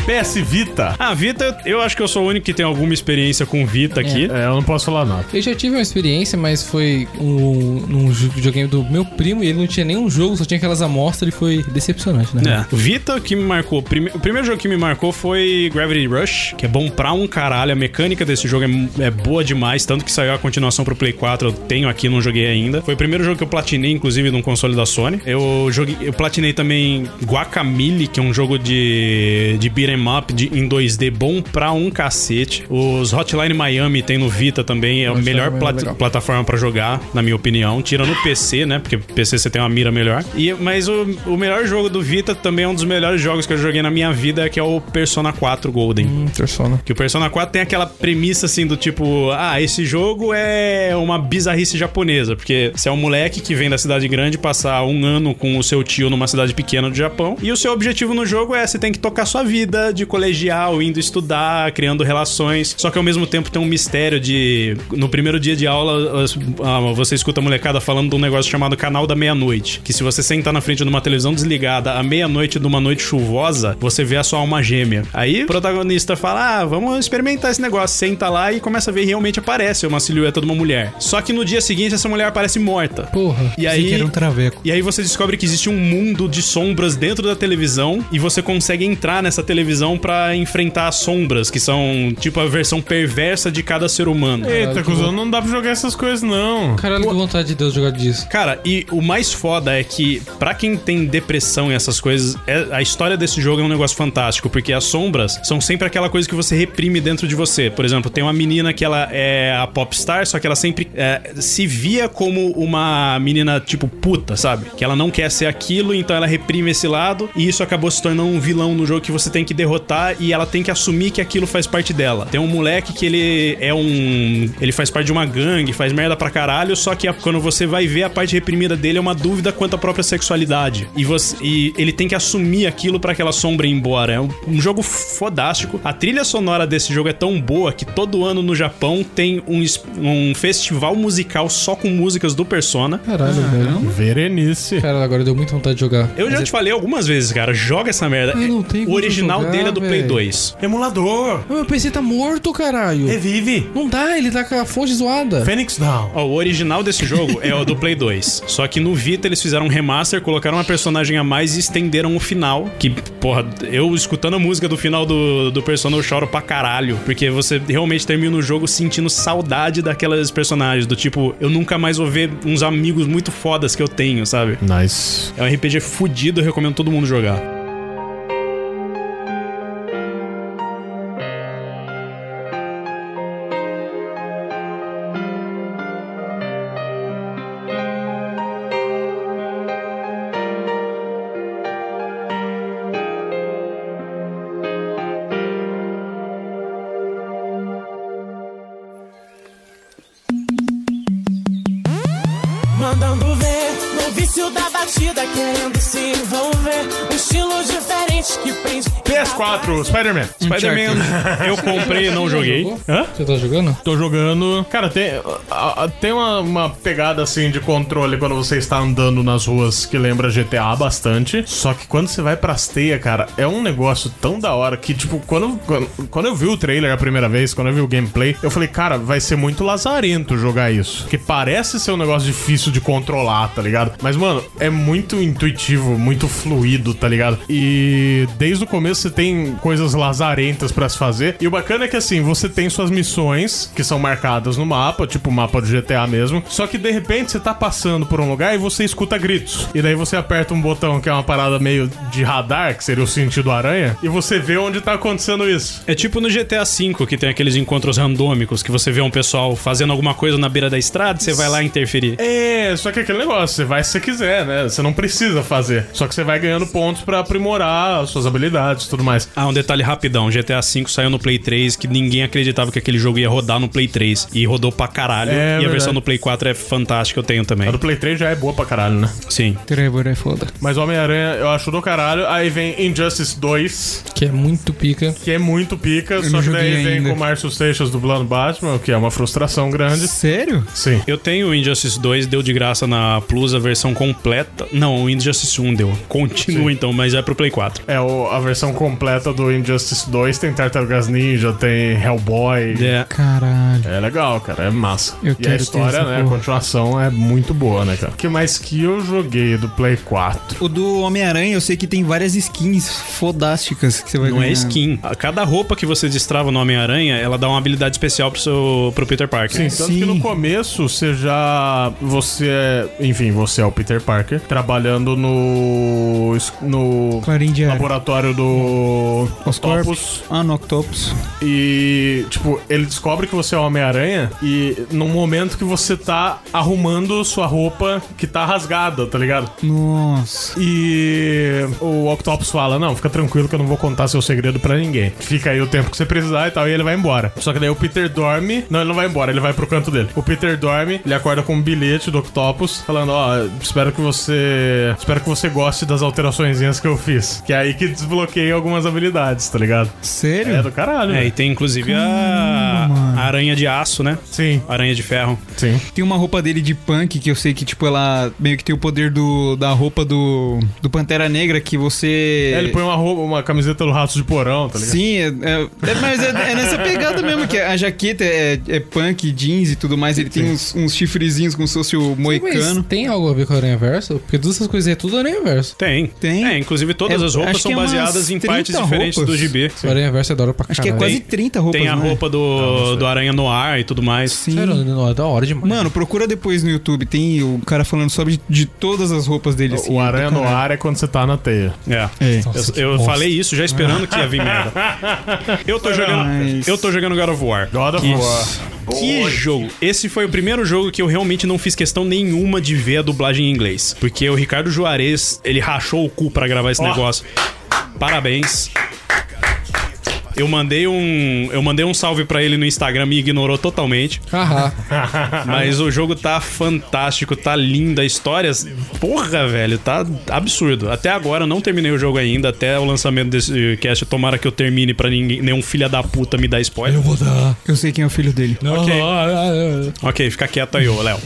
PS Vita. Ah, Vita, eu acho que eu sou o único que tem alguma experiência com Vita aqui. É, eu não posso falar nada. Eu já tive uma experiência, mas foi um, num ju- videogame do meu primo e ele não tinha nenhum jogo, só tinha aquelas amostras e foi decepcionante, né? É. Vita, o que me marcou. prime- O primeiro jogo que me marcou foi Gravity Rush, que é bom pra um caralho. A mecânica desse jogo é, é boa demais. Tanto que saiu a continuação pro Play 4, eu tenho aqui, não joguei ainda. Foi o primeiro jogo que eu platinei, inclusive, num console da Sony. Eu joguei, eu platinei também Guacamole, que é um jogo de, de beat 'em up de- em 2D bom pra um cacete. Os Hotline Miami tem no Vita também, é o Hotline melhor Miami é plat- legal. plataforma pra jogar, na minha opinião. Tira no PC, né? Porque PC você tem uma mira melhor. E, mas o, o melhor jogo do Vita também é um dos melhores jogos que eu joguei na minha vida, que é o Persona 4 Golden. Hum, Persona. Que o Persona 4 tem aquela premissa assim do tipo, ah, esse jogo é uma bizarrice japonesa, porque você é um moleque que vem da cidade grande passar um ano com o seu tio numa cidade pequena do Japão, e o seu objetivo no jogo é você tem que tocar sua vida de colegial, indo estudar, criando relações, só que ao mesmo tempo tem um mistério de no primeiro dia de aula as- ah, você escuta a molecada falando de um negócio chamado canal da meia-noite, que se você sentar na frente de uma televisão desligada à meia-noite de uma noite chuvosa, você vê a sua alma gêmea. Aí o protagonista fala: Ah, vamos experimentar esse negócio. Senta lá e começa a ver e realmente aparece uma silhueta de uma mulher. Só que no dia seguinte essa mulher aparece morta. Porra. E Pensei aí- que era um traveco. E aí você descobre que existe um mundo de sombras dentro da televisão e você consegue entrar nessa televisão pra enfrentar as sombras, que são tipo a versão perversa de cada ser humano. Eita, Caralho, né? cuzão, não dá pra jogar essas coisas, não. Caralho, que vontade de Deus jogar disso. Cara, e o mais foda é que, pra quem tem depressão e essas coisas, é- a história desse jogo é um negócio fantástico, porque as sombras são sempre aquela coisa que você reprime dentro de você. Por exemplo, tem uma menina que ela é a popstar, só que ela sempre é, se via como uma menina, tipo, puta, sabe? Que ela não quer ser aquilo, então ela reprime esse lado, e isso acabou se tornando um vilão no jogo que você tem que derrotar e ela tem que assumir que aquilo faz parte dela. Tem um moleque que ele é um. Ele faz parte de uma gangue, faz merda pra caralho, só que a- quando você vai ver a parte reprimida dele é uma dúvida quanto à própria sexualidade. E, você, e ele tem que assumir aquilo pra aquela sombra ir embora. É um, um jogo fodástico. A trilha sonora desse jogo é tão boa que todo ano no Japão tem um, es- um festival musical só com músicas do Persona. Caralho, velho. Verenice. Cara, agora deu muita vontade de jogar. Eu já te falei algumas vezes, cara, joga essa merda. Ah, é não tem o como original jogar, dele é do Play velho. 2. Emulador. Ah, Meu PC tá morto, caralho. É. Revive. Não dá, ele tá com a fonte zoada. Phoenix Down. Ó, o original desse jogo é o do Play 2. Só que no Vita eles fizeram um remaster, colocaram uma personagem a mais e estenderam o final. Que, porra, eu escutando a música do final do, do Persona eu choro pra caralho. Porque você realmente termina o jogo sentindo saudade daquelas personagens. Do tipo, eu nunca mais vou ver uns amigos muito fodas que eu tenho, sabe? Nice. É um RPG fudido, eu recomendo todo mundo jogar. Mandando ver no vício da batida, querendo se envolver. Um estilo diferente que prende. PS4, Spider-Man. Spider-Man, eu comprei e não joguei. Hã? Você tá jogando? Tô jogando. Cara, tem, a- a- tem uma, uma pegada assim de controle quando você está andando nas ruas que lembra GTA bastante. Só que quando você vai pras teias, cara, é um negócio tão da hora que, tipo, quando, quando, quando eu vi o trailer a primeira vez, quando eu vi o gameplay, eu falei, cara, vai ser muito lazarento jogar isso. Porque parece ser um negócio difícil de controlar, tá ligado? Mas, mano, é muito intuitivo, muito fluido, tá ligado? E desde o começo você tem coisas lazarentas pra se fazer. E o bacana é que, assim, você tem suas missões que são marcadas no mapa, tipo o mapa do GTA mesmo. Só que, de repente, você tá passando por um lugar e você escuta gritos. E daí você aperta um botão que é uma parada meio de radar, que seria o sentido aranha, e você vê onde tá acontecendo isso. É tipo no GTA V, que tem aqueles encontros randômicos, que você vê um pessoal fazendo alguma coisa na beira da estrada, você vai lá interferir. É, só que aquele negócio, você vai se você quiser, né? Você não precisa fazer. Só que você vai ganhando pontos pra aprimorar as suas habilidades e tudo mais. Ah, um detalhe rapidão. GTA V saiu no Play 3, que ninguém acreditava que aquele jogo ia rodar no Play 3. E rodou pra caralho. É, e a verdade. versão do Play 4 é fantástica, eu tenho também. A do Play 3 já é boa pra caralho, né? Sim. Trevor é foda. Mas Homem-Aranha eu acho do caralho. Aí vem Injustice 2, Que é muito pica. que é muito pica, só não que daí joguei vem ainda. com o Márcio Seixas dublando Batman, o que é uma frustração grande. Sério? Sim. Eu tenho o Injustice 2, deu de graça na Plus a versão completa. Não, o Injustice 1 deu. Continua então, mas é pro Play 4. É o- a versão completa do Injustice 2, tem Tartarugas Ninja, tem Hellboy. É. Caralho. É legal, cara, é massa. Eu e quero a ter história, essa né, a porra. continuação é muito boa, né, cara? O que mais que eu joguei do Play 4? O do Homem-Aranha, eu sei que tem várias skins fodásticas que você vai Não ganhar. Hum. é skin. A cada roupa que você destrava no Homem-Aranha, ela dá uma habilidade especial pro, seu, pro Peter Sim, Parker. tanto que no começo você já. Você é. Enfim, você é o Peter Parker, trabalhando no. no Clarim de Ar- laboratório do. Oscorpus. Octopus. Ah, no Octopus. E, tipo, ele descobre que você é o Homem-Aranha e no momento que você tá arrumando sua roupa que tá rasgada, tá ligado? Nossa. E o Octopus fala: Não, fica tranquilo que eu não vou contar seu segredo pra ninguém. Fica aí o tempo que você precisar e tal. E ele vai embora. Só que daí o Peter dorme. Não, ele não vai embora, ele vai pro canto dele. O Peter dorme, ele acorda com um bilhete do Octopus falando: Ó, espero que você. Espero que você goste das alteraçõezinhas que eu fiz. Que é aí que desbloqueia algumas habilidades, tá ligado? Sério? É do caralho. É, velho. e tem inclusive a... Hum, a aranha de aço, né? Sim, Aranha de ferro. sim. Tem uma roupa dele de punk que eu sei que, tipo, ela meio que tem o poder do, da roupa do, do Pantera Negra que você. É, ele põe uma, roupa, uma camiseta do rato de porão, tá ligado? Sim, é, é- é- mas é, é nessa pegada mesmo, que a jaqueta é, é punk, jeans e tudo mais. Ele tem uns, uns chifrezinhos como se fosse o moicano. Mas tem algo a ver com o Aranha Verso? Porque todas essas coisas aí é tudo Aranha Verso. Tem. Tem. É, inclusive todas É, as roupas acho são que é umas baseadas em 30 partes diferentes roupas. do gibi. O Aranha Verso é da hora pra Acho caralho. que é quase Tem- 30 roupas. Tem a não é? roupa do, do Aranha Noir e tudo mais. Sim. Sério, não, é da hora demais. Mano, procura depois no YouTube. Tem o cara falando sobre de, de todas as roupas dele. assim, O do aranha no caralho. ar é quando você tá na teia. É. É. Nossa, que eu eu bosta. falei isso já esperando que ia vir merda. Eu tô jogando, Mas- eu tô jogando God of War. God of Que- War. Que jogo! Esse foi o primeiro jogo que eu realmente não fiz questão nenhuma de ver a dublagem em inglês. Porque o Ricardo Juarez, ele rachou o cu pra gravar esse Ó. negócio. Parabéns. Eu mandei um, eu mandei um salve pra ele no Instagram e ignorou totalmente. Haha. Mas o jogo tá fantástico, tá lindo, a história, porra, velho, tá absurdo. Até agora eu não terminei o jogo ainda, até o lançamento desse cast, tomara que eu termine pra ninguém, nenhum filha da puta me dar spoiler. Eu vou dar. Eu sei quem é o filho dele. Não, Ok. ah, ah, Ok, fica quieto aí, ô Léo.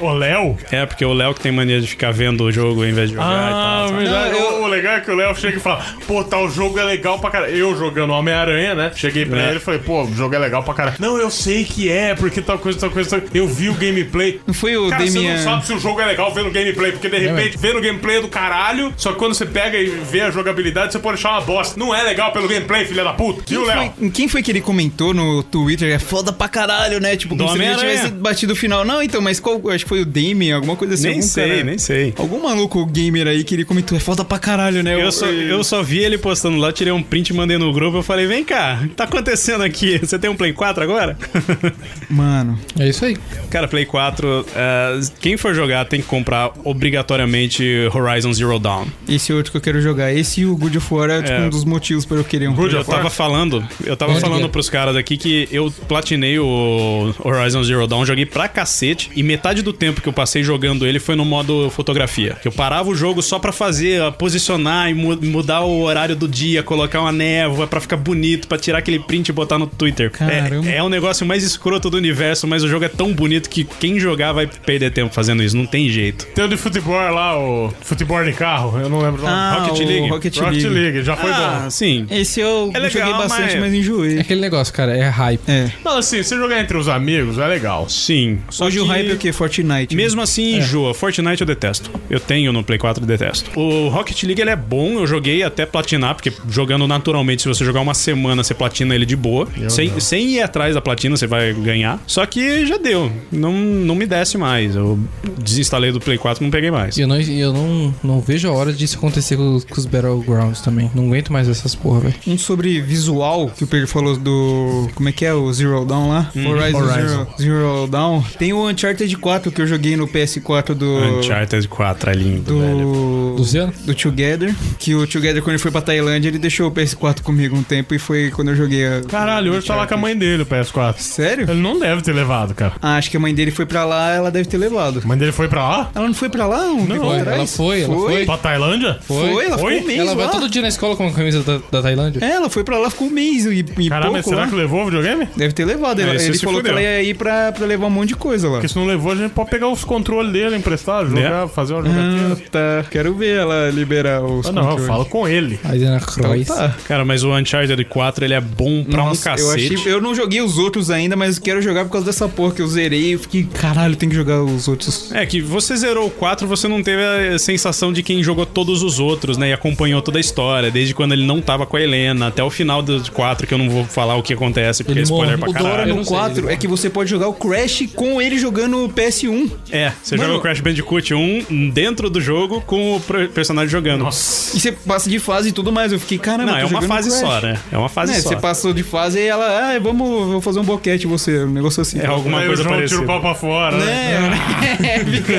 O Léo? É, porque o Léo que tem mania de ficar vendo o jogo ao invés de jogar Ah, e tal. sabe? verdade. O, o legal é que o Léo chega e fala: Pô, tal jogo é legal pra caralho. Eu jogando Homem-Aranha, né? Cheguei pra É. ele e falei: Pô, o jogo é legal pra caralho. Não, eu sei que é, porque tal coisa, tal coisa. Tal... Eu vi o gameplay. Não foi o Cara, você Damian. não sabe se o jogo é legal vendo o gameplay, porque de repente vendo o gameplay é do caralho, só que quando você pega e vê a jogabilidade, você pode achar uma bosta. Não é legal pelo gameplay, filha da puta. Viu, Quem Léo? foi- Quem foi que ele comentou no Twitter? É foda pra caralho, né? Tipo, como Do se ele Homem-Aranha. tivesse batido o final. Não, então, mas qual. Acho que foi o Damien, alguma coisa assim. é Nem algum sei, cara- nem sei. Algum maluco gamer aí que ele comentou, é foda pra caralho, né? Eu só, eu só vi ele postando lá, tirei um print, mandei no grupo, eu falei, vem cá, o que tá acontecendo aqui? Você tem um Play 4 agora? Mano, é. é isso aí. Cara, Play 4, eh, quem for jogar tem que comprar obrigatoriamente Horizon Zero Dawn. esse é outro que eu quero jogar. Esse e o Good of War é, tipo, É. um dos motivos pra eu querer um. Good Eu of War? tava falando, eu tava Pode falando ligar. pros caras aqui que eu platinei o Horizon Zero Dawn, joguei pra cacete e metade do tempo que eu passei jogando ele foi no modo fotografia. Eu parava o jogo só pra fazer, ó, posicionar e mu- mudar o horário do dia, colocar uma névoa pra ficar bonito, pra tirar aquele print e botar no Twitter. Caramba. É, é o negócio mais escroto do universo, mas o jogo é tão bonito que quem jogar vai perder tempo fazendo isso, não tem jeito. Tem o de futebol lá, o futebol de carro, eu não lembro o nome. Ah, Rocket o League. Rocket, Rocket League. League. já foi Ah, bom. Sim. Esse eu É legal, joguei bastante, mas- mas enjoei. É aquele negócio, cara, é hype. É. Não, assim, se jogar entre os amigos é legal. Sim. Só Hoje o que- hype é o quê? Fortnite. né? Mesmo assim, enjoa. Fortnite eu detesto. Eu tenho no Play 4 eu detesto. O Rocket League ele é bom, eu joguei até platinar, porque jogando naturalmente, se você jogar uma semana, você platina ele de boa. Sem, sem ir atrás da platina, você vai ganhar. Só que já deu. Não, não me desce mais. Eu desinstalei do Play 4 não peguei mais. E eu não, e eu não, não vejo a hora disso acontecer com, os- com os Battlegrounds também. Não aguento mais essas porra, velho. Um sobre visual que o Pedro falou do. Como é que é? O Zero Down lá? Hum, Horizon, Horizon. Zero, Zero Down. Tem o Uncharted 4 que eu joguei no PS4 do. Uncharted 4 é lindo, velho. Do. Luciano? Do Together. Que o Together, quando ele foi pra Tailândia, ele deixou o PS4 comigo um tempo e foi quando eu joguei. A... Caralho, hoje tá lá com a mãe dele o PS4. Sério? Ele não deve ter levado, cara. Ah, acho que a mãe dele foi pra lá, ela deve ter levado. A mãe dele foi pra lá? Ela não foi pra lá? Um tempo Foi, atrás? ela foi, ela foi. Pra Tailândia? Foi. Foi, ela Foi? ficou um mês Ela lá. vai todo dia na escola com a camisa da, da Tailândia? É, ela foi pra lá, ficou um mês e, e Caralho, mas pouco né? será lá. que levou o videogame? Deve ter levado. Ela- Aí você ele se falou que fudeu. ela ia ir pra, pra levar um monte de coisa lá. Porque se não levou, a gente pode pegar os controles dele emprestado, jogar, fazer uma jogatina. É. Ah, tá. Quero ver ela liberar os Ah, não, eu controles. falo com ele. Aí na Croácia. Tá. Cara, mas o Uncharted 4 ele é bom pra um Nossa, eu, cacete. achei- eu não joguei os outros ainda, mas quero jogar por causa dessa porra que eu zerei. Eu fiquei, caralho, tem que jogar os outros. É que você zerou o 4, você não teve a sensação de quem jogou todos os outros, né? E acompanhou toda a história, desde quando ele não tava com a Helena até o final do 4, que eu não vou falar o que acontece, porque Ele é spoiler morre. pra O Dora caralho. Eu não No sei, 4 ele- é que você pode jogar o Crash com ele jogando o PS1. É, você Mano- joga o Crash Bandicoot 1 dentro do jogo com o pro- personagem jogando. Nossa. E você passa de fase e tudo mais. Eu fiquei, caramba, Não, tô é uma jogando fase Crash. só, né? É uma fase Né, só. Você passou de fase e ela, ah, vamos vou fazer um boquete em você, um negócio assim. É alguma Aí o coisa João tira o parecida. pau pra fora, né? É, fica,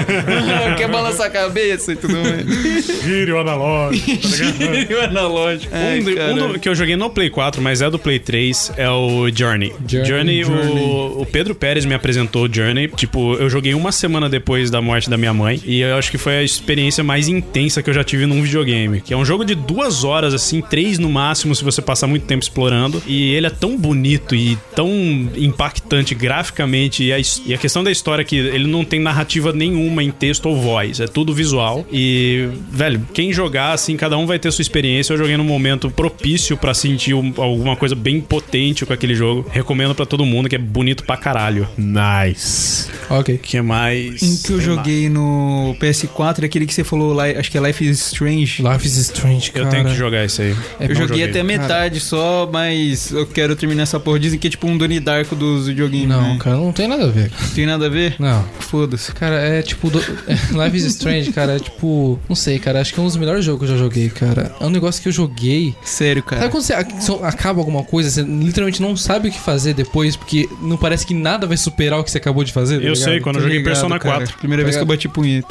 quer balançar a cabeça e tudo mais. Gire né? o analógico. tá o analógico. Um do- um do- que eu joguei no Play 4, mas é do Play 3, é o Journey. Journey. Journey, O, o Pedro Pérez me apresentou o Journey. Tipo, eu joguei uma semana depois da morte da minha mãe. E eu acho que foi a experiência mais intensa que eu já tive num videogame. Que é um jogo de duas horas, assim, três no máximo, se você passar muito tempo explorando. E ele é tão bonito e tão impactante graficamente. E a, his- e a questão da história é que ele não tem narrativa nenhuma em texto ou voz. É tudo visual. E, velho, quem jogar, assim, cada um vai ter sua experiência. Eu joguei num momento propício pra sentir um- alguma coisa bem potente com aquele jogo. Recomendo pra todo mundo, que é bonito pra caralho. Nice. tá. Ok. que mais? Um que eu Tem joguei no PS4 é aquele que você falou, lá, acho que é Life is Strange. Life is Strange, mais? cara. É Eu tenho que jogar isso aí. eu joguei até metade só, mas eu quero terminar essa porra. Dizem que é tipo um Donnie Darko dos videogames. Não, né? cara, não tem nada a ver. Tem nada a ver? Não. Foda-se. Cara, é tipo. do- Life is Strange, cara, é tipo. Não sei, cara. Acho que é um dos melhores jogos que eu já joguei, cara. É um negócio que eu joguei. Sério, cara. Sabe quando você ac- só acaba alguma coisa, você literalmente não sabe o que fazer depois, porque não parece que nada vai superar o que você acabou de fazer? tá Eu ligado? sei, quando eu Tô joguei ligado, Persona cara. 4. Primeira vez que eu bati punheta.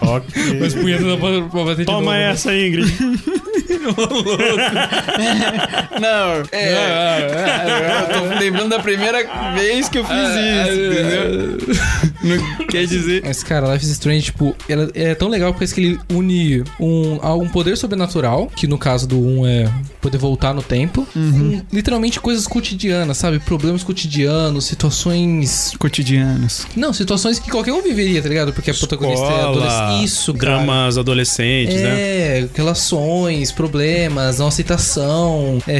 Ok. Mas punheta dá pra, pra bater de novo, Toma né? essa aí, Ingrid. Não, é. eu tô lembrando da primeira vez que eu fiz isso, entendeu? Não quer dizer. Mas, cara, Life is Strange, tipo, ela é tão legal porque parece que ele une um, algum poder sobrenatural, que no caso do um é poder voltar no tempo, com literalmente coisas cotidianas, sabe? Problemas cotidianos, situações. Cotidianos. Não, situações que qualquer um viveria, tá ligado? Porque a protagonista é adolescente. Isso, cara. Dramas adolescentes, né? É, relações, problemas, não aceitação, é,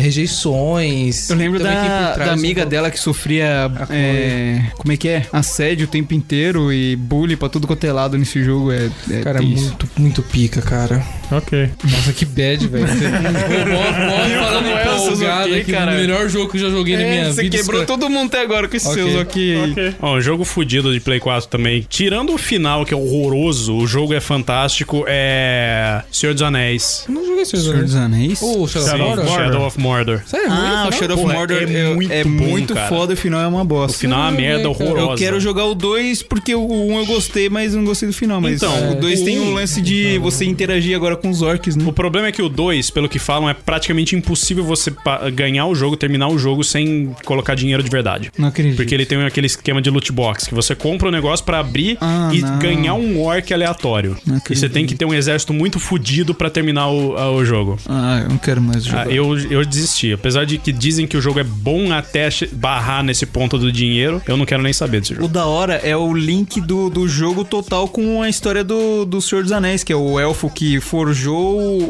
rejeições. Eu lembro Também tem da, por trás da um amiga pouco- dela que sofria. A é, como é que é? Assédio o tempo inteiro e bullying pra tudo quanto é lado nesse jogo. É, é Cara, é triste. muito, muito pica, cara. ok. Nossa, que bad, velho. Você- Mó- mó falando Sazuki, empolgado aqui, cara. o melhor jogo que eu já joguei na minha É, você vida. quebrou cara. todo mundo até agora com esses Ok. seus aqui. Ó, um jogo fudido de Play 4 também. Tirando o final, que é horroroso, o jogo é fantástico, é. Senhor dos Anéis. Não joguei esse jogo. né? Anéis? Ô, Shadow of Mordor? Shadow of Mordor. Isso é ruim, ah, o cara. Shadow of Porra, Mordor é é, é muito, muito bom, cara. foda, o final é uma bosta. O final é uma Sim, merda eu quero- horrorosa. Eu quero jogar o 2 porque o 1 um eu gostei, mas não gostei do final. Mas Então, o 2 tem um lance de você interagir agora com os orcs, né? O problema é que o 2, pelo que falam, é praticamente impossível você pa- ganhar o jogo, terminar o jogo sem colocar dinheiro de verdade. Não acredito. Porque ele tem aquele esquema de loot box, que você compra um negócio pra abrir Ah, e não. ganhar um orc aleatório. E você tem que ter um exército muito fodido pra terminar o, a- o jogo. Ah, eu não quero mais jogar. Ah, eu, eu desisti. Apesar de que dizem que o jogo é bom até che- barrar nesse ponto do dinheiro, eu não quero nem saber desse jogo. O da hora é o link do, do jogo total com a história do, do Senhor dos Anéis, que é o elfo que forjou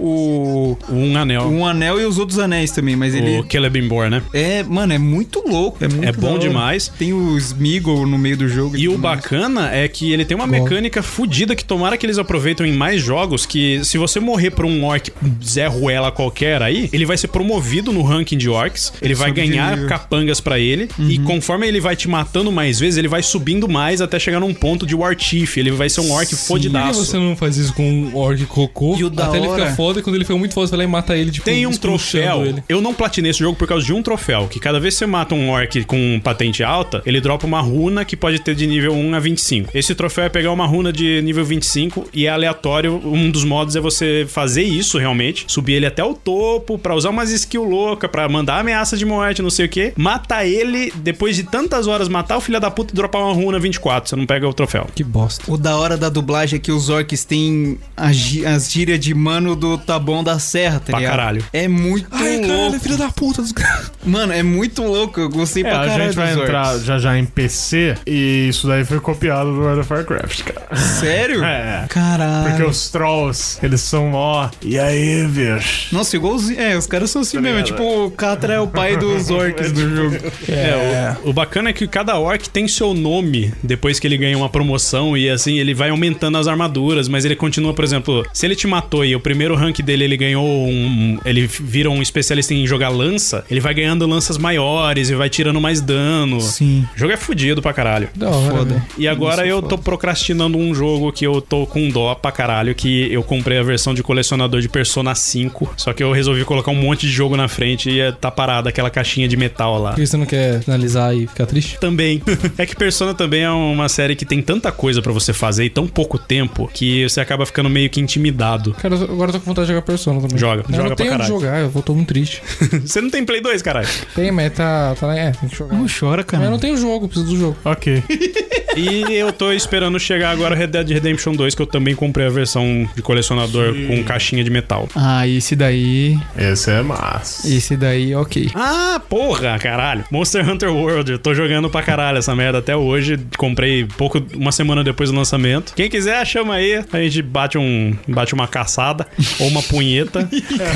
o. Um anel. Um anel e os outros anéis também, mas ele. O Celebrimbor, né? É, mano, é muito louco. É, muito É da bom hora. demais. Tem o Smeagol no meio do jogo. E o bacana é que ele tem uma mecânica fodida que tomara que eles aproveitem em mais jogos, que se você morrer por um orc Zé Ruela qualquer aí, ele vai ser promovido no ranking de orcs, ele vai Sobe de ganhar nível. capangas pra ele, e conforme ele vai te matando mais vezes, ele vai subindo mais até chegar num ponto de War Chief, ele vai ser um orc Por que fodidaço. você não faz isso com um orc cocô? E o da Até ele hora- fica foda e quando ele fica muito foda, você vai lá e mata ele, tipo, Tem um expulsando troféu. ele. Eu não platinei esse jogo por causa de um troféu. Que cada vez que você mata um orc com patente alta, ele dropa uma runa que pode ter de nível 1 a 25. Esse troféu é pegar uma runa de nível 25 e é aleatório. Um dos modos é você fazer isso realmente, subir ele até o topo pra usar umas skill louca, pra mandar ameaça de morte, não sei o que. Matar ele, depois de tantas horas matar o filho da puta e dropar uma runa 24. Você não pega o troféu. Que bosta. O da hora da dublagem é que os orcs têm a gi- as gírias de mano do Taboão da Serra, tá Pra ligado? caralho. É muito Ai, louco. caralho, filho da puta dos caras. Mano, é muito louco. Eu gostei É, pra a caralho gente vai dos entrar orcs. já já em PC e isso daí foi copiado do World of Warcraft, Ah. cara. Sério? É. Caralho. Porque os trolls, eles são ó. E aí, bicho? Nossa, igualzinho. É, os caras são assim mesmo. É ligado? tipo, o Catra é o pai dos orcs do jogo. É, o, o bacana é que cada orc tem seu nome depois que ele ganha uma promoção e assim ele vai aumentando as armaduras, mas ele continua, por exemplo, se ele te matou e o primeiro rank dele ele ganhou um. Ele vira um especialista em jogar lança, ele vai ganhando lanças maiores e vai tirando mais dano. Sim. O jogo é fudido pra caralho. Da hora, Foda. velho. E agora eu tô procrastinando um jogo que eu tô com dó pra caralho, que eu comprei a versão de colecionador de Persona 5, só que eu resolvi colocar um monte de jogo na frente e eh, tá parada aquela caixinha de metal lá. Por que você não quer analisar e ficar triste? Também. É que Persona também é uma série que tem tanta coisa pra você fazer e tão pouco tempo que você acaba ficando meio que intimidado. Cara, eu- agora eu tô com vontade de jogar Persona também. Joga, eu joga pra não tenho onde caralho. jogar, eu vou- tô muito triste. Você não tem Play 2, caralho. tem, mas tá, tá... É, tem que jogar. Não chora, Mas eu cara. não tenho jogo, preciso do jogo. Ok. E eu tô esperando chegar agora Red Dead Redemption 2, que eu também comprei a versão de colecionador com caixinha de metal. Ah, esse daí. Esse é massa. Esse daí, ok. Ah, porra, caralho. Monster Hunter World, eu tô jogando pra caralho essa merda até hoje. Comprei pouco, uma semana depois do lançamento. Quem quiser, chama aí. A gente bate, um, bate uma caçada ou uma punheta.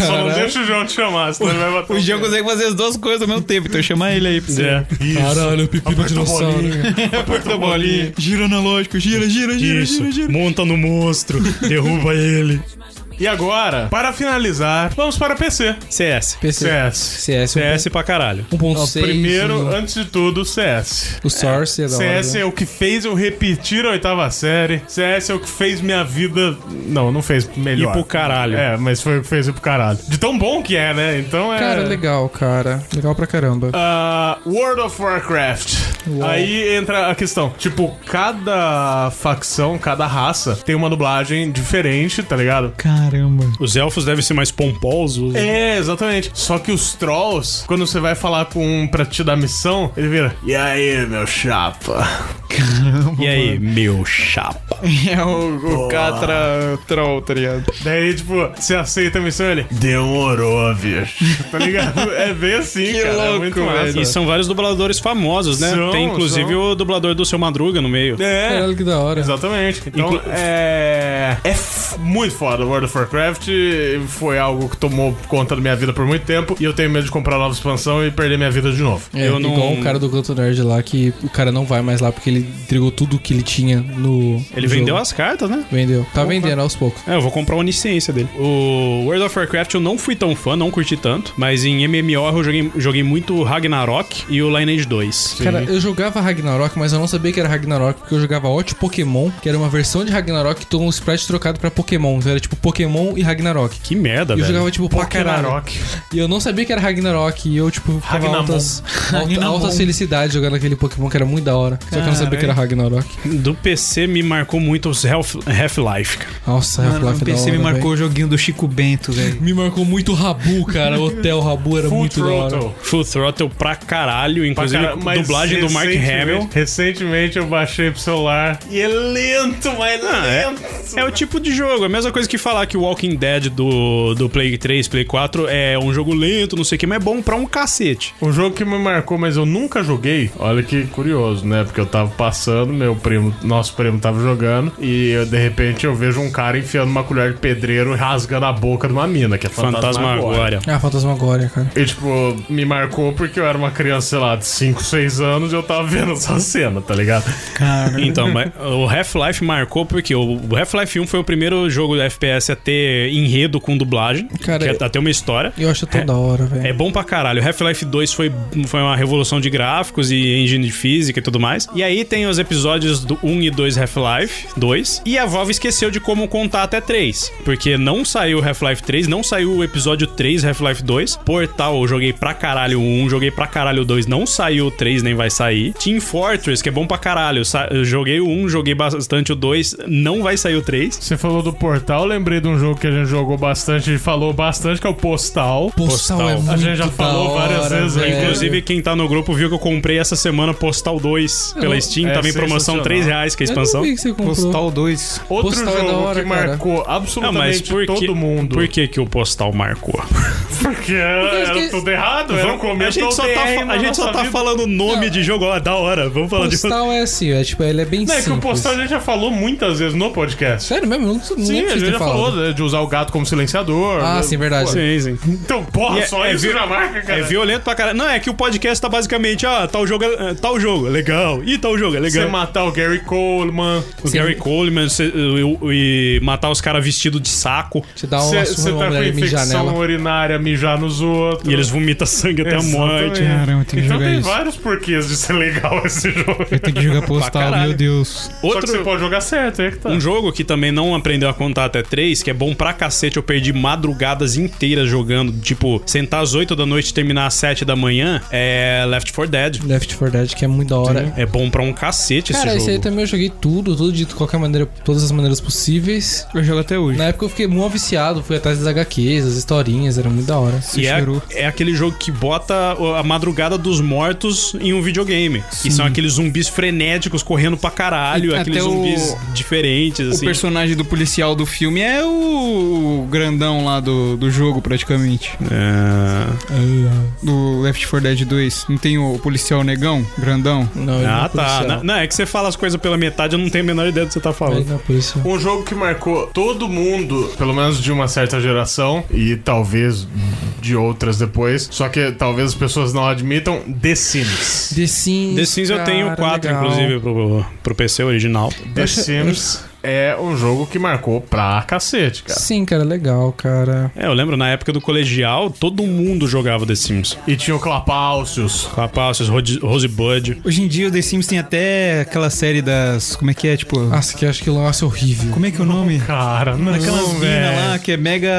Só não deixa o João te chamar, senão ele vai um bater. É, O Jean consegue fazer as duas coisas ao mesmo tempo, então chama ele aí pra você. É. Isso. Caralho, o pepino Aperta a dinossauro. bolinha. Aperta a bolinha. Gira analógico, gira, gira, gira, Isso. gira, gira. Monta no monstro, derruba ele. E agora, para finalizar, vamos para PC. CS. PC. CS. CS, CS pra caralho. 1.6. Primeiro, é, o- antes de tudo, CS. O Source é um. da hora. CS é o que fez eu repetir a oitava série. CS é o que fez minha vida. Não, não fez E melhor. pro caralho. É, mas foi o que fez ir pro caralho. De tão bom que é, né? Então é. Cara, legal, cara. Legal pra caramba. Ah, World of Warcraft. Aí entra a questão. Tipo, cada facção, cada raça tem uma dublagem diferente, tá ligado? Caramba. Os elfos devem ser mais pomposos. É, exatamente. Só que os trolls, quando você vai falar com um pra te dar missão, ele vira. E aí, meu chapa? E É. aí, meu chapa? É o, o Catra Troll, tá ligado? Daí, tipo, você aceita a missão ele. Demorou, bicho. Tá ligado? É bem assim, Que cara. é louco, muito massa. velho. E são vários dubladores famosos, né? São, Tem inclusive são. o dublador do seu Madruga no meio. É. Caralho, que da hora. Exatamente. Então, um Inclu- é. É f- muito foda. World of Warcraft foi algo que tomou conta da minha vida por muito tempo. E eu tenho medo de comprar nova expansão e perder minha vida de novo. É, Eu não- igual o cara do Canto Nerd lá, que o cara não vai mais lá porque ele entregou tudo que ele tinha no. Ele no jogo. vendeu as cartas, né? Vendeu. Tá vendendo aos poucos. É, eu vou comprar a onisciência dele. O World of Warcraft eu não fui tão fã, não curti tanto, mas em MMO eu joguei, joguei muito Ragnarok e o Lineage 2. Cara, eu jogava Ragnarok, mas eu não sabia que era Ragnarok, porque eu jogava Hot Pokémon, que era uma versão de Ragnarok que tomou um sprite trocado pra Pokémon. Então era tipo Pokémon e Ragnarok. Que merda, E eu velho. jogava tipo pra caralho. Ragnarok. E eu não sabia que era Ragnarok. E eu, tipo, ficava Ragnamon. altas, alta- altas felicidades jogando aquele Pokémon que era muito da hora. Só que eu não sabia hora que era Ragnarok. é Do PC me marcou muito os Half- Half-Life, cara. Nossa, Tá Mano, um Half-Life no é da PC hora, né, me marcou velho. o joguinho do Chico Bento, velho. Me marcou muito o Rabu, cara. O Hotel Rabu É era muito da hora. Full Throttle pra caralho, inclusive Pra cara- mas dublagem do Mark recentemente- Hamill. Recentemente eu baixei pro celular. E é lento, mas é, o tipo de jogo. É a mesma coisa que falar que o Walking Dead do, do Play 3, Play 4 é um jogo lento, não sei o que, mas é bom pra um cacete. Um jogo que me marcou, mas eu nunca joguei. Olha que curioso, né? Porque eu tava passando, meu primo, nosso primo tava jogando, e eu, de repente eu vejo um cara enfiando uma colher de pedreiro e rasgando a boca de uma mina, que é Fantasmagoria. Ah, Fantasmagória, cara. E, tipo, me marcou porque eu era uma criança, sei lá, de 5, 6 anos e eu tava vendo essa cena, tá ligado? Então, mas o Half-Life marcou porque o o Half-Life 1 foi o primeiro jogo da FPS a ter enredo com dublagem, Cara, que é, a ter uma história. Eu acho tão da hora, velho. É bom pra caralho. Half-Life 2 foi, foi uma revolução de gráficos e engine de física e tudo mais. E aí tem os episódios do 1 e 2 Half-Life 2. E a Valve esqueceu de como contar até 3. Porque não saiu Half-Life 3, não saiu o episódio 3 Half-Life 2. Portal, eu joguei pra caralho o 1, joguei pra caralho o 2, não saiu o 3, nem vai sair. Team Fortress, que é bom pra caralho. sa- eu joguei o 1, joguei bastante o 2, não vai sair o 3. Você falou do Portal, eu lembrei de um jogo que a gente jogou bastante e falou bastante, que é o Postal. Postal, é A gente muito já da falou várias hora, vezes. velho. Inclusive, Inclusive, quem tá no grupo viu que eu comprei essa semana Postal 2 pela Steam. É tava em promoção sensacional. 3 reais, que é a Eu não expansão. vi que você comprou. Postal 2. Outro jogo que marcou Não, absolutamente mas por todo que, mundo. Por que, que o Postal marcou? Porque era, Porque era que- tudo errado, era o Vamos- começo a gente da só tá, UTR fa- na a gente só nossa tá vida. falando nome de jogo, ó, da hora. Vamos falar de Postal é assim, é tipo, ele é bem Não, é simples. que o postal a gente já falou muitas vezes no podcast. Sério mesmo? Não, não Sim, lembro a gente de ter já falado. falou né, de usar o gato como silenciador. Ah, né? sim, verdade. Pô, Sim, sim. Então, porra, só isso vi- já marca, cara. É violento pra caralho. Não, é que o podcast tá basicamente, ah, tal jogo, é- é, tal jogo, é legal. E tal jogo, é legal. Você matar o Gary Coleman. O Gary Coleman cê- e- e e matar os caras vestidos de saco. Te dá uma Você surra tá uma com mulher mijar infecção nela. urinária, mijar nos outros. E eles vomitam sangue até a morte. Exatamente. Caramba, tem que então jogar tem isso. vários porquês de ser legal esse jogo. Tem que jogar postal, caralho. meu Deus. Só que Outro, você pode jogar certo, é que tá. Um jogo que também não aprendeu a contar até 3, que é bom pra cacete, eu perdi madrugadas inteiras jogando, tipo, sentar às 8 da noite e terminar às 7 da manhã, é Left 4 Dead. Left 4 Dead, que é muito da hora. É bom pra um cacete Cara, esse esse aí jogo. também eu joguei tudo, tudo de qualquer maneira, todas as maneiras possíveis. Eu jogo até hoje. Na época eu fiquei muito viciado, fui atrás das HQs, as historinhas, era muito da hora. E é, é aquele jogo que bota o- a madrugada dos mortos em um videogame. Que são aqueles zumbis frenéticos correndo pra caralho, E aqueles até o- zumbis diferentes, O assim. personagem do policial do filme é o grandão lá do, do jogo, praticamente. É... Do Left 4 Dead 2. Não tem o policial negão, grandão? Não, ele não Ah, tá. é policial. Não, não, é que você fala as coisas pela metade, eu não tenho a menor ideia do que você tá Ele falando. não é policial. Um jogo que marcou todo mundo, pelo menos de uma certa geração, e talvez de outras depois, só que talvez as pessoas não admitam, The Sims. The Sims, The Sims eu tenho cara, 4, legal. inclusive, pro, pro PC original. The Sims é um jogo que marcou pra cacete, cara. Sim, cara, legal, cara. É, eu lembro na época do colegial, todo mundo jogava The Sims. E tinha o Clapalcios. Rapaz, Rod- Rosebud. Hoje em dia o The Sims tem até aquela série das. Como é que é? Tipo. Nossa, que eu acho que nossa, é horrível. Como é que é o nome? Cara, não, Aquelas minas lá que é mega.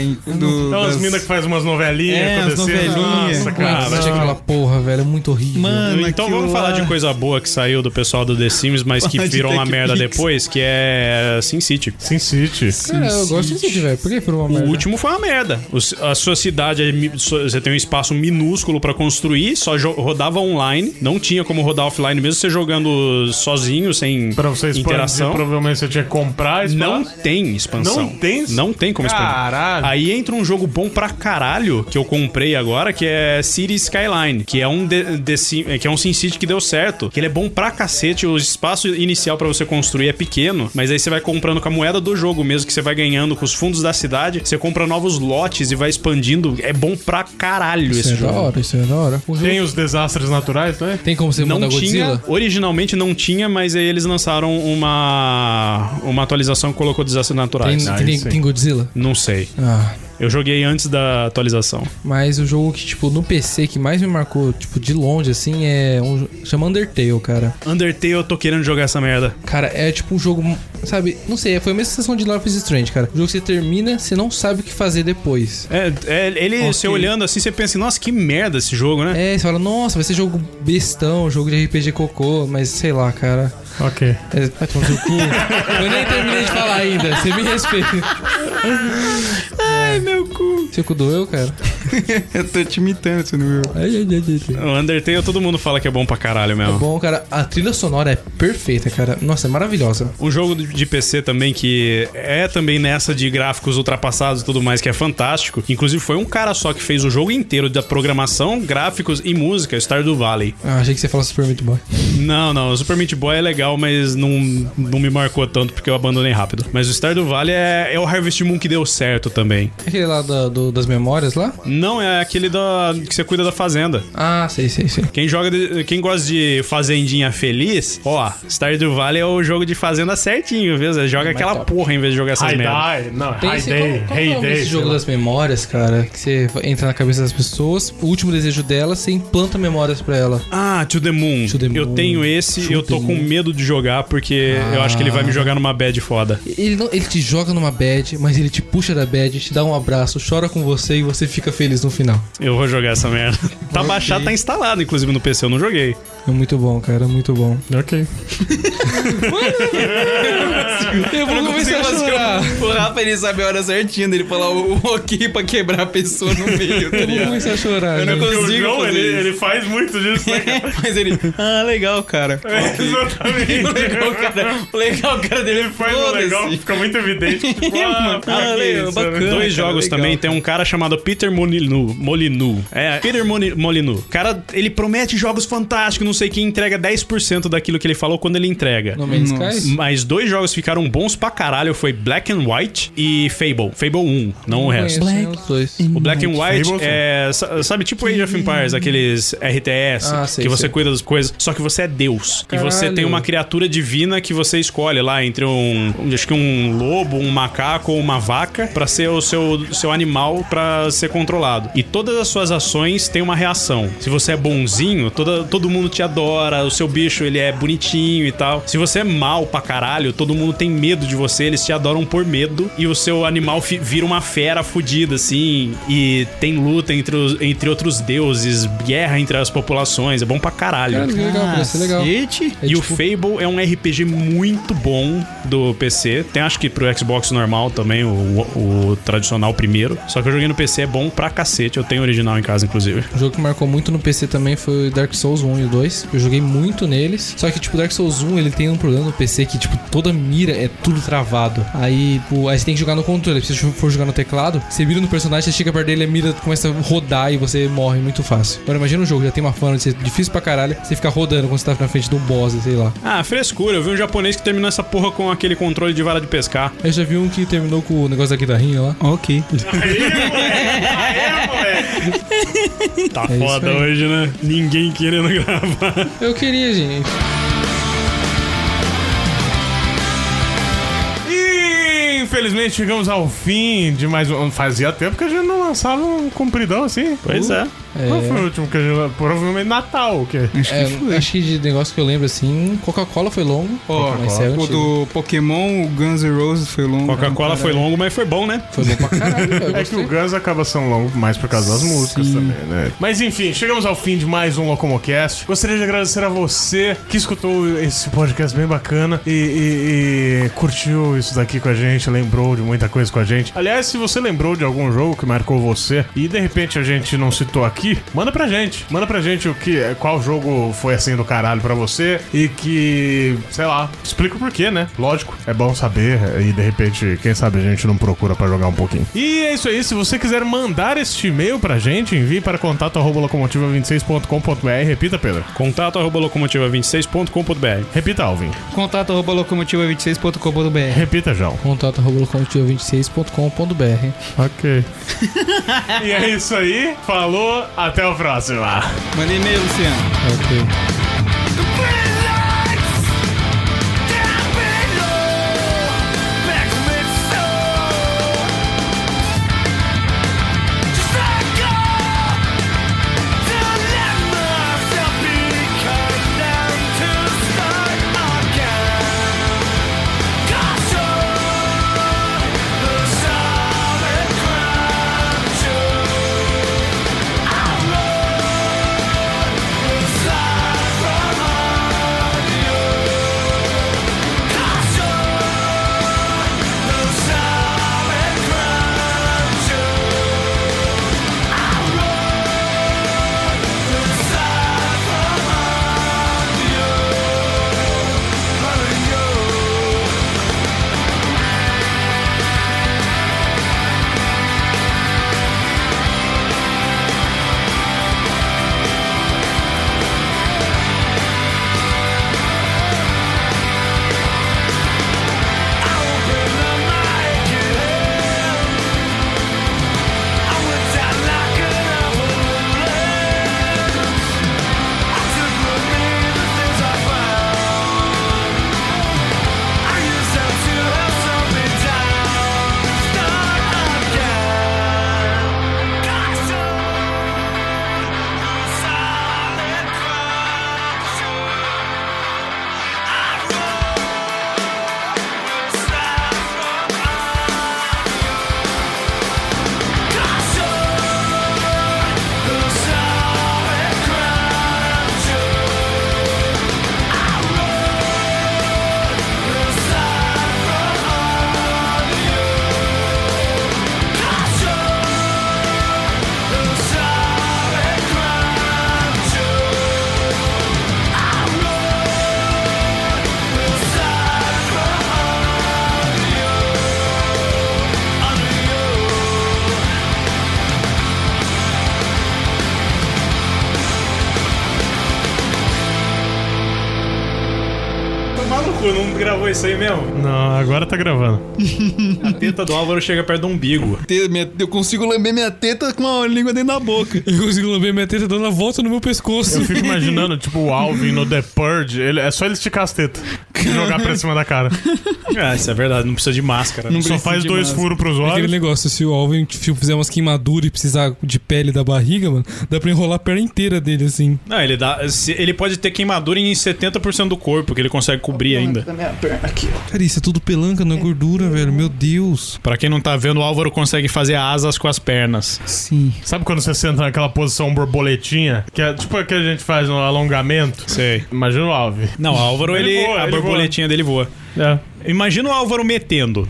em- Do, Aquelas das- minas que faz umas novelinhas É, as acontecendo. novelinhas. Nossa, Ah, cara. mas tinha aquela porra, velho, é muito horrível. Mano, Então aquilo vamos lá- falar de coisa boa que saiu do pessoal do The Sims, mas que Falar de virou uma Tech merda Pix. depois, que é SimCity. Sin City. Cara, eu gosto de City, velho. Por que por é uma O merda? último foi uma merda. O c- A sua cidade, é mi- so- você tem um espaço minúsculo pra construir, só jo- rodava online, não tinha como rodar offline, mesmo você jogando sozinho, sem Pra você expandir, interação. provavelmente você tinha que comprar e Não expandir. tem expansão. Não tem? Não tem como expandir. Caralho. Aí entra um jogo bom pra caralho que eu comprei agora, que é City Skyline, que é um de, de Sim- que é um SimCity que deu certo. Que ele é bom pra cacete, o espaço inicial pra você construir é pequeno, mas aí você vai comprando com a moeda do jogo mesmo que você vai ganhando com os fundos da cidade, você compra novos lotes e vai expandindo. É bom pra caralho Isso esse é da jogo. hora, isso é da hora. O jogo- Tem os desastres naturais é? também? Tem como você um- Não mudar tinha, Godzilla? originalmente não tinha, mas aí eles lançaram uma uma atualização que colocou desastres Tem, naturais. tem- tem Godzilla? Não sei. Ah, Eu joguei antes da atualização. mas o jogo que, tipo, no PC que mais me marcou, tipo, de longe, assim, é um. jo- Chama Undertale, cara. Undertale, eu tô querendo jogar essa merda. Cara, é tipo um jogo. sabe, não sei, foi a mesma sensação de Life is Strange, cara. O jogo que você termina, você não sabe o que fazer depois. É, é, ele, Ok. você olhando assim, você pensa, nossa, que merda esse jogo, né? É, você fala, nossa, vai ser jogo bestão, jogo de RPG cocô, mas sei lá, cara. Ok. É, vai tomar no seu cu. Eu nem terminei de falar ainda, você me respeita. Ai, meu cu. Seu cu doeu, cara? Ah, eu tô te imitando, você não viu? O Undertale todo mundo fala que é bom pra caralho mesmo. É bom, cara. A trilha sonora é perfeita, cara. Nossa, é maravilhosa. Um jogo de PC também que é também nessa de gráficos ultrapassados e tudo mais, que é fantástico. Inclusive, foi um cara só que fez o jogo inteiro da programação, gráficos e música, Stardew Valley. Ah, achei que você falou Super Meat Boy. Não, não, o Super Meat Boy é legal, mas não, não me marcou tanto porque eu abandonei rápido. Mas o Stardew Valley é, é o Harvest Moon que deu certo também. É Aquele lá da- do- das memórias lá? Não, é aquele da, que você cuida da fazenda. Ah, sei, sei, sei. Quem joga, de- quem gosta de fazendinha feliz, ó, Stardew Valley é o jogo de fazenda certinho, viu? Você joga aquela porra em vez de jogar essas Hi, merdas. die. Não, Tem hi, esse, day. como, como Hey, é o nome day, desse sei jogo lá. das memórias, cara? Que você entra na cabeça das pessoas, o último desejo dela, você implanta memórias pra ela. Ah, To the Moon. Eu tenho esse, eu tô com medo de jogar porque eu acho que ele vai me jogar numa bad foda. Ele, não- ele te joga numa bad, mas ele te puxa da bad, te dá um abraço, chora com você e você fica feliz no final. Eu vou jogar essa merda. Tá baixado, tá instalado, inclusive no PC, eu não joguei. É muito bom, cara, muito bom. Ok. Eu vou começar a chorar. O Rafa, ele sabe a hora certinha dele falar o o ok pra quebrar a pessoa no meio, tá ligado? começar a chorar. Eu não gente. consigo O João, fazer ele- isso. ele faz muito disso, né, cara? Mas ele, ah, legal, cara. Exatamente. O legal, cara, o legal, cara dele Ele faz o legal, foda-se. fica muito evidente. que, Tipo, ah, Mano, pra ah, quê, legal, sabe? bacana. Dois jogos legal. também, tem um cara chamado Peter Molinu. Molinu. É, Peter Moni- Molinu. Cara, ele promete jogos fantásticos, não sei quem entrega 10% daquilo que ele falou quando ele entrega. No Man's é Sky? Mas dois jogos ficaram bons pra caralho, foi Black and White e Fable. Fable 1, não, Hum, o resto. é né, os dois. O Black and White Fable, sim. é, sa- sabe, tipo Age of Empires, aqueles RTS Ah, sei, que você sei. cuida das coisas, só que você é Deus. E você Caralho. tem uma criatura divina que você escolhe lá entre um, um- acho que um lobo, um macaco ou uma vaca pra ser o seu, seu animal pra ser controlado. E todas as suas ações têm uma reação. Se você é bonzinho, toda, todo mundo te adora, o seu bicho ele é bonitinho e tal. Se você é mal pra caralho, todo mundo tem medo de você, eles te adoram por medo e o seu animal fi- vira uma fera fodida assim e tem luta entre os, entre outros deuses, guerra entre as populações, é bom pra caralho. Caralho, que legal, cara, isso é legal. Cacete. É E o tipo- Fable é um RPG muito bom do PC. Tem acho que pro Xbox normal também, o, o tradicional primeiro. Só que eu joguei no PC, é bom pra cacete. Eu tenho o original em casa, inclusive. O jogo que marcou muito no PC também foi o Dark Souls 1 e o 2. Eu joguei muito neles. Só que, tipo, Dark Souls 1 ele tem um problema no PC que, tipo, toda mira é tudo travado. Aí, tipo, aí você tem que jogar no controle. Se você for jogar no teclado, você mira no personagem, você chega perto dele, a mira começa a rodar e você morre muito fácil. Agora, imagina um jogo, já tem uma fã de ser difícil pra caralho, você fica rodando quando você tá na frente do boss, sei lá. Ah, frescura. Eu vi um japonês que terminou essa porra com aquele controle de vara de pescar. Eu já vi um que terminou com o negócio da guitarrinha lá. Ok. Tá É isso foda aí. hoje, né? Ninguém querendo gravar. Eu queria, gente. E, Infelizmente chegamos ao fim de mais um. Fazia tempo que a gente não lançava um compridão assim. Pois é. Qual foi o último que a gente. Provavelmente Natal, o quê? É, acho que de negócio que eu lembro assim, Coca-Cola foi longo. Ó, mas é o antigo. do Pokémon, o Guns N' Roses foi longo. Coca-Cola foi longo, mas foi bom, né? Foi bom pra caralho, eu É que gostei. o Guns acaba sendo longo mais por causa das músicas também, né? Mas enfim, chegamos ao fim de mais um Locomocast. Gostaria de agradecer a você que escutou esse podcast bem bacana e, e- e curtiu isso daqui com a gente, lembrou de muita coisa com a gente. Aliás, se você lembrou de algum jogo que marcou você e de repente a gente não citou aqui, manda pra gente. Manda pra gente o que, qual jogo foi assim do caralho pra você e que, sei lá, explica o porquê, né? Lógico, é bom saber e de repente, quem sabe a gente não procura pra jogar um pouquinho. E é isso aí, se você quiser mandar este e-mail pra gente, envie para contato arroba locomotiva26.com.br. Repita, Pedro. Contato arroba locomotiva26.com.br. Repita, Alvin. Contato arroba locomotiva26.com.br. Repita, João. Contato arroba locomotiva26.com.br. Ok. e é isso aí. Falou, até o próximo. Manda e-mail, Luciano. Ok. Cause tomar no cu, não gravou isso aí mesmo? Não, agora tá gravando. A teta do Álvaro chega perto do umbigo. Eu consigo lamber minha teta com a língua dentro da boca. Eu consigo lamber minha teta dando a volta no meu pescoço. Eu fico imaginando, tipo, o Alvin no The Purge. Ele, é só ele esticar as tetas e jogar pra cima da cara. Ah, isso é verdade, não precisa de máscara. né? Não só faz dois furos pros Aquele olhos. negócio, se o Alvin tipo, fizer umas queimaduras e precisar de pele da barriga, mano, dá pra enrolar a perna inteira dele, assim. Não, ele dá. se- Ele pode ter queimadura em 70% do corpo, que ele consegue cobrir ainda. Cara, isso é tudo pelanca, não é gordura, velho. Meu Deus. Pra quem não tá vendo, o Álvaro consegue fazer asas com as pernas. Sim. Sabe quando você senta naquela posição borboletinha? Que é tipo a que a gente faz no alongamento? Sei. Imagina o Alvin. Não, o Álvaro, ele, voa, É. a ele borboletinha dele voa. voa. Imagina o Álvaro metendo.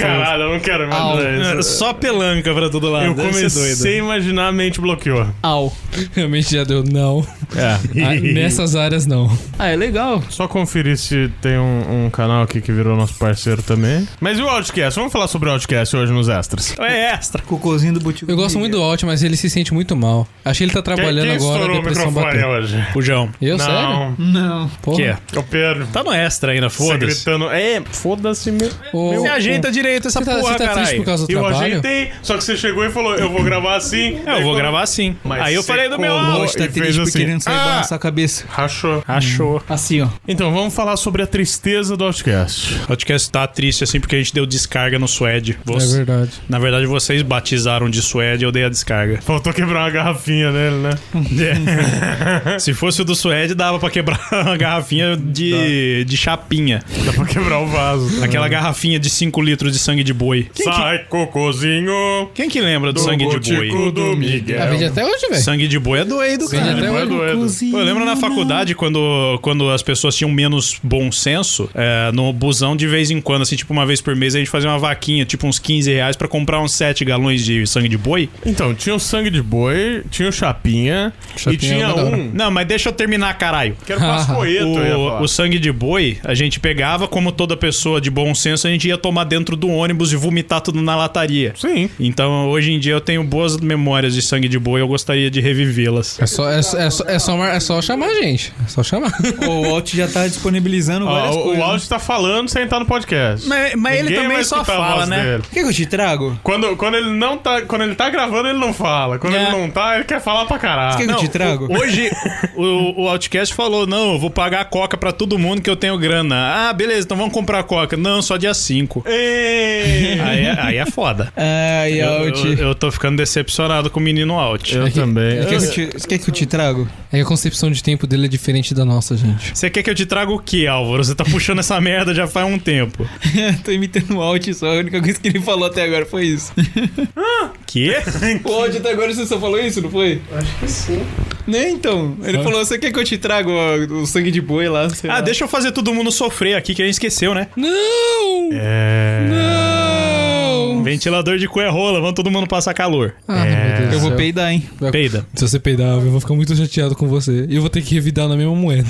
Caralho, eu não quero imaginar É, isso. Só pelanca pra todo lado. Eu Ah, deve ser comecei a doido. imaginar, a mente bloqueou. Au. Realmente já deu não. É. Ah, nessas áreas, não. Ah, é legal. Só conferir se tem um, um canal aqui que virou nosso parceiro também. Mas e o Outcast? Vamos falar sobre o Outcast hoje nos extras. É extra. Cocôzinho do Butico. Eu gosto muito do Alt, mas ele se sente muito mal. Acho que ele tá trabalhando agora, a depressão bateu. hoje? O João. Eu, sério? Não, Não. Porra. Que é? é o Pedro. Tá no extra ainda, Tá foda-se. gritando. É, foda-se mesmo. Ô, Se ajeita direito essa Você tá, porra, você tá triste caralho. por causa do Eu trabalho? ajeitei, só que você chegou e falou, eu vou gravar assim. É, eu vou gravar assim. Mas Aí eu você falei do meu colou áudio. Hoje tá E fez triste porque assim. querendo sair Ah! balançar a cabeça. Rachou. Achou. Assim, ó. Então, vamos falar sobre a tristeza do Outcast. O podcast tá triste assim porque a gente deu descarga no Suede. É Você- verdade. Na verdade, vocês batizaram de Suede, eu dei a descarga. Faltou quebrar uma garrafinha nele, né? Se fosse o do Suede, dava pra quebrar uma garrafinha de, de chapinha. Dá pra quebrar o vaso. Aquela garrafinha de 5 litros de sangue de boi. Quem que, Sai, cocôzinho. quem que lembra do sangue de Gotico boi? do Ah, vende Miguel. até hoje, velho. Sangue de boi é doido, Vende cara. até Não é hoje. doido. Pô, Eu lembro na faculdade, quando, quando as pessoas tinham menos bom senso, é, no busão de vez em quando, assim, tipo uma vez por mês, a gente fazia uma vaquinha, tipo uns 15 reais, pra comprar uns 7 galões de sangue de boi. Então, tinha o sangue de boi, tinha o chapinha, e Chapinha é tinha uma da hora. um Não, mas deixa eu terminar, caralho. que era o pascoeto. eu ia falar. O, o sangue de boi, a gente pegava, como toda pessoa de bom senso, a gente ia tomar dentro do ônibus e vomitar tudo na lataria. Sim. Então, hoje em dia, eu tenho boas memórias de sangue de boi, eu gostaria de revivê-las. É só, é, só- é, só, é, só, mar- é só chamar a gente. É só chamar. O Walt já tá disponibilizando Ó, várias o, o coisas. áudio tá falando sem estar no podcast. Mas, mas ele Ninguém também vai só escutar a fala, voz né? dele. O que, que eu te trago? Quando, quando ele não tá. Quando ele tá gravando, ele não fala. Quando É. ele não tá, ele quer falar pra O que, caralho. que eu te trago? Hoje o, o Outcast falou: não, eu vou pagar a coca pra todo mundo que eu tenho grana. Ah, beleza, então vamos comprar a coca. Não, só dia 5. Ei! Aí, é- aí é foda. Ai, Eu, Alt. eu- eu tô ficando decepcionado com o menino Out. Eu também. O que, que eu te- o que, que eu te trago? É que a concepção de tempo dele é diferente da nossa, gente. Você quer que eu te traga o que, Álvaro? Você tá puxando essa merda já faz um tempo. Tô imitando o Alt só. A única coisa que ele falou até agora foi isso. Que? O Alt até agora você só falou isso, não foi? Acho que sim. Nem então. Ele falou: Você quer que eu te trago ó, o sangue de boi lá? sei Ah, lá. deixa eu fazer todo mundo sofrer aqui, que a gente esqueceu, né? Não! Não! Ventilador de cu é rola, vamos todo mundo passar calor. Ah, meu Deus do Eu vou céu. peidar, hein? Vai- Peida. Se você peidar, eu vou ficar muito chateado com você. E eu vou ter que revidar na mesma moeda.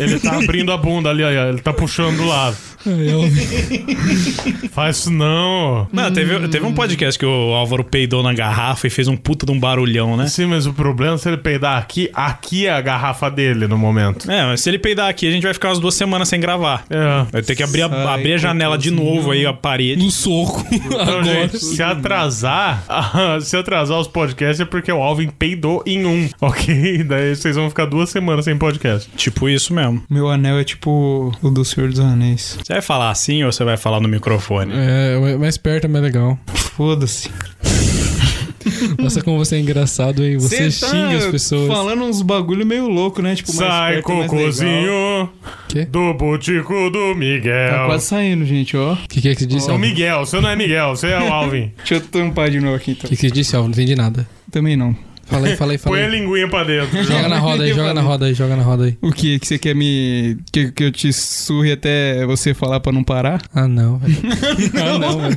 Ele tá abrindo a bunda ali, ó. Ele tá puxando do lado. Ai, Alvin. Faz isso não. Não, teve, teve um podcast que o Álvaro peidou na garrafa e fez um puta de um barulhão, né? Sim, mas o problema é se ele peidar aqui, aqui é a garrafa dele no momento. É, mas se ele peidar aqui, a gente vai ficar umas duas semanas sem gravar. É. Vai ter que abrir a, Sai, abrir a janela de novo aí, a parede. no soco. Então, agora. gente, se atrasar, se atrasar os podcasts é porque o Alvin peidou em um, ok? Daí vocês vão ficar duas semanas sem podcast. Tipo isso mesmo. Meu anel é tipo o do Senhor dos Anéis. Você vai falar assim ou você vai falar no microfone? É, mais perto é mais legal. Foda-se. Nossa, como você é engraçado, hein? Você Cê tá xinga as pessoas. Falando uns bagulho meio louco, né? Tipo, mais Sai, perto, mais legal. cocôzinho Quê? do botico do Tá Miguel. quase saindo, gente, ó. O que, que é que você disse, É o Alvin? Miguel, você não é Miguel, você é o Alvin. Deixa eu tampar de novo aqui, então. O que, que você disse, Alvin? Não entendi nada. Também não. Fala aí, fala aí, fala Põe a aí. linguinha pra dentro. Joga na roda aí, joga na roda aí, joga na roda aí. O que? Que você quer me... Que, que eu te surre até você falar pra não parar? Ah, não, velho. Ah, não, velho.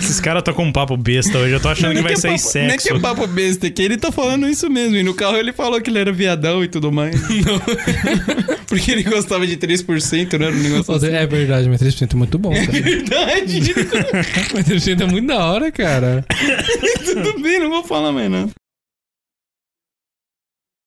Esses caras estão com um papo besta hoje, eu tô achando que vai sair Não é que sexo. é papo besta, é que ele tá falando isso mesmo. E no carro ele falou que ele era viadão e tudo mais. Porque ele gostava de 3%, né? Era um negócio assim. É verdade, mas 3% é muito bom, cara. Verdade! Mas 3% é muito da hora, cara. tudo bem, não vou falar mais não.